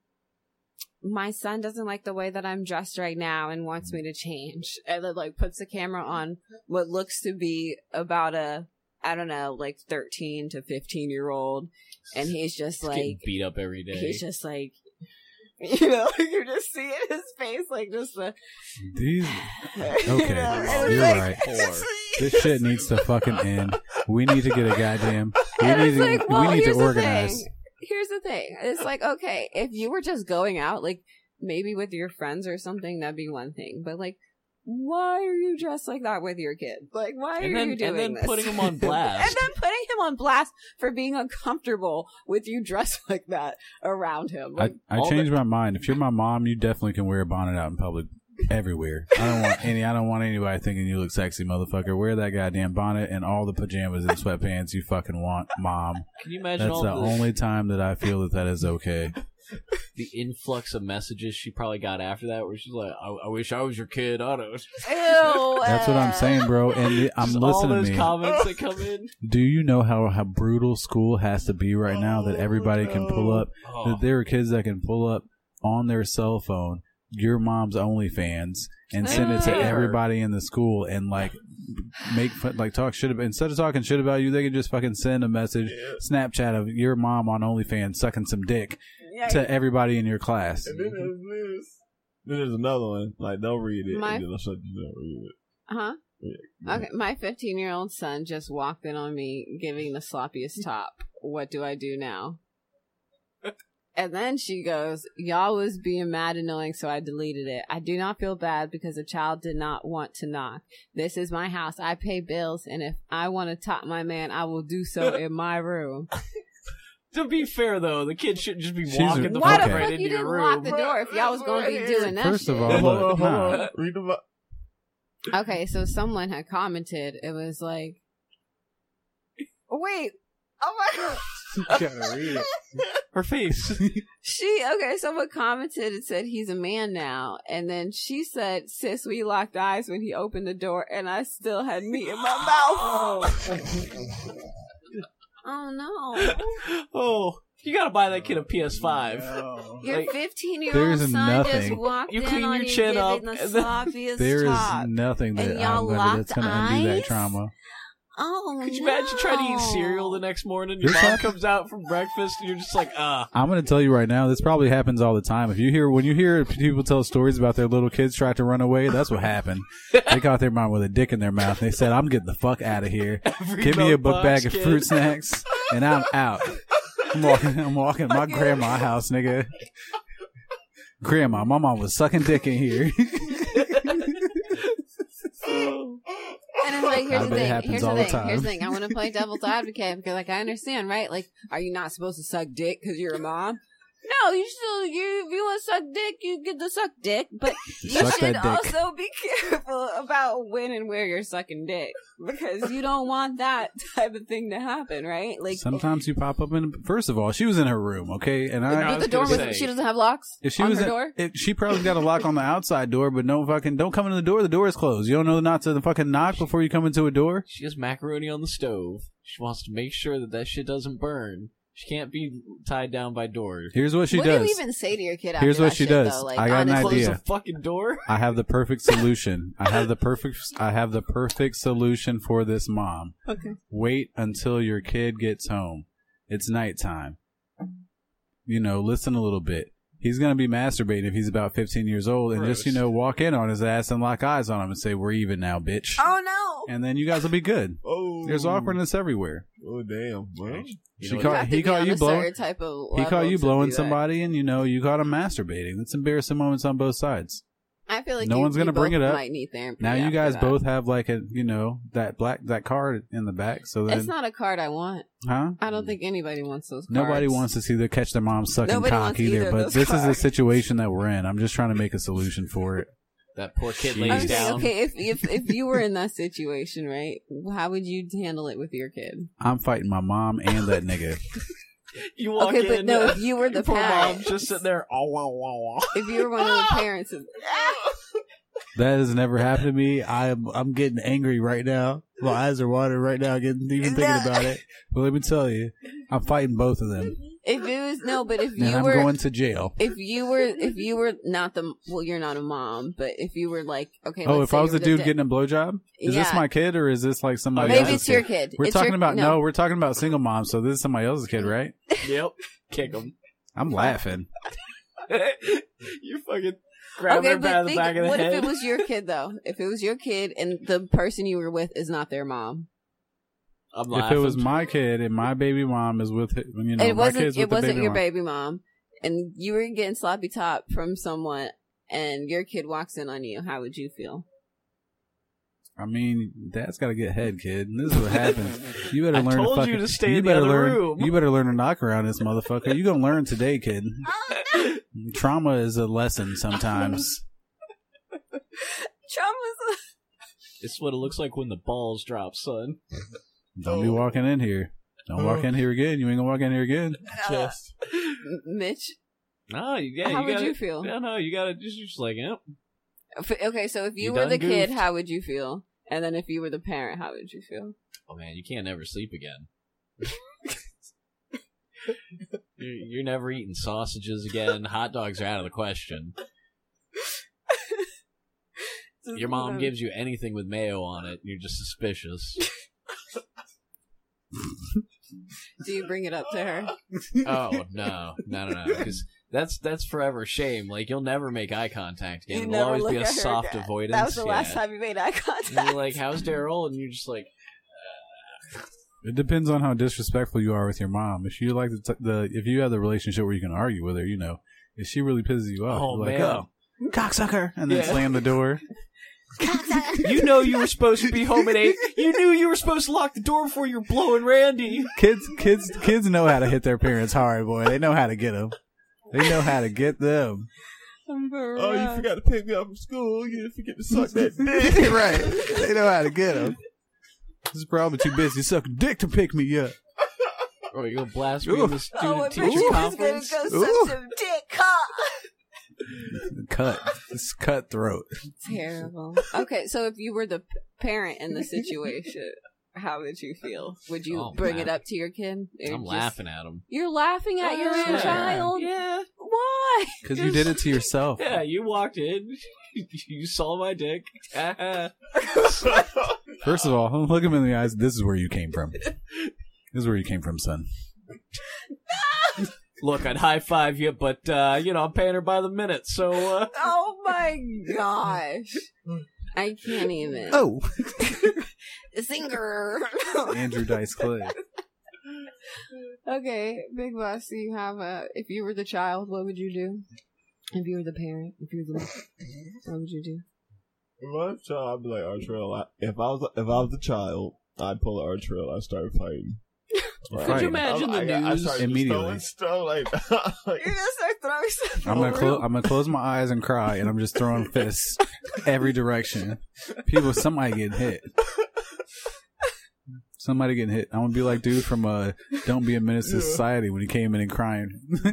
[SPEAKER 3] my son doesn't like the way that I'm dressed right now and wants me to change. And then like puts the camera on what looks to be about a, I don't know, like 13 to 15 year old. And he's just
[SPEAKER 1] He's getting
[SPEAKER 3] like,
[SPEAKER 1] beat up every day.
[SPEAKER 3] He's just like, you know, you just see it in his face, like just the.
[SPEAKER 2] These
[SPEAKER 3] Okay,
[SPEAKER 2] okay, you're right. This shit needs to fucking end. We need to get a goddamn. We
[SPEAKER 3] And
[SPEAKER 2] need
[SPEAKER 3] it's
[SPEAKER 2] to.
[SPEAKER 3] like, well,
[SPEAKER 2] we need to
[SPEAKER 3] here's the
[SPEAKER 2] organize.
[SPEAKER 3] thing. Here's the thing. It's like, okay, if you were just going out, like maybe with your friends or something, that'd be one thing. But like, why are you dressed like that with your kid? Like, why
[SPEAKER 1] And
[SPEAKER 3] are
[SPEAKER 1] then-
[SPEAKER 3] you doing
[SPEAKER 1] and then
[SPEAKER 3] this?
[SPEAKER 1] putting him on blast.
[SPEAKER 3] and then putting him on blast for being uncomfortable with you dressed like that around him.
[SPEAKER 2] I,
[SPEAKER 3] Like,
[SPEAKER 2] I
[SPEAKER 1] all
[SPEAKER 2] changed my mind. If you're my mom, you definitely can wear a bonnet out in public everywhere. I don't want any I don't want anybody thinking you look sexy, motherfucker. Wear that goddamn bonnet and all the pajamas and sweatpants you fucking want, mom.
[SPEAKER 1] Can you imagine
[SPEAKER 2] That's
[SPEAKER 1] all
[SPEAKER 2] the
[SPEAKER 1] the
[SPEAKER 2] only time that I feel that that is okay.
[SPEAKER 1] the influx of messages she probably got after that, where she's like, "I, I wish I was your kid." I don't.
[SPEAKER 3] Ew. uh,
[SPEAKER 2] That's what I'm saying, bro. And the, I'm
[SPEAKER 1] Just all
[SPEAKER 2] listening
[SPEAKER 1] those
[SPEAKER 2] to me.
[SPEAKER 1] comments that come in.
[SPEAKER 2] Do you know how, how brutal school has to be right now
[SPEAKER 3] Oh,
[SPEAKER 2] that everybody can pull up?
[SPEAKER 1] Oh.
[SPEAKER 2] That there are kids that can pull up on their cell phone your mom's OnlyFans and send it to
[SPEAKER 3] Ah.
[SPEAKER 2] everybody in the school and like make fun, like talk shit about instead of talking shit about you, they can just fucking send a message, Snapchat of your mom on OnlyFans sucking some dick to everybody in your class.
[SPEAKER 6] And then there's this. Then there's another one. Like, don't read it.
[SPEAKER 3] My-
[SPEAKER 6] and then I'll shut you down. Read it.
[SPEAKER 3] Huh?
[SPEAKER 6] Yeah.
[SPEAKER 3] Uh-huh. Okay, my 15 year old son just walked in on me giving the sloppiest top. What do I do now? And then she goes, Y'all was being mad annoying, so I deleted it. I do not feel bad because a child did not want to knock. This is my house. I pay bills, and if I want to top my man, I will do so in my room.
[SPEAKER 1] To be fair, though, the kid shouldn't just be
[SPEAKER 2] She's-
[SPEAKER 1] walking the
[SPEAKER 2] Why
[SPEAKER 1] fuck
[SPEAKER 2] the
[SPEAKER 1] right
[SPEAKER 2] fuck
[SPEAKER 1] into
[SPEAKER 3] you
[SPEAKER 1] your
[SPEAKER 3] didn't lock
[SPEAKER 1] room.
[SPEAKER 3] the door if y'all was going to be doing that
[SPEAKER 2] First of
[SPEAKER 3] shit?
[SPEAKER 2] all,
[SPEAKER 6] Hold
[SPEAKER 2] look,
[SPEAKER 6] on, hold
[SPEAKER 2] nah.
[SPEAKER 6] on. Read the bo-
[SPEAKER 3] Okay, so someone had commented. It was like, wait, oh my god.
[SPEAKER 1] Her face.
[SPEAKER 3] She okay, someone commented and said he's a man now, and then she said, "Sis, we locked eyes when he opened the door, and I still had meat in my mouth." oh
[SPEAKER 1] oh, you gotta buy that kid a PS5.
[SPEAKER 3] no! Your
[SPEAKER 1] Like,
[SPEAKER 3] fifteen-year-old
[SPEAKER 2] there's
[SPEAKER 3] son just
[SPEAKER 2] nothing.
[SPEAKER 3] walked
[SPEAKER 1] You
[SPEAKER 3] in
[SPEAKER 1] clean
[SPEAKER 3] on
[SPEAKER 1] your
[SPEAKER 3] you
[SPEAKER 1] chin
[SPEAKER 3] giving
[SPEAKER 1] up,
[SPEAKER 3] the
[SPEAKER 1] and then-
[SPEAKER 3] sloppiest
[SPEAKER 2] There is
[SPEAKER 3] top.
[SPEAKER 2] nothing that
[SPEAKER 3] And y'all
[SPEAKER 2] I'm gonna, that's
[SPEAKER 3] locked
[SPEAKER 2] gonna undo that
[SPEAKER 3] eyes?
[SPEAKER 2] trauma.
[SPEAKER 3] oh,
[SPEAKER 1] Could you imagine trying to eat cereal the next morning? Your
[SPEAKER 2] This
[SPEAKER 1] mom
[SPEAKER 2] hap-
[SPEAKER 1] comes out from breakfast, and you're just like, ah.
[SPEAKER 2] I'm gonna tell you right now, this probably happens all the time. If you hear when you hear people tell stories about their little kids trying to run away, that's what happened. they caught their mom with a dick in their mouth. And they said, "I'm getting the fuck out of here. Give me a
[SPEAKER 1] box
[SPEAKER 2] book bag of
[SPEAKER 1] kid."
[SPEAKER 2] fruit snacks, and I'm out. I'm walking. I'm walking my grandma house, nigga. Grandma, my mom was sucking dick in here.
[SPEAKER 3] And it's like,
[SPEAKER 2] I
[SPEAKER 3] here's the
[SPEAKER 2] bet it
[SPEAKER 3] thing.
[SPEAKER 2] happens
[SPEAKER 3] Here's the
[SPEAKER 2] all the
[SPEAKER 3] thing. Here's the
[SPEAKER 2] time.
[SPEAKER 3] thing. I want to play devil's advocate because, like, I understand, right? Like, are you not supposed to suck dick because you're a mom? No, you still you. If you want to suck dick, you get to suck dick, but you
[SPEAKER 2] Suck
[SPEAKER 3] should
[SPEAKER 2] that dick.
[SPEAKER 3] also be careful about when and where you're sucking dick because you don't want that type of thing to happen, right? Like,
[SPEAKER 2] Sometimes you pop up in. First of all, she was in her room, okay, and I.
[SPEAKER 1] I
[SPEAKER 3] but
[SPEAKER 1] was
[SPEAKER 3] the door
[SPEAKER 1] gonna
[SPEAKER 3] was.
[SPEAKER 1] say-
[SPEAKER 3] She doesn't have locks
[SPEAKER 2] If she
[SPEAKER 3] on
[SPEAKER 2] was,
[SPEAKER 3] her
[SPEAKER 2] at-
[SPEAKER 3] door.
[SPEAKER 2] if she probably got a lock on the outside door, but no fucking don't come into the door. The door is closed. You don't know not to fucking knock before you come into a door.
[SPEAKER 1] She has macaroni on the stove. She wants to make sure that that shit doesn't burn. She can't be tied down by doors.
[SPEAKER 2] Here's what she
[SPEAKER 3] what
[SPEAKER 2] does.
[SPEAKER 3] do you even say to your kid? After
[SPEAKER 2] Here's what
[SPEAKER 3] that
[SPEAKER 2] she
[SPEAKER 3] shit,
[SPEAKER 2] does.
[SPEAKER 3] Though? Like,
[SPEAKER 2] I got an
[SPEAKER 3] honestly,
[SPEAKER 1] Close
[SPEAKER 2] idea.
[SPEAKER 1] the fucking door.
[SPEAKER 2] I have the perfect solution. I have the perfect. I have the perfect solution for this mom.
[SPEAKER 3] Okay.
[SPEAKER 2] Wait until your kid gets home. It's nighttime. You know, listen a little bit. He's gonna be masturbating if he's about 15 years old, and just you know, walk in on his ass and lock eyes on him and say, "We're even now, bitch."
[SPEAKER 3] Oh no!
[SPEAKER 2] And then you guys will be good.
[SPEAKER 6] Oh.
[SPEAKER 2] There's awkwardness everywhere.
[SPEAKER 6] Oh, damn. Well,
[SPEAKER 2] She
[SPEAKER 1] know,
[SPEAKER 2] caught-
[SPEAKER 3] You have to
[SPEAKER 2] he
[SPEAKER 3] be
[SPEAKER 2] caught
[SPEAKER 3] on
[SPEAKER 2] you
[SPEAKER 3] a
[SPEAKER 2] blowing-
[SPEAKER 3] certain Type of
[SPEAKER 2] He
[SPEAKER 3] level
[SPEAKER 2] caught you
[SPEAKER 3] to
[SPEAKER 2] blowing
[SPEAKER 3] do that.
[SPEAKER 2] somebody, and you know, you caught him masturbating. That's embarrassing moments on both sides.
[SPEAKER 3] I feel like
[SPEAKER 2] No
[SPEAKER 3] you-
[SPEAKER 2] one's
[SPEAKER 3] you
[SPEAKER 2] gonna bring
[SPEAKER 3] both
[SPEAKER 2] it up.
[SPEAKER 3] Might need therapy.
[SPEAKER 2] Now you
[SPEAKER 3] after
[SPEAKER 2] guys
[SPEAKER 3] that.
[SPEAKER 2] both have like a you know that black that card in the back. So then,
[SPEAKER 3] It's not a card I want.
[SPEAKER 2] huh?
[SPEAKER 3] I don't think anybody wants those. cards.
[SPEAKER 2] Mm. Nobody wants to see their catch their mom sucking
[SPEAKER 3] Nobody
[SPEAKER 2] cock
[SPEAKER 3] wants either
[SPEAKER 2] either.
[SPEAKER 3] of
[SPEAKER 2] But
[SPEAKER 3] those
[SPEAKER 2] this is the
[SPEAKER 3] cards.
[SPEAKER 2] situation that we're in. I'm just trying to make a solution for it.
[SPEAKER 1] That poor kid
[SPEAKER 2] Jeez.
[SPEAKER 1] lays
[SPEAKER 3] Okay,
[SPEAKER 1] down.
[SPEAKER 3] okay. If if if you were in that situation, right? How would you handle it with your kid?
[SPEAKER 2] I'm fighting my mom and that nigga.
[SPEAKER 1] You walk
[SPEAKER 3] Okay, but
[SPEAKER 1] in.
[SPEAKER 3] no,
[SPEAKER 1] uh,
[SPEAKER 3] if you were the
[SPEAKER 1] poor mom
[SPEAKER 3] parent,
[SPEAKER 1] just sitting there. Oh, wow, wow, wow.
[SPEAKER 3] if you were one of the parents, of-
[SPEAKER 2] That has never happened to me. I'm I'm getting angry right now. My eyes are watering right now. Getting even thinking about it. But let me tell you, I'm fighting both of them,
[SPEAKER 3] if it was no, but if
[SPEAKER 2] and
[SPEAKER 3] you
[SPEAKER 2] I'm
[SPEAKER 3] were.
[SPEAKER 2] going to jail.
[SPEAKER 3] if you were, if you were not the, well, you're not a mom, but if you were like, okay,
[SPEAKER 2] Oh,
[SPEAKER 3] let's
[SPEAKER 2] if
[SPEAKER 3] say
[SPEAKER 2] I was a
[SPEAKER 3] you were the
[SPEAKER 2] dude
[SPEAKER 3] da-
[SPEAKER 2] getting a blowjob, is this
[SPEAKER 3] Yeah.
[SPEAKER 2] my kid or is this like somebody
[SPEAKER 3] maybe
[SPEAKER 2] else's
[SPEAKER 3] it's your kid.
[SPEAKER 2] We're
[SPEAKER 3] It's
[SPEAKER 2] talking
[SPEAKER 3] your-
[SPEAKER 2] about no. we're talking about single moms. So this is somebody else's kid, right?
[SPEAKER 1] yep. Kick him.
[SPEAKER 2] I'm laughing.
[SPEAKER 1] you fucking grab her by the
[SPEAKER 3] think-
[SPEAKER 1] back of the
[SPEAKER 3] what
[SPEAKER 1] head.
[SPEAKER 3] if it was your kid though? If it was your kid and the person you were with is not their mom,
[SPEAKER 1] I'm
[SPEAKER 2] If
[SPEAKER 1] laughing.
[SPEAKER 2] it was my kid and my baby mom is with, hi- you know,
[SPEAKER 3] it
[SPEAKER 2] my
[SPEAKER 3] wasn't.
[SPEAKER 2] kids
[SPEAKER 3] It
[SPEAKER 2] with the
[SPEAKER 3] wasn't
[SPEAKER 2] baby
[SPEAKER 3] your
[SPEAKER 2] mom.
[SPEAKER 3] baby mom, and you were getting sloppy top from someone, and your kid walks in on you. How would you feel?
[SPEAKER 2] I mean, dad's got to get head, kid. And this is what happens. You better
[SPEAKER 1] I
[SPEAKER 2] learn. to
[SPEAKER 1] told you
[SPEAKER 2] fucking-
[SPEAKER 1] to stay in the
[SPEAKER 2] better
[SPEAKER 1] other
[SPEAKER 2] learn,
[SPEAKER 1] room.
[SPEAKER 2] You better learn to knock around this motherfucker. You gonna learn today, kid. Trauma is a lesson sometimes.
[SPEAKER 3] Trauma's.
[SPEAKER 1] it's what it looks like when the balls drop, son.
[SPEAKER 2] Don't be walking in here. Don't walk in here again. You ain't gonna walk in here again.
[SPEAKER 6] chest.
[SPEAKER 3] Mitch,
[SPEAKER 1] No, you- yeah,
[SPEAKER 3] how
[SPEAKER 1] you
[SPEAKER 3] would
[SPEAKER 1] gotta,
[SPEAKER 3] you feel?
[SPEAKER 1] No, no, you gotta just, you're just like, yep.
[SPEAKER 3] F- Okay, so if you,
[SPEAKER 1] You
[SPEAKER 3] were
[SPEAKER 1] done
[SPEAKER 3] the kid,
[SPEAKER 1] goofed.
[SPEAKER 3] how would you feel? And then if you were the parent, how would you feel?
[SPEAKER 1] Oh man, you can't ever sleep again. you're, you're never eating sausages again. Hot dogs are out of the question. Your mom gives you anything with mayo on it, you're just suspicious.
[SPEAKER 3] Do you bring it up to her?
[SPEAKER 1] oh no, no, no, no, because that's that's forever shame. Like you'll never make eye contact again.
[SPEAKER 3] You
[SPEAKER 1] It'll
[SPEAKER 3] never
[SPEAKER 1] always
[SPEAKER 3] look
[SPEAKER 1] be a
[SPEAKER 3] at her
[SPEAKER 1] soft
[SPEAKER 3] again.
[SPEAKER 1] avoidance.
[SPEAKER 3] That was the last
[SPEAKER 1] yeah.
[SPEAKER 3] time you made eye
[SPEAKER 1] And
[SPEAKER 3] contact.
[SPEAKER 1] you're like, "How's Daryl?" And you're just like,
[SPEAKER 2] It depends on how disrespectful you are with your mom. If you like the, t- the if you have the relationship where you can argue with her, you know, if she really pisses you off,
[SPEAKER 1] "Oh
[SPEAKER 2] you're like,
[SPEAKER 1] man,
[SPEAKER 2] oh, cocksucker, and then
[SPEAKER 1] Yeah.
[SPEAKER 2] slam the door.
[SPEAKER 1] you know you were supposed to be home at eight. You knew you were supposed to lock the door before you're blowing Randy."
[SPEAKER 2] Kids, kids, kids know how to hit their parents hard, boy. They know how to get them. They know how to get them.
[SPEAKER 3] I'm
[SPEAKER 6] Oh, you forgot to pick me up from school. You didn't forget to suck that dick.
[SPEAKER 2] right? They know how to get them. This is probably too busy sucking dick to pick me up.
[SPEAKER 1] Or Oh, you gonna blast me in the
[SPEAKER 3] Oh,
[SPEAKER 1] student
[SPEAKER 3] I bet
[SPEAKER 1] teacher
[SPEAKER 3] you was gonna
[SPEAKER 1] conference?
[SPEAKER 3] go
[SPEAKER 2] Ooh.
[SPEAKER 3] suck some dick, huh?
[SPEAKER 2] Cut. It's cutthroat.
[SPEAKER 3] Terrible. Okay, so if you were the p- parent in the situation, how would you feel? Would you
[SPEAKER 1] Oh,
[SPEAKER 3] bring
[SPEAKER 1] man.
[SPEAKER 3] it up to your kid? Or
[SPEAKER 1] I'm
[SPEAKER 3] just-
[SPEAKER 1] laughing at him.
[SPEAKER 3] You're laughing at your
[SPEAKER 1] Yeah.
[SPEAKER 3] own child.
[SPEAKER 1] Yeah,
[SPEAKER 3] Why?
[SPEAKER 2] Because you did it to yourself.
[SPEAKER 1] yeah. You walked in. You saw my dick.
[SPEAKER 2] First of all, look him in the eyes. This is where you came from. This is where you came from, son.
[SPEAKER 1] Look, I'd high five you, but uh, you know I'm paying her by the minute, so uh,
[SPEAKER 3] Oh my gosh. I can't even.
[SPEAKER 2] Oh,
[SPEAKER 3] Singer.
[SPEAKER 2] Andrew Dice Clay.
[SPEAKER 3] okay, Big Boss, do you have a. If you were the child, what would you do? If you were the parent, if you were the. What would you do?
[SPEAKER 6] If I was a child, I'd be like Artrell. I- If I was if I was a child, I'd pull an Artrell. I'd start fighting. Right.
[SPEAKER 2] Could you
[SPEAKER 1] imagine
[SPEAKER 6] I-
[SPEAKER 1] the
[SPEAKER 6] I- I
[SPEAKER 1] news
[SPEAKER 6] started
[SPEAKER 2] immediately?
[SPEAKER 6] Throwing stuff like, like
[SPEAKER 3] You're gonna start throwing stuff.
[SPEAKER 2] I'm gonna close. I'm gonna close my eyes and cry, and I'm just throwing fists every direction. People, somebody getting hit. Somebody getting hit. I'm gonna be like dude from uh, "Don't Be a Menace to
[SPEAKER 6] Yeah.
[SPEAKER 2] Society" when he came in and crying,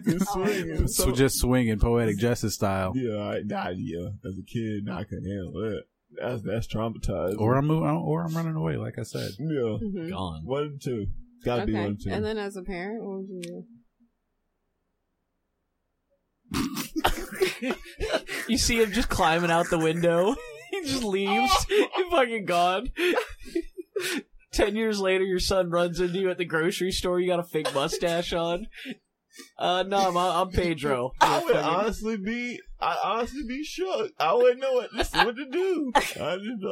[SPEAKER 6] just swinging.
[SPEAKER 2] so
[SPEAKER 6] So,
[SPEAKER 2] just swinging poetic justice style.
[SPEAKER 6] yeah, I, nah, yeah. As a kid, nah, I couldn't handle that. That's that's traumatized.
[SPEAKER 2] Or I'm moving, or I'm running away. Like I said,
[SPEAKER 6] yeah,
[SPEAKER 3] Mhm.
[SPEAKER 1] gone.
[SPEAKER 6] one and two. It's gotta be one
[SPEAKER 3] Okay.
[SPEAKER 6] and two.
[SPEAKER 3] And then as a parent, what would you do?
[SPEAKER 1] You see him just climbing out the window. He just leaves. He fucking gone. Ten years later, your son runs into you at the grocery store. You got a fake mustache on. Uh, no, I'm, I'm Pedro.
[SPEAKER 6] I would honestly be, I honestly be shook. I wouldn't know what, what to do. I'd just be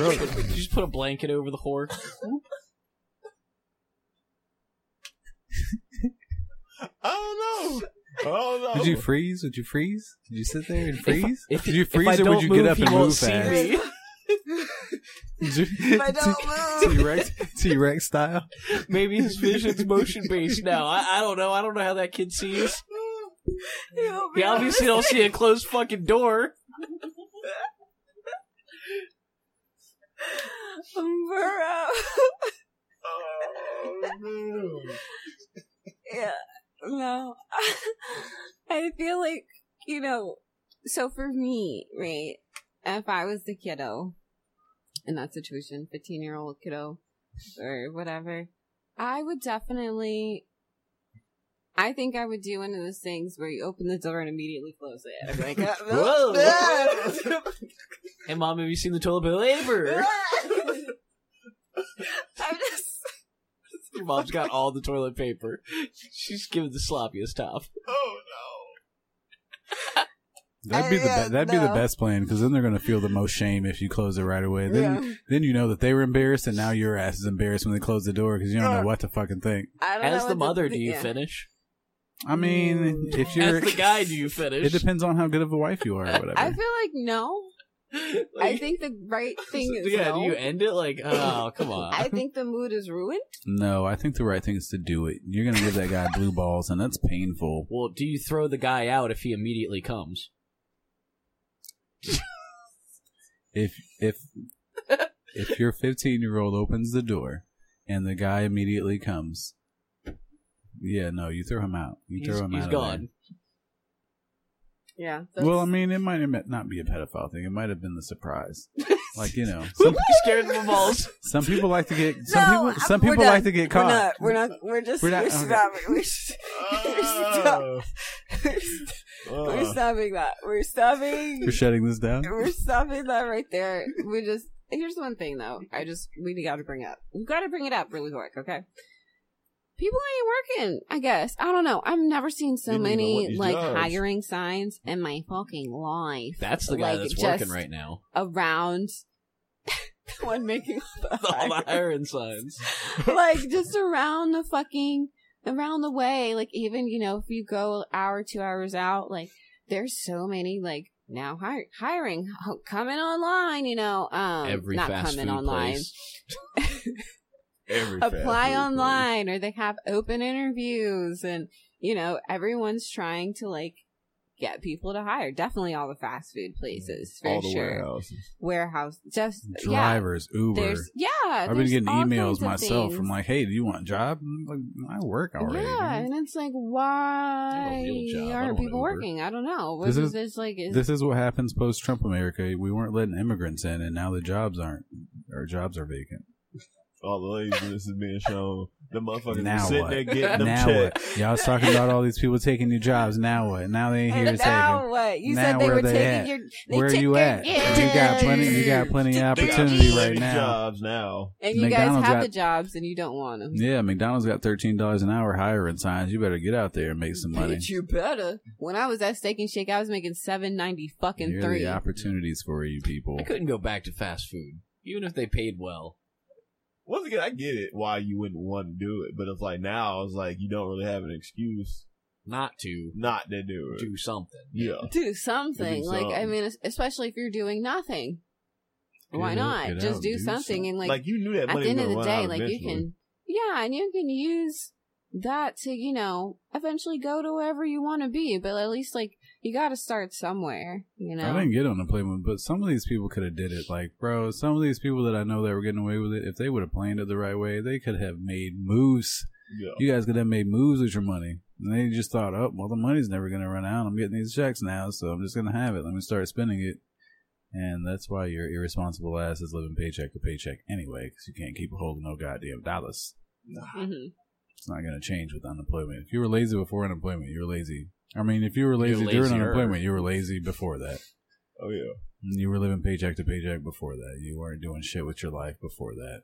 [SPEAKER 6] like,
[SPEAKER 1] Did you just put a blanket over the whore?
[SPEAKER 6] I don't know. I don't know.
[SPEAKER 2] Did you freeze? Would you freeze? Did you sit there and
[SPEAKER 1] If-
[SPEAKER 2] freeze?
[SPEAKER 1] if-
[SPEAKER 2] Did you
[SPEAKER 1] If I
[SPEAKER 2] freeze, or
[SPEAKER 1] don't
[SPEAKER 2] would you
[SPEAKER 1] move,
[SPEAKER 2] get up
[SPEAKER 1] he
[SPEAKER 2] and
[SPEAKER 1] won't
[SPEAKER 2] move
[SPEAKER 1] see
[SPEAKER 2] fast?
[SPEAKER 1] me.
[SPEAKER 2] If
[SPEAKER 3] I don't move.
[SPEAKER 2] T Rex, T Rex style.
[SPEAKER 1] Maybe his vision's motion based now. I, I don't know. I don't know how that kid sees.
[SPEAKER 3] You'll be
[SPEAKER 1] He obviously don't see a closed fucking door.
[SPEAKER 3] Burrow.
[SPEAKER 6] Oh, man.
[SPEAKER 3] yeah. No. I feel like, you know, so for me, right, if I was the kiddo in that situation, 15 year old kiddo or whatever, I would definitely. I think I would do one of those things where you open the door and immediately close it. I'd be like,
[SPEAKER 1] Whoa. Hey, mom, have you seen the toilet paper?
[SPEAKER 3] I'm just.
[SPEAKER 1] Your mom's got all the toilet paper. She's giving the sloppiest top.
[SPEAKER 6] Oh,
[SPEAKER 2] That'd be the
[SPEAKER 3] yeah,
[SPEAKER 2] be- that'd be the
[SPEAKER 3] no.
[SPEAKER 2] best plan because then they're gonna feel the most shame if you close it right away. Then
[SPEAKER 3] Yeah.
[SPEAKER 2] then you know that they were embarrassed and now your ass is embarrassed when they close the door because you don't know what to fucking think.
[SPEAKER 3] I don't know
[SPEAKER 1] As
[SPEAKER 3] what
[SPEAKER 1] the mother, do you
[SPEAKER 3] yeah.
[SPEAKER 1] finish?
[SPEAKER 2] I mean, if you're,
[SPEAKER 1] As the guy, do you
[SPEAKER 2] it
[SPEAKER 1] finish?
[SPEAKER 2] depends on how good of a wife you are or whatever.
[SPEAKER 3] I feel like no. I
[SPEAKER 1] Like,
[SPEAKER 3] think the right thing is
[SPEAKER 1] yeah,
[SPEAKER 3] no.
[SPEAKER 1] do you end it like, oh, come on.
[SPEAKER 3] I think the mood is ruined.
[SPEAKER 2] no, I think the right thing is to do it. You're gonna give that guy blue balls and that's painful.
[SPEAKER 1] well, do you throw the guy out if he immediately comes?
[SPEAKER 2] If if if your 15 year old opens the door and the guy immediately comes, Yeah, no, you throw him out. You
[SPEAKER 1] He's,
[SPEAKER 2] throw him
[SPEAKER 1] he's
[SPEAKER 2] out. of
[SPEAKER 1] gone.
[SPEAKER 3] Yeah.
[SPEAKER 2] there. Well, I mean, it might have not be a pedophile thing. It might have been the surprise. Like you know,
[SPEAKER 1] Some
[SPEAKER 2] some
[SPEAKER 1] people scared of the balls.
[SPEAKER 2] some people like to get some
[SPEAKER 3] No,
[SPEAKER 2] people
[SPEAKER 3] I'm-
[SPEAKER 2] some
[SPEAKER 3] we're
[SPEAKER 2] people
[SPEAKER 3] done.
[SPEAKER 2] like to get caught.
[SPEAKER 3] We're not. We're not. We're just.
[SPEAKER 2] We're
[SPEAKER 3] We're,
[SPEAKER 2] not- okay.
[SPEAKER 3] stopping. We're, s- we're, stop,
[SPEAKER 6] Oh,
[SPEAKER 3] we're
[SPEAKER 6] oh.
[SPEAKER 3] stopping that. We're stopping.
[SPEAKER 2] We're shutting this down.
[SPEAKER 3] We're stopping that right there. We just. Here's one thing though. I just we got to bring up. We got to bring it up really quick. Okay. People ain't working. I guess I don't know. I've never seen so
[SPEAKER 6] They don't even want
[SPEAKER 3] many
[SPEAKER 6] these
[SPEAKER 3] like
[SPEAKER 6] jobs.
[SPEAKER 3] hiring signs in my fucking life
[SPEAKER 8] That's the guy
[SPEAKER 3] Like,
[SPEAKER 8] that's
[SPEAKER 3] just-
[SPEAKER 8] working right now.
[SPEAKER 3] around. the one making all the
[SPEAKER 1] All the
[SPEAKER 3] hire-
[SPEAKER 1] iron signs.
[SPEAKER 3] like just around the fucking around the way like even you know if you go an hour two hours out like there's so many like now hire, hiring ho- coming online you know um
[SPEAKER 8] Every
[SPEAKER 3] not
[SPEAKER 8] fast
[SPEAKER 3] coming
[SPEAKER 8] food
[SPEAKER 3] online
[SPEAKER 8] place.
[SPEAKER 6] Every fast
[SPEAKER 3] apply
[SPEAKER 6] food place.
[SPEAKER 3] online or they have open interviews and you know everyone's trying to like get people to hire definitely all the fast food
[SPEAKER 8] Mm,
[SPEAKER 3] places for
[SPEAKER 6] All the
[SPEAKER 3] sure
[SPEAKER 6] warehouses.
[SPEAKER 3] warehouse just yeah
[SPEAKER 2] Drivers, Uber.
[SPEAKER 3] there's yeah
[SPEAKER 2] I've been
[SPEAKER 3] there's
[SPEAKER 2] getting
[SPEAKER 3] all
[SPEAKER 2] emails
[SPEAKER 3] kinds of
[SPEAKER 2] myself
[SPEAKER 3] things.
[SPEAKER 2] from like, "Hey, do you want a job?" I'm like, I work already.
[SPEAKER 3] Yeah, and it's like, why
[SPEAKER 8] real job.
[SPEAKER 3] are
[SPEAKER 8] I don't want
[SPEAKER 3] people
[SPEAKER 8] Uber.
[SPEAKER 3] working? I don't know.
[SPEAKER 2] This
[SPEAKER 3] This is
[SPEAKER 2] is-
[SPEAKER 3] this like is,
[SPEAKER 2] This is what happens post Trump America. We weren't letting immigrants in, and now the jobs aren't. Our jobs are vacant.
[SPEAKER 6] All the laziness is being shown. The motherfuckers
[SPEAKER 2] Now
[SPEAKER 6] are sitting
[SPEAKER 2] what?
[SPEAKER 6] there getting them
[SPEAKER 2] now
[SPEAKER 6] checked.
[SPEAKER 2] what? Y'all was talking about all these people taking new jobs. Now what? Now they ain't here to take
[SPEAKER 3] now
[SPEAKER 2] them.
[SPEAKER 3] what? You
[SPEAKER 2] Now
[SPEAKER 3] said they
[SPEAKER 2] where
[SPEAKER 3] were
[SPEAKER 2] they
[SPEAKER 3] taking
[SPEAKER 2] at?
[SPEAKER 3] your. They
[SPEAKER 2] Where are
[SPEAKER 3] took
[SPEAKER 2] you
[SPEAKER 3] your
[SPEAKER 2] at? You got plenty. You got plenty of
[SPEAKER 6] They got
[SPEAKER 2] opportunity right
[SPEAKER 6] plenty
[SPEAKER 2] now.
[SPEAKER 6] Jobs now.
[SPEAKER 3] And you
[SPEAKER 2] McDonald's
[SPEAKER 3] guys have
[SPEAKER 2] got-
[SPEAKER 3] the jobs, and you don't want them.
[SPEAKER 2] Yeah, McDonald's got thirteen dollars an hour hiring signs. You better get out there and make some money.
[SPEAKER 3] you better. When I was at Steak and Shake, I was making seven ninety fucking
[SPEAKER 2] Here are
[SPEAKER 3] three.
[SPEAKER 2] the opportunities for you people.
[SPEAKER 8] I couldn't go back to fast food, even if they paid well.
[SPEAKER 6] Once again, I get it why you wouldn't want to do it, but it's like now it's like you don't really have an excuse
[SPEAKER 8] Not to
[SPEAKER 6] not to do it.
[SPEAKER 8] do something.
[SPEAKER 6] Yeah.
[SPEAKER 3] do something.
[SPEAKER 6] Do
[SPEAKER 3] like I
[SPEAKER 6] something.
[SPEAKER 3] mean, es- especially if you're doing nothing. Why
[SPEAKER 2] Get out-
[SPEAKER 3] not?
[SPEAKER 2] get
[SPEAKER 3] Just
[SPEAKER 2] out,
[SPEAKER 3] do,
[SPEAKER 2] do
[SPEAKER 3] something,
[SPEAKER 2] something.
[SPEAKER 3] and
[SPEAKER 6] Like,
[SPEAKER 3] like,
[SPEAKER 6] you knew that
[SPEAKER 3] at
[SPEAKER 6] money
[SPEAKER 3] the end
[SPEAKER 6] was
[SPEAKER 3] of the
[SPEAKER 6] gonna run
[SPEAKER 3] day,
[SPEAKER 6] out
[SPEAKER 3] like you
[SPEAKER 6] eventually.
[SPEAKER 3] can, yeah, and you can use that to, you know, eventually go to wherever you want to be. But at least like you got to start somewhere, you know.
[SPEAKER 2] I didn't get on the plane, with- but some of these people could have did it. Like, bro, some of these people that I know that were getting away with it, if they would have planned it the right way, they could have made moves.
[SPEAKER 6] Yeah.
[SPEAKER 2] You guys could have made moves with your money. And they just thought, oh, well, the money's never going to run out. I'm getting these checks now, so I'm just going to have it. Let me start spending it. And that's why your irresponsible ass is living paycheck to paycheck anyway, because you can't keep a hold of no goddamn dollars.
[SPEAKER 3] Mhm.
[SPEAKER 2] It's not going to change with unemployment. If you were lazy before unemployment, you were lazy. I mean, if you were lazy during
[SPEAKER 8] lazier.
[SPEAKER 2] unemployment, you were lazy before that.
[SPEAKER 6] Oh yeah.
[SPEAKER 2] You were living paycheck to paycheck before that. You weren't doing shit with your life before that.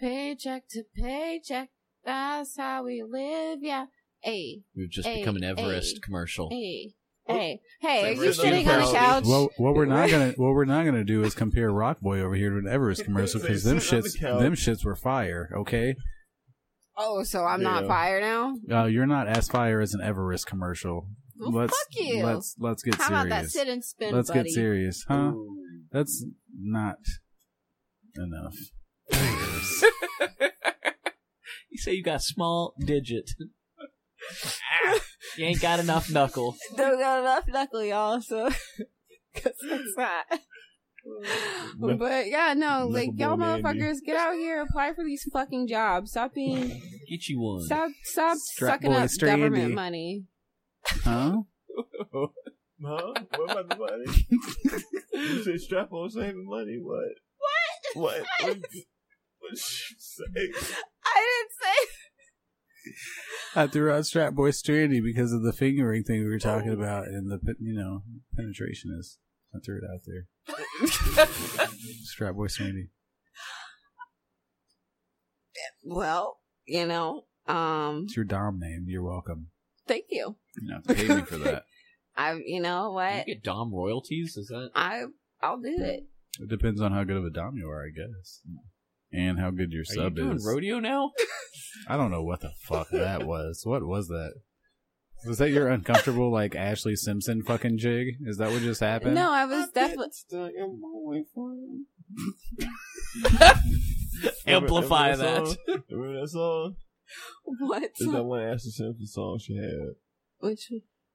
[SPEAKER 3] Paycheck to paycheck, that's how we live. Yeah. Hey,
[SPEAKER 8] We've just
[SPEAKER 3] Hey,
[SPEAKER 8] become an Everest
[SPEAKER 3] hey,
[SPEAKER 8] commercial.
[SPEAKER 3] hey,
[SPEAKER 6] Oop.
[SPEAKER 3] hey, hey! Are
[SPEAKER 6] Like,
[SPEAKER 3] you
[SPEAKER 6] where's the
[SPEAKER 3] sitting on the
[SPEAKER 6] neutrality?
[SPEAKER 3] couch?
[SPEAKER 2] Well, what we're not gonna what we're not gonna do is compare Rock Boy over here to an Everest commercial because them
[SPEAKER 6] Sit on the
[SPEAKER 2] shits
[SPEAKER 6] couch.
[SPEAKER 2] them shits were fire. Okay,
[SPEAKER 3] oh, so I'm not
[SPEAKER 6] Yeah.
[SPEAKER 3] fired now.
[SPEAKER 2] uh, you're not as fire as an Everest commercial.
[SPEAKER 3] Well,
[SPEAKER 2] let's
[SPEAKER 3] fuck you.
[SPEAKER 2] let's let's get
[SPEAKER 3] how
[SPEAKER 2] serious.
[SPEAKER 3] about that sit and spin,
[SPEAKER 2] let's
[SPEAKER 3] buddy?
[SPEAKER 2] get serious, huh? That's not enough.
[SPEAKER 1] You say you got small digit. Ah, you ain't got enough knuckle.
[SPEAKER 3] Don't got enough knuckle, y'all. So, because it's not.
[SPEAKER 6] No.
[SPEAKER 3] But yeah, no,
[SPEAKER 6] Knuckle
[SPEAKER 3] like y'all
[SPEAKER 6] bone dandy.
[SPEAKER 3] motherfuckers, get out here, apply for these fucking jobs. Stop being,
[SPEAKER 1] Get you one.
[SPEAKER 3] stop, stop
[SPEAKER 2] Strap
[SPEAKER 3] sucking
[SPEAKER 2] boy
[SPEAKER 3] up
[SPEAKER 2] Strandy.
[SPEAKER 3] government money.
[SPEAKER 2] Huh?
[SPEAKER 6] Huh? What about the money? you said strap on saving money. What? What? What? What did you say?
[SPEAKER 3] I
[SPEAKER 2] I threw out Strap Boy Strandy because of the fingering thing we were talking
[SPEAKER 3] Oh.
[SPEAKER 2] about and the pe- you know penetration is. I threw it out there. Strap Boy Strandy.
[SPEAKER 3] didn't say. Well, you know, um,
[SPEAKER 2] It's your dom name. You're welcome.
[SPEAKER 3] thank you.
[SPEAKER 2] You don't have to pay me for that.
[SPEAKER 3] I, you know
[SPEAKER 8] You
[SPEAKER 3] what,
[SPEAKER 8] get Dom royalties? Is that
[SPEAKER 3] I, I'll do it.
[SPEAKER 2] It depends on how good of a dom you are, I guess, and how good your
[SPEAKER 8] are you
[SPEAKER 2] sub
[SPEAKER 8] doing
[SPEAKER 2] is.
[SPEAKER 8] rodeo now?
[SPEAKER 2] I don't know what the fuck that was. What was that? Was that your uncomfortable like Ashley Simpson fucking jig? Is that what just happened?
[SPEAKER 3] No, I was definitely.
[SPEAKER 1] Amplify that.
[SPEAKER 6] Song? Remember that song?
[SPEAKER 3] What?
[SPEAKER 6] It's that one Ashley Simpson song she had.
[SPEAKER 3] Which?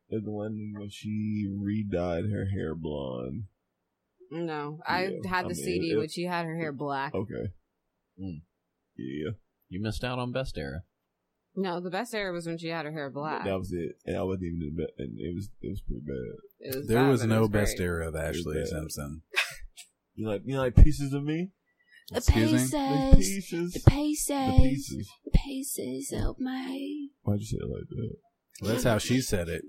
[SPEAKER 6] It's the one when she re-dyed her hair blonde.
[SPEAKER 3] No, I
[SPEAKER 6] Yeah,
[SPEAKER 3] had
[SPEAKER 6] I
[SPEAKER 3] the
[SPEAKER 6] mean,
[SPEAKER 3] CD
[SPEAKER 6] it- Oh.
[SPEAKER 3] when she had her hair black.
[SPEAKER 6] Okay.
[SPEAKER 8] Mm.
[SPEAKER 6] Yeah.
[SPEAKER 8] You missed out on best era.
[SPEAKER 3] No, the best era was when she had her hair black.
[SPEAKER 6] That was it, and I wasn't even in bed, and it was it was pretty bad.
[SPEAKER 3] It was
[SPEAKER 2] There
[SPEAKER 3] bad,
[SPEAKER 2] was
[SPEAKER 3] but it
[SPEAKER 2] no
[SPEAKER 3] was
[SPEAKER 2] best
[SPEAKER 3] great.
[SPEAKER 2] era of Ashley
[SPEAKER 6] bad.
[SPEAKER 2] Simpson.
[SPEAKER 6] You like you like pieces of me,
[SPEAKER 2] Excuse me.
[SPEAKER 6] like pieces, the pieces, the pieces.
[SPEAKER 9] Paces of my
[SPEAKER 6] Why'd you say it like that?
[SPEAKER 2] Well, that's how she said it.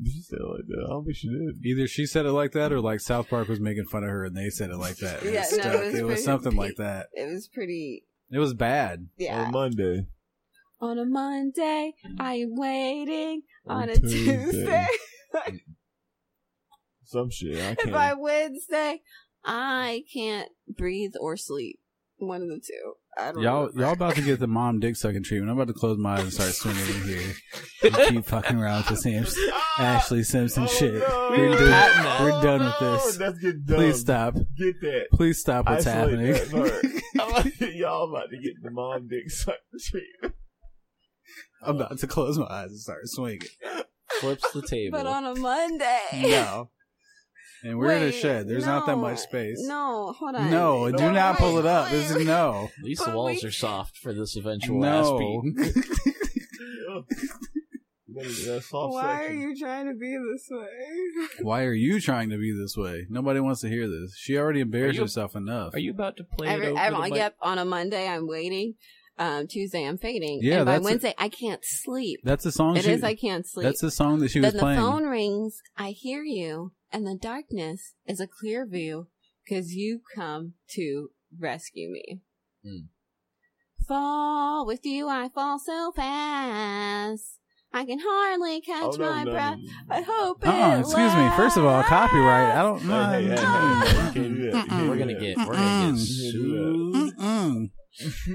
[SPEAKER 6] Did she say it like that? I don't think she did.
[SPEAKER 2] Either she said it like that, or like South Park was making fun of her and they said it like that. It
[SPEAKER 3] Yeah,
[SPEAKER 2] was
[SPEAKER 3] no, it
[SPEAKER 2] stuck.
[SPEAKER 3] was
[SPEAKER 2] It was
[SPEAKER 3] pretty-
[SPEAKER 2] something like that.
[SPEAKER 3] It was pretty.
[SPEAKER 2] It was bad.
[SPEAKER 3] Yeah.
[SPEAKER 6] On Monday,
[SPEAKER 2] Oh
[SPEAKER 3] On a Monday, I am waiting. On,
[SPEAKER 6] On
[SPEAKER 3] a
[SPEAKER 6] Tuesday.
[SPEAKER 3] Tuesday,
[SPEAKER 6] some shit. I
[SPEAKER 3] and by
[SPEAKER 6] can't.
[SPEAKER 3] Wednesday, I can't breathe or sleep. One of the two. I don't
[SPEAKER 2] Y'all,
[SPEAKER 3] remember.
[SPEAKER 2] y'all about to get the mom dick sucking treatment. I'm about to close my eyes and start swinging in here. And keep fucking around with the Samson,
[SPEAKER 3] Ah!
[SPEAKER 2] Ashley Simpson
[SPEAKER 3] Oh,
[SPEAKER 2] shit.
[SPEAKER 6] Oh, no. Oh,
[SPEAKER 2] We're, done,
[SPEAKER 1] Patent
[SPEAKER 2] we're done with
[SPEAKER 6] No,
[SPEAKER 2] this.
[SPEAKER 6] That's get done.
[SPEAKER 2] Please stop.
[SPEAKER 6] Get that.
[SPEAKER 2] Please stop what's
[SPEAKER 6] Isolate
[SPEAKER 2] happening.
[SPEAKER 6] that part. Y'all about to get the mom dick sucked treatment.
[SPEAKER 2] I'm about to close my eyes and start swinging.
[SPEAKER 8] Flips the table.
[SPEAKER 3] But on a Monday.
[SPEAKER 2] No. And we're in a
[SPEAKER 3] Wait,
[SPEAKER 2] shed. There's not that
[SPEAKER 3] no,
[SPEAKER 2] much space.
[SPEAKER 3] No, hold on.
[SPEAKER 2] No, do
[SPEAKER 3] No,
[SPEAKER 2] not
[SPEAKER 3] wait,
[SPEAKER 2] pull it up.
[SPEAKER 3] wait,
[SPEAKER 2] This
[SPEAKER 3] wait.
[SPEAKER 2] is no.
[SPEAKER 8] At least the
[SPEAKER 3] But
[SPEAKER 8] walls
[SPEAKER 3] we-
[SPEAKER 8] are soft for this eventual ass
[SPEAKER 2] No.
[SPEAKER 8] beating.
[SPEAKER 6] That soft
[SPEAKER 3] Why are
[SPEAKER 6] section.
[SPEAKER 3] you trying to be this way?
[SPEAKER 2] Why are you trying to be this way? Nobody wants to hear this. She already embarrassed
[SPEAKER 8] Are you-
[SPEAKER 2] herself enough.
[SPEAKER 1] Are you about to play it
[SPEAKER 3] Every,
[SPEAKER 1] over
[SPEAKER 3] I'm
[SPEAKER 1] the
[SPEAKER 3] on,
[SPEAKER 1] mic?
[SPEAKER 3] yep, on a Monday I'm waiting. Um, Tuesday I'm fading.
[SPEAKER 2] Yeah,
[SPEAKER 3] and by
[SPEAKER 2] that's it.
[SPEAKER 3] Wednesday I I can't sleep.
[SPEAKER 2] that's the song
[SPEAKER 3] It
[SPEAKER 2] she
[SPEAKER 3] is I can't sleep.
[SPEAKER 2] That's the song that she
[SPEAKER 3] then
[SPEAKER 2] was
[SPEAKER 3] the
[SPEAKER 2] playing.
[SPEAKER 3] phone rings. I hear you, and the darkness is a clear view because you come to rescue me.
[SPEAKER 2] Hmm.
[SPEAKER 8] Mm.
[SPEAKER 3] Fall with you, I fall so fast. I can hardly catch
[SPEAKER 6] Oh, no,
[SPEAKER 3] my
[SPEAKER 6] no,
[SPEAKER 3] breath.
[SPEAKER 6] no.
[SPEAKER 3] I hope it.
[SPEAKER 2] Uh-uh, excuse me. First of all, copyright. I don't know.
[SPEAKER 6] Hey, hey, hey, hey, you can't do that. You can't do
[SPEAKER 8] We're gonna
[SPEAKER 6] that.
[SPEAKER 8] get we're gonna get
[SPEAKER 2] Mm-mm.
[SPEAKER 8] sued.
[SPEAKER 2] Mm-mm.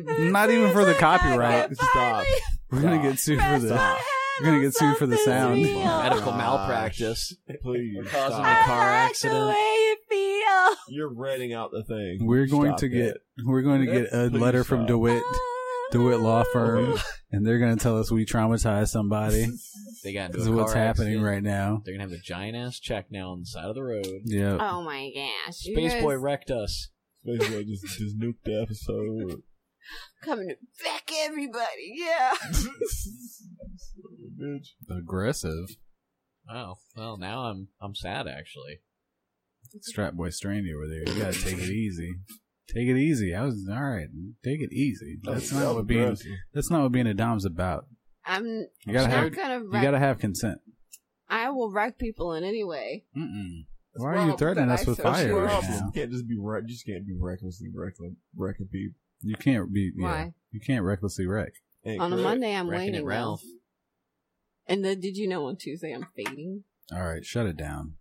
[SPEAKER 3] lasts.
[SPEAKER 2] Not even for the copyright.
[SPEAKER 3] It finally
[SPEAKER 2] We're gonna get sued for
[SPEAKER 3] rests my
[SPEAKER 2] this.
[SPEAKER 3] head
[SPEAKER 2] We're gonna
[SPEAKER 3] on
[SPEAKER 2] get sued for the
[SPEAKER 3] something
[SPEAKER 2] sound.
[SPEAKER 3] real.
[SPEAKER 8] Medical
[SPEAKER 2] Oh, Gosh.
[SPEAKER 8] malpractice.
[SPEAKER 6] Please.
[SPEAKER 8] Causing
[SPEAKER 6] stop.
[SPEAKER 8] a
[SPEAKER 3] I
[SPEAKER 8] car
[SPEAKER 3] like The
[SPEAKER 8] accident.
[SPEAKER 3] way it feels.
[SPEAKER 6] You're ratting out the thing.
[SPEAKER 2] We're going
[SPEAKER 6] Stop
[SPEAKER 2] to get
[SPEAKER 6] that.
[SPEAKER 2] we're going to get a
[SPEAKER 6] Please
[SPEAKER 2] letter from
[SPEAKER 6] stop.
[SPEAKER 2] DeWitt DeWitt Law Firm, and they're gonna tell us we traumatized somebody.
[SPEAKER 8] They got into
[SPEAKER 2] This is
[SPEAKER 8] a
[SPEAKER 2] what's
[SPEAKER 8] car
[SPEAKER 2] happening
[SPEAKER 8] accident.
[SPEAKER 2] right now.
[SPEAKER 8] They're gonna have a giant ass check now on the side of the road.
[SPEAKER 2] Yeah.
[SPEAKER 3] Oh my gosh! you
[SPEAKER 8] Space boy
[SPEAKER 3] guys
[SPEAKER 8] wrecked us.
[SPEAKER 6] Basically, just just nuke the episode.
[SPEAKER 3] coming to back everybody. Yeah.
[SPEAKER 6] Bitch.
[SPEAKER 2] Aggressive.
[SPEAKER 8] Wow. Well, now I'm I'm sad actually.
[SPEAKER 2] Strap boy strained over there. You gotta take it easy. Take it easy. I was all right. Take it easy. That's not what being
[SPEAKER 6] aggressive.
[SPEAKER 2] that's not what being a dom's about.
[SPEAKER 3] I'm
[SPEAKER 2] You gotta
[SPEAKER 3] not
[SPEAKER 2] have
[SPEAKER 3] gonna.
[SPEAKER 2] you
[SPEAKER 3] wreck-
[SPEAKER 2] gotta have consent.
[SPEAKER 3] I will wreck people in any way.
[SPEAKER 2] Mm-mm. Why are
[SPEAKER 3] Well,
[SPEAKER 2] you threatening
[SPEAKER 3] because
[SPEAKER 2] us with
[SPEAKER 3] I said-
[SPEAKER 2] fire right
[SPEAKER 6] Problem.
[SPEAKER 2] now?
[SPEAKER 6] You can't just be wreck. You just can't be recklessly wrecking wrecking people.
[SPEAKER 2] You can't be. Yeah,
[SPEAKER 3] Why?
[SPEAKER 2] You can't recklessly wreck.
[SPEAKER 6] Ain't
[SPEAKER 3] on a
[SPEAKER 6] correct.
[SPEAKER 3] Monday, I'm
[SPEAKER 8] Wrecking it,
[SPEAKER 3] waiting. though.
[SPEAKER 8] Ralph.
[SPEAKER 3] And then, did you know on Tuesday I'm fading?
[SPEAKER 2] All right, shut it down.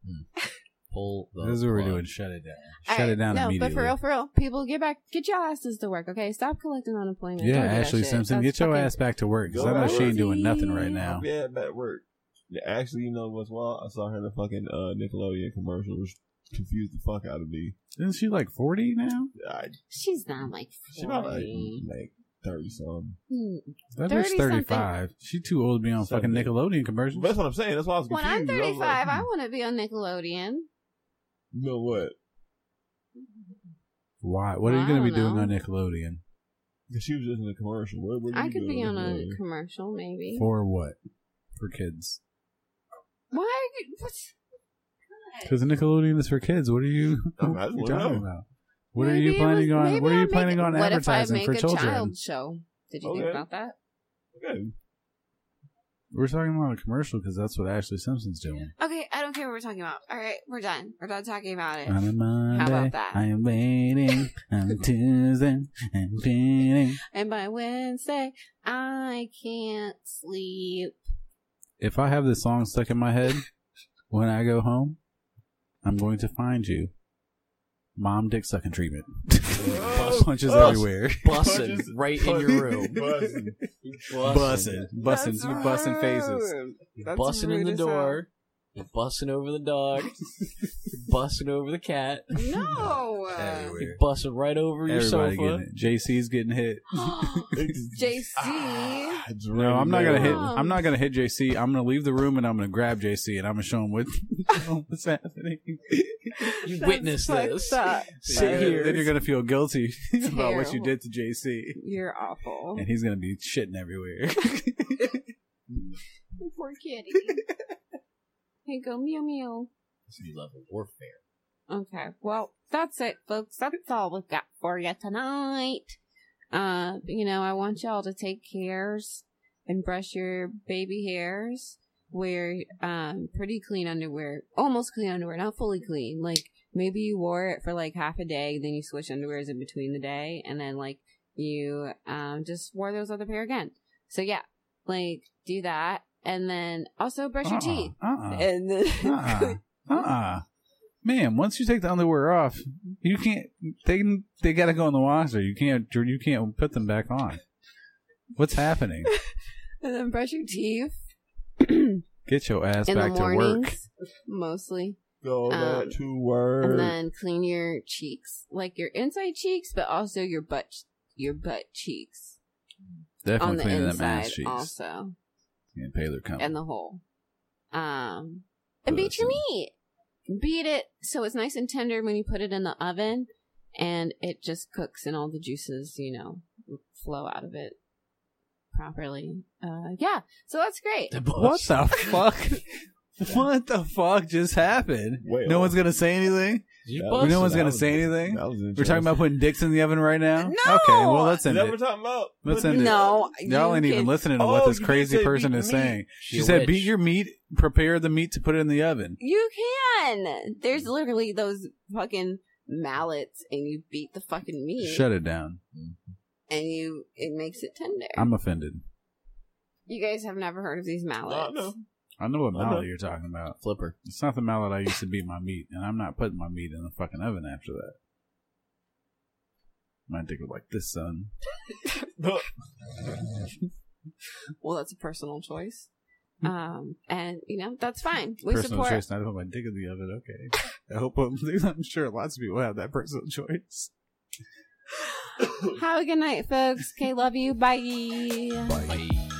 [SPEAKER 8] Pull the
[SPEAKER 2] this is what we're
[SPEAKER 8] plug.
[SPEAKER 2] doing. Hmm, Shut it down.
[SPEAKER 3] All
[SPEAKER 2] Shut
[SPEAKER 3] right,
[SPEAKER 2] it down
[SPEAKER 3] No,
[SPEAKER 2] immediately.
[SPEAKER 3] but for real, for real, people, get back, get your asses to work. Okay, stop collecting unemployment.
[SPEAKER 2] yeah,
[SPEAKER 3] Don't do that
[SPEAKER 2] Ashley
[SPEAKER 3] shit.
[SPEAKER 2] Simpson,
[SPEAKER 3] That's
[SPEAKER 2] get your
[SPEAKER 3] fucking-
[SPEAKER 2] ass back to work because I
[SPEAKER 6] Go
[SPEAKER 2] know
[SPEAKER 6] to
[SPEAKER 2] she ain't doing
[SPEAKER 3] work.
[SPEAKER 2] nothing right now.
[SPEAKER 6] Yeah, I'm at work. Yeah, Actually, you know what's wild? I saw her in the fucking uh, Nickelodeon commercial, which confused the fuck out of me.
[SPEAKER 2] Isn't she like forty now?
[SPEAKER 6] I,
[SPEAKER 3] She's not like
[SPEAKER 6] she about like,
[SPEAKER 3] forty.
[SPEAKER 6] like thirty something.
[SPEAKER 3] Hmm.
[SPEAKER 2] That
[SPEAKER 3] 30
[SPEAKER 2] bitch
[SPEAKER 3] something.
[SPEAKER 2] thirty-five. She too old to be on fucking
[SPEAKER 6] Seventy.
[SPEAKER 2] Nickelodeon commercials.
[SPEAKER 6] That's what I'm saying. That's why I was
[SPEAKER 3] When
[SPEAKER 6] confused.
[SPEAKER 3] I'm
[SPEAKER 6] I was
[SPEAKER 3] 35,
[SPEAKER 6] like,
[SPEAKER 2] hmm.
[SPEAKER 3] I want to be on Nickelodeon.
[SPEAKER 6] You know what?
[SPEAKER 2] Why? What are you
[SPEAKER 3] I
[SPEAKER 2] going to
[SPEAKER 3] don't
[SPEAKER 2] be doing
[SPEAKER 3] know.
[SPEAKER 2] on Nickelodeon?
[SPEAKER 6] 'Cause she was just in the commercial. Where, where
[SPEAKER 3] I
[SPEAKER 6] you
[SPEAKER 3] could
[SPEAKER 6] go
[SPEAKER 3] be on a
[SPEAKER 6] Nickelodeon?
[SPEAKER 3] commercial, maybe.
[SPEAKER 2] For what? For kids?
[SPEAKER 3] Why? What's,
[SPEAKER 2] Because Nickelodeon is for kids. What are you?
[SPEAKER 6] I'm
[SPEAKER 2] What
[SPEAKER 6] not
[SPEAKER 2] are you
[SPEAKER 6] sure.
[SPEAKER 2] talking about? What are
[SPEAKER 3] Maybe
[SPEAKER 2] you
[SPEAKER 3] it
[SPEAKER 2] planning
[SPEAKER 3] was-
[SPEAKER 2] on?
[SPEAKER 3] maybe
[SPEAKER 2] What are
[SPEAKER 3] I'll
[SPEAKER 2] you
[SPEAKER 3] make
[SPEAKER 2] planning
[SPEAKER 3] it-
[SPEAKER 2] on
[SPEAKER 3] what
[SPEAKER 2] advertising
[SPEAKER 3] if I
[SPEAKER 2] for
[SPEAKER 3] make
[SPEAKER 2] children?
[SPEAKER 3] A child show. Did you think
[SPEAKER 6] Okay.
[SPEAKER 3] about that?
[SPEAKER 6] Okay.
[SPEAKER 2] We're talking about a commercial because that's what Ashley Simpson's doing.
[SPEAKER 3] Okay, I don't care what we're talking about. All right, we're done. We're done talking about it.
[SPEAKER 2] On a Monday,
[SPEAKER 3] that?
[SPEAKER 2] I am waiting. on Tuesday, I'm waiting.
[SPEAKER 3] and by Wednesday, I can't sleep.
[SPEAKER 2] If I have this song stuck in my head when I go home, I'm going to find you. Mom, dick sucking treatment. Punches
[SPEAKER 6] oh.
[SPEAKER 2] everywhere.
[SPEAKER 8] Bussin' right in your room.
[SPEAKER 6] Buzzing.
[SPEAKER 2] Bussin', bussin', you bussin' faces.
[SPEAKER 3] That's
[SPEAKER 8] Bussin'
[SPEAKER 3] rude
[SPEAKER 8] in the
[SPEAKER 3] as hell.
[SPEAKER 8] door.
[SPEAKER 1] You're bussing over the dog, bussing over the cat,
[SPEAKER 3] No.
[SPEAKER 2] Everywhere.
[SPEAKER 1] bussing right over your sofa.
[SPEAKER 2] Everybody getting it. JC's getting hit.
[SPEAKER 3] JC.
[SPEAKER 6] Ah, It's
[SPEAKER 2] No, I'm not gonna hit.
[SPEAKER 3] Mom.
[SPEAKER 2] I'm not gonna hit JC. I'm gonna leave the room and I'm gonna grab JC and I'm gonna show him what, what's happening.
[SPEAKER 1] You
[SPEAKER 3] That's
[SPEAKER 1] witnessed
[SPEAKER 3] fucked
[SPEAKER 1] this.
[SPEAKER 3] up.
[SPEAKER 1] Sit
[SPEAKER 2] Then you're-
[SPEAKER 1] here.
[SPEAKER 2] Then you're gonna feel guilty about what you
[SPEAKER 3] Terrible.
[SPEAKER 2] did to JC,
[SPEAKER 3] You're awful.
[SPEAKER 2] and he's gonna be shitting everywhere.
[SPEAKER 9] Poor kitty.
[SPEAKER 3] Hey, go meow meow.
[SPEAKER 8] You love warfare.
[SPEAKER 3] Okay. Well, that's it, folks. That's all we've got for you tonight. Uh, you know, I want y'all to take cares and brush your baby hairs. Wear um pretty clean underwear, almost clean underwear, not fully clean. Like maybe you wore it for like half a day, then you switch underwears in between the day, and then like you um just wore those other pair again. So yeah, like do that, and then also brush your teeth.
[SPEAKER 2] Uh
[SPEAKER 1] Eh.
[SPEAKER 2] uh-uh,
[SPEAKER 3] And then
[SPEAKER 2] uh uh uh uh. Man, once you take the underwear off, you can't. They they gotta go in the washer. You can't. You can't put them back on. What's happening?
[SPEAKER 3] and then brush your teeth
[SPEAKER 2] Get your ass
[SPEAKER 3] in the
[SPEAKER 2] back to work.
[SPEAKER 3] mornings, mostly,
[SPEAKER 6] Go
[SPEAKER 3] Um,
[SPEAKER 6] back to work.
[SPEAKER 3] and then clean your cheeks, like your inside cheeks, but also your butt, your butt cheeks
[SPEAKER 2] Definitely
[SPEAKER 3] on
[SPEAKER 2] cleaning
[SPEAKER 3] the
[SPEAKER 2] them ass
[SPEAKER 3] inside,
[SPEAKER 2] cheeks. Oh.
[SPEAKER 3] also,
[SPEAKER 2] And pay their company.
[SPEAKER 3] and the whole. Um, and beat
[SPEAKER 2] Listen.
[SPEAKER 3] your meat, beat it so it's nice and tender when you put it in the oven, and it just cooks and all the juices, you know, flow out of it properly. Uh, yeah, so that's great.
[SPEAKER 2] What the fuck? what the fuck just happened?
[SPEAKER 6] Wait,
[SPEAKER 2] no
[SPEAKER 6] what?
[SPEAKER 2] one's gonna say anything.
[SPEAKER 6] That
[SPEAKER 2] Well, no one's
[SPEAKER 6] that
[SPEAKER 2] gonna
[SPEAKER 6] was-
[SPEAKER 2] say anything.
[SPEAKER 6] that was
[SPEAKER 2] We're talking
[SPEAKER 6] interesting.
[SPEAKER 2] about putting dicks in the oven right now.
[SPEAKER 3] No!
[SPEAKER 2] Okay, well let's
[SPEAKER 6] Is
[SPEAKER 2] end
[SPEAKER 6] that what we're
[SPEAKER 2] it.
[SPEAKER 6] talking about?
[SPEAKER 2] Let's
[SPEAKER 6] Putting
[SPEAKER 2] end it.
[SPEAKER 3] No,
[SPEAKER 2] Y'all
[SPEAKER 3] you
[SPEAKER 2] ain't even
[SPEAKER 3] can-
[SPEAKER 2] listening to
[SPEAKER 6] Oh,
[SPEAKER 2] what this
[SPEAKER 6] you
[SPEAKER 2] crazy
[SPEAKER 6] did say
[SPEAKER 2] person
[SPEAKER 6] beat
[SPEAKER 2] is
[SPEAKER 6] me.
[SPEAKER 2] saying. She,
[SPEAKER 1] She a
[SPEAKER 2] said,
[SPEAKER 1] witch.
[SPEAKER 2] "Beat your meat. Prepare the meat to put it in the oven."
[SPEAKER 3] You can. There's literally those fucking mallets, and you beat the fucking meat,
[SPEAKER 2] Shut it down.
[SPEAKER 3] and you it makes it tender.
[SPEAKER 2] I'm offended.
[SPEAKER 3] you guys have never heard of these mallets?
[SPEAKER 6] no.
[SPEAKER 2] I know what
[SPEAKER 6] I know.
[SPEAKER 2] mallet you're talking about.
[SPEAKER 8] Flipper.
[SPEAKER 2] It's not the mallet I used to beat my meat, and I'm not putting my meat in the fucking oven after that. My dick was like this, son.
[SPEAKER 3] Well, that's a personal choice. Um, and you know that's fine. We
[SPEAKER 2] Hmm. personal
[SPEAKER 3] support.
[SPEAKER 2] choice not to put my dick in the oven. Okay. I hope I'm sure lots of people have that personal choice.
[SPEAKER 3] Have a good night, folks. Okay, love you. Bye.
[SPEAKER 8] Bye.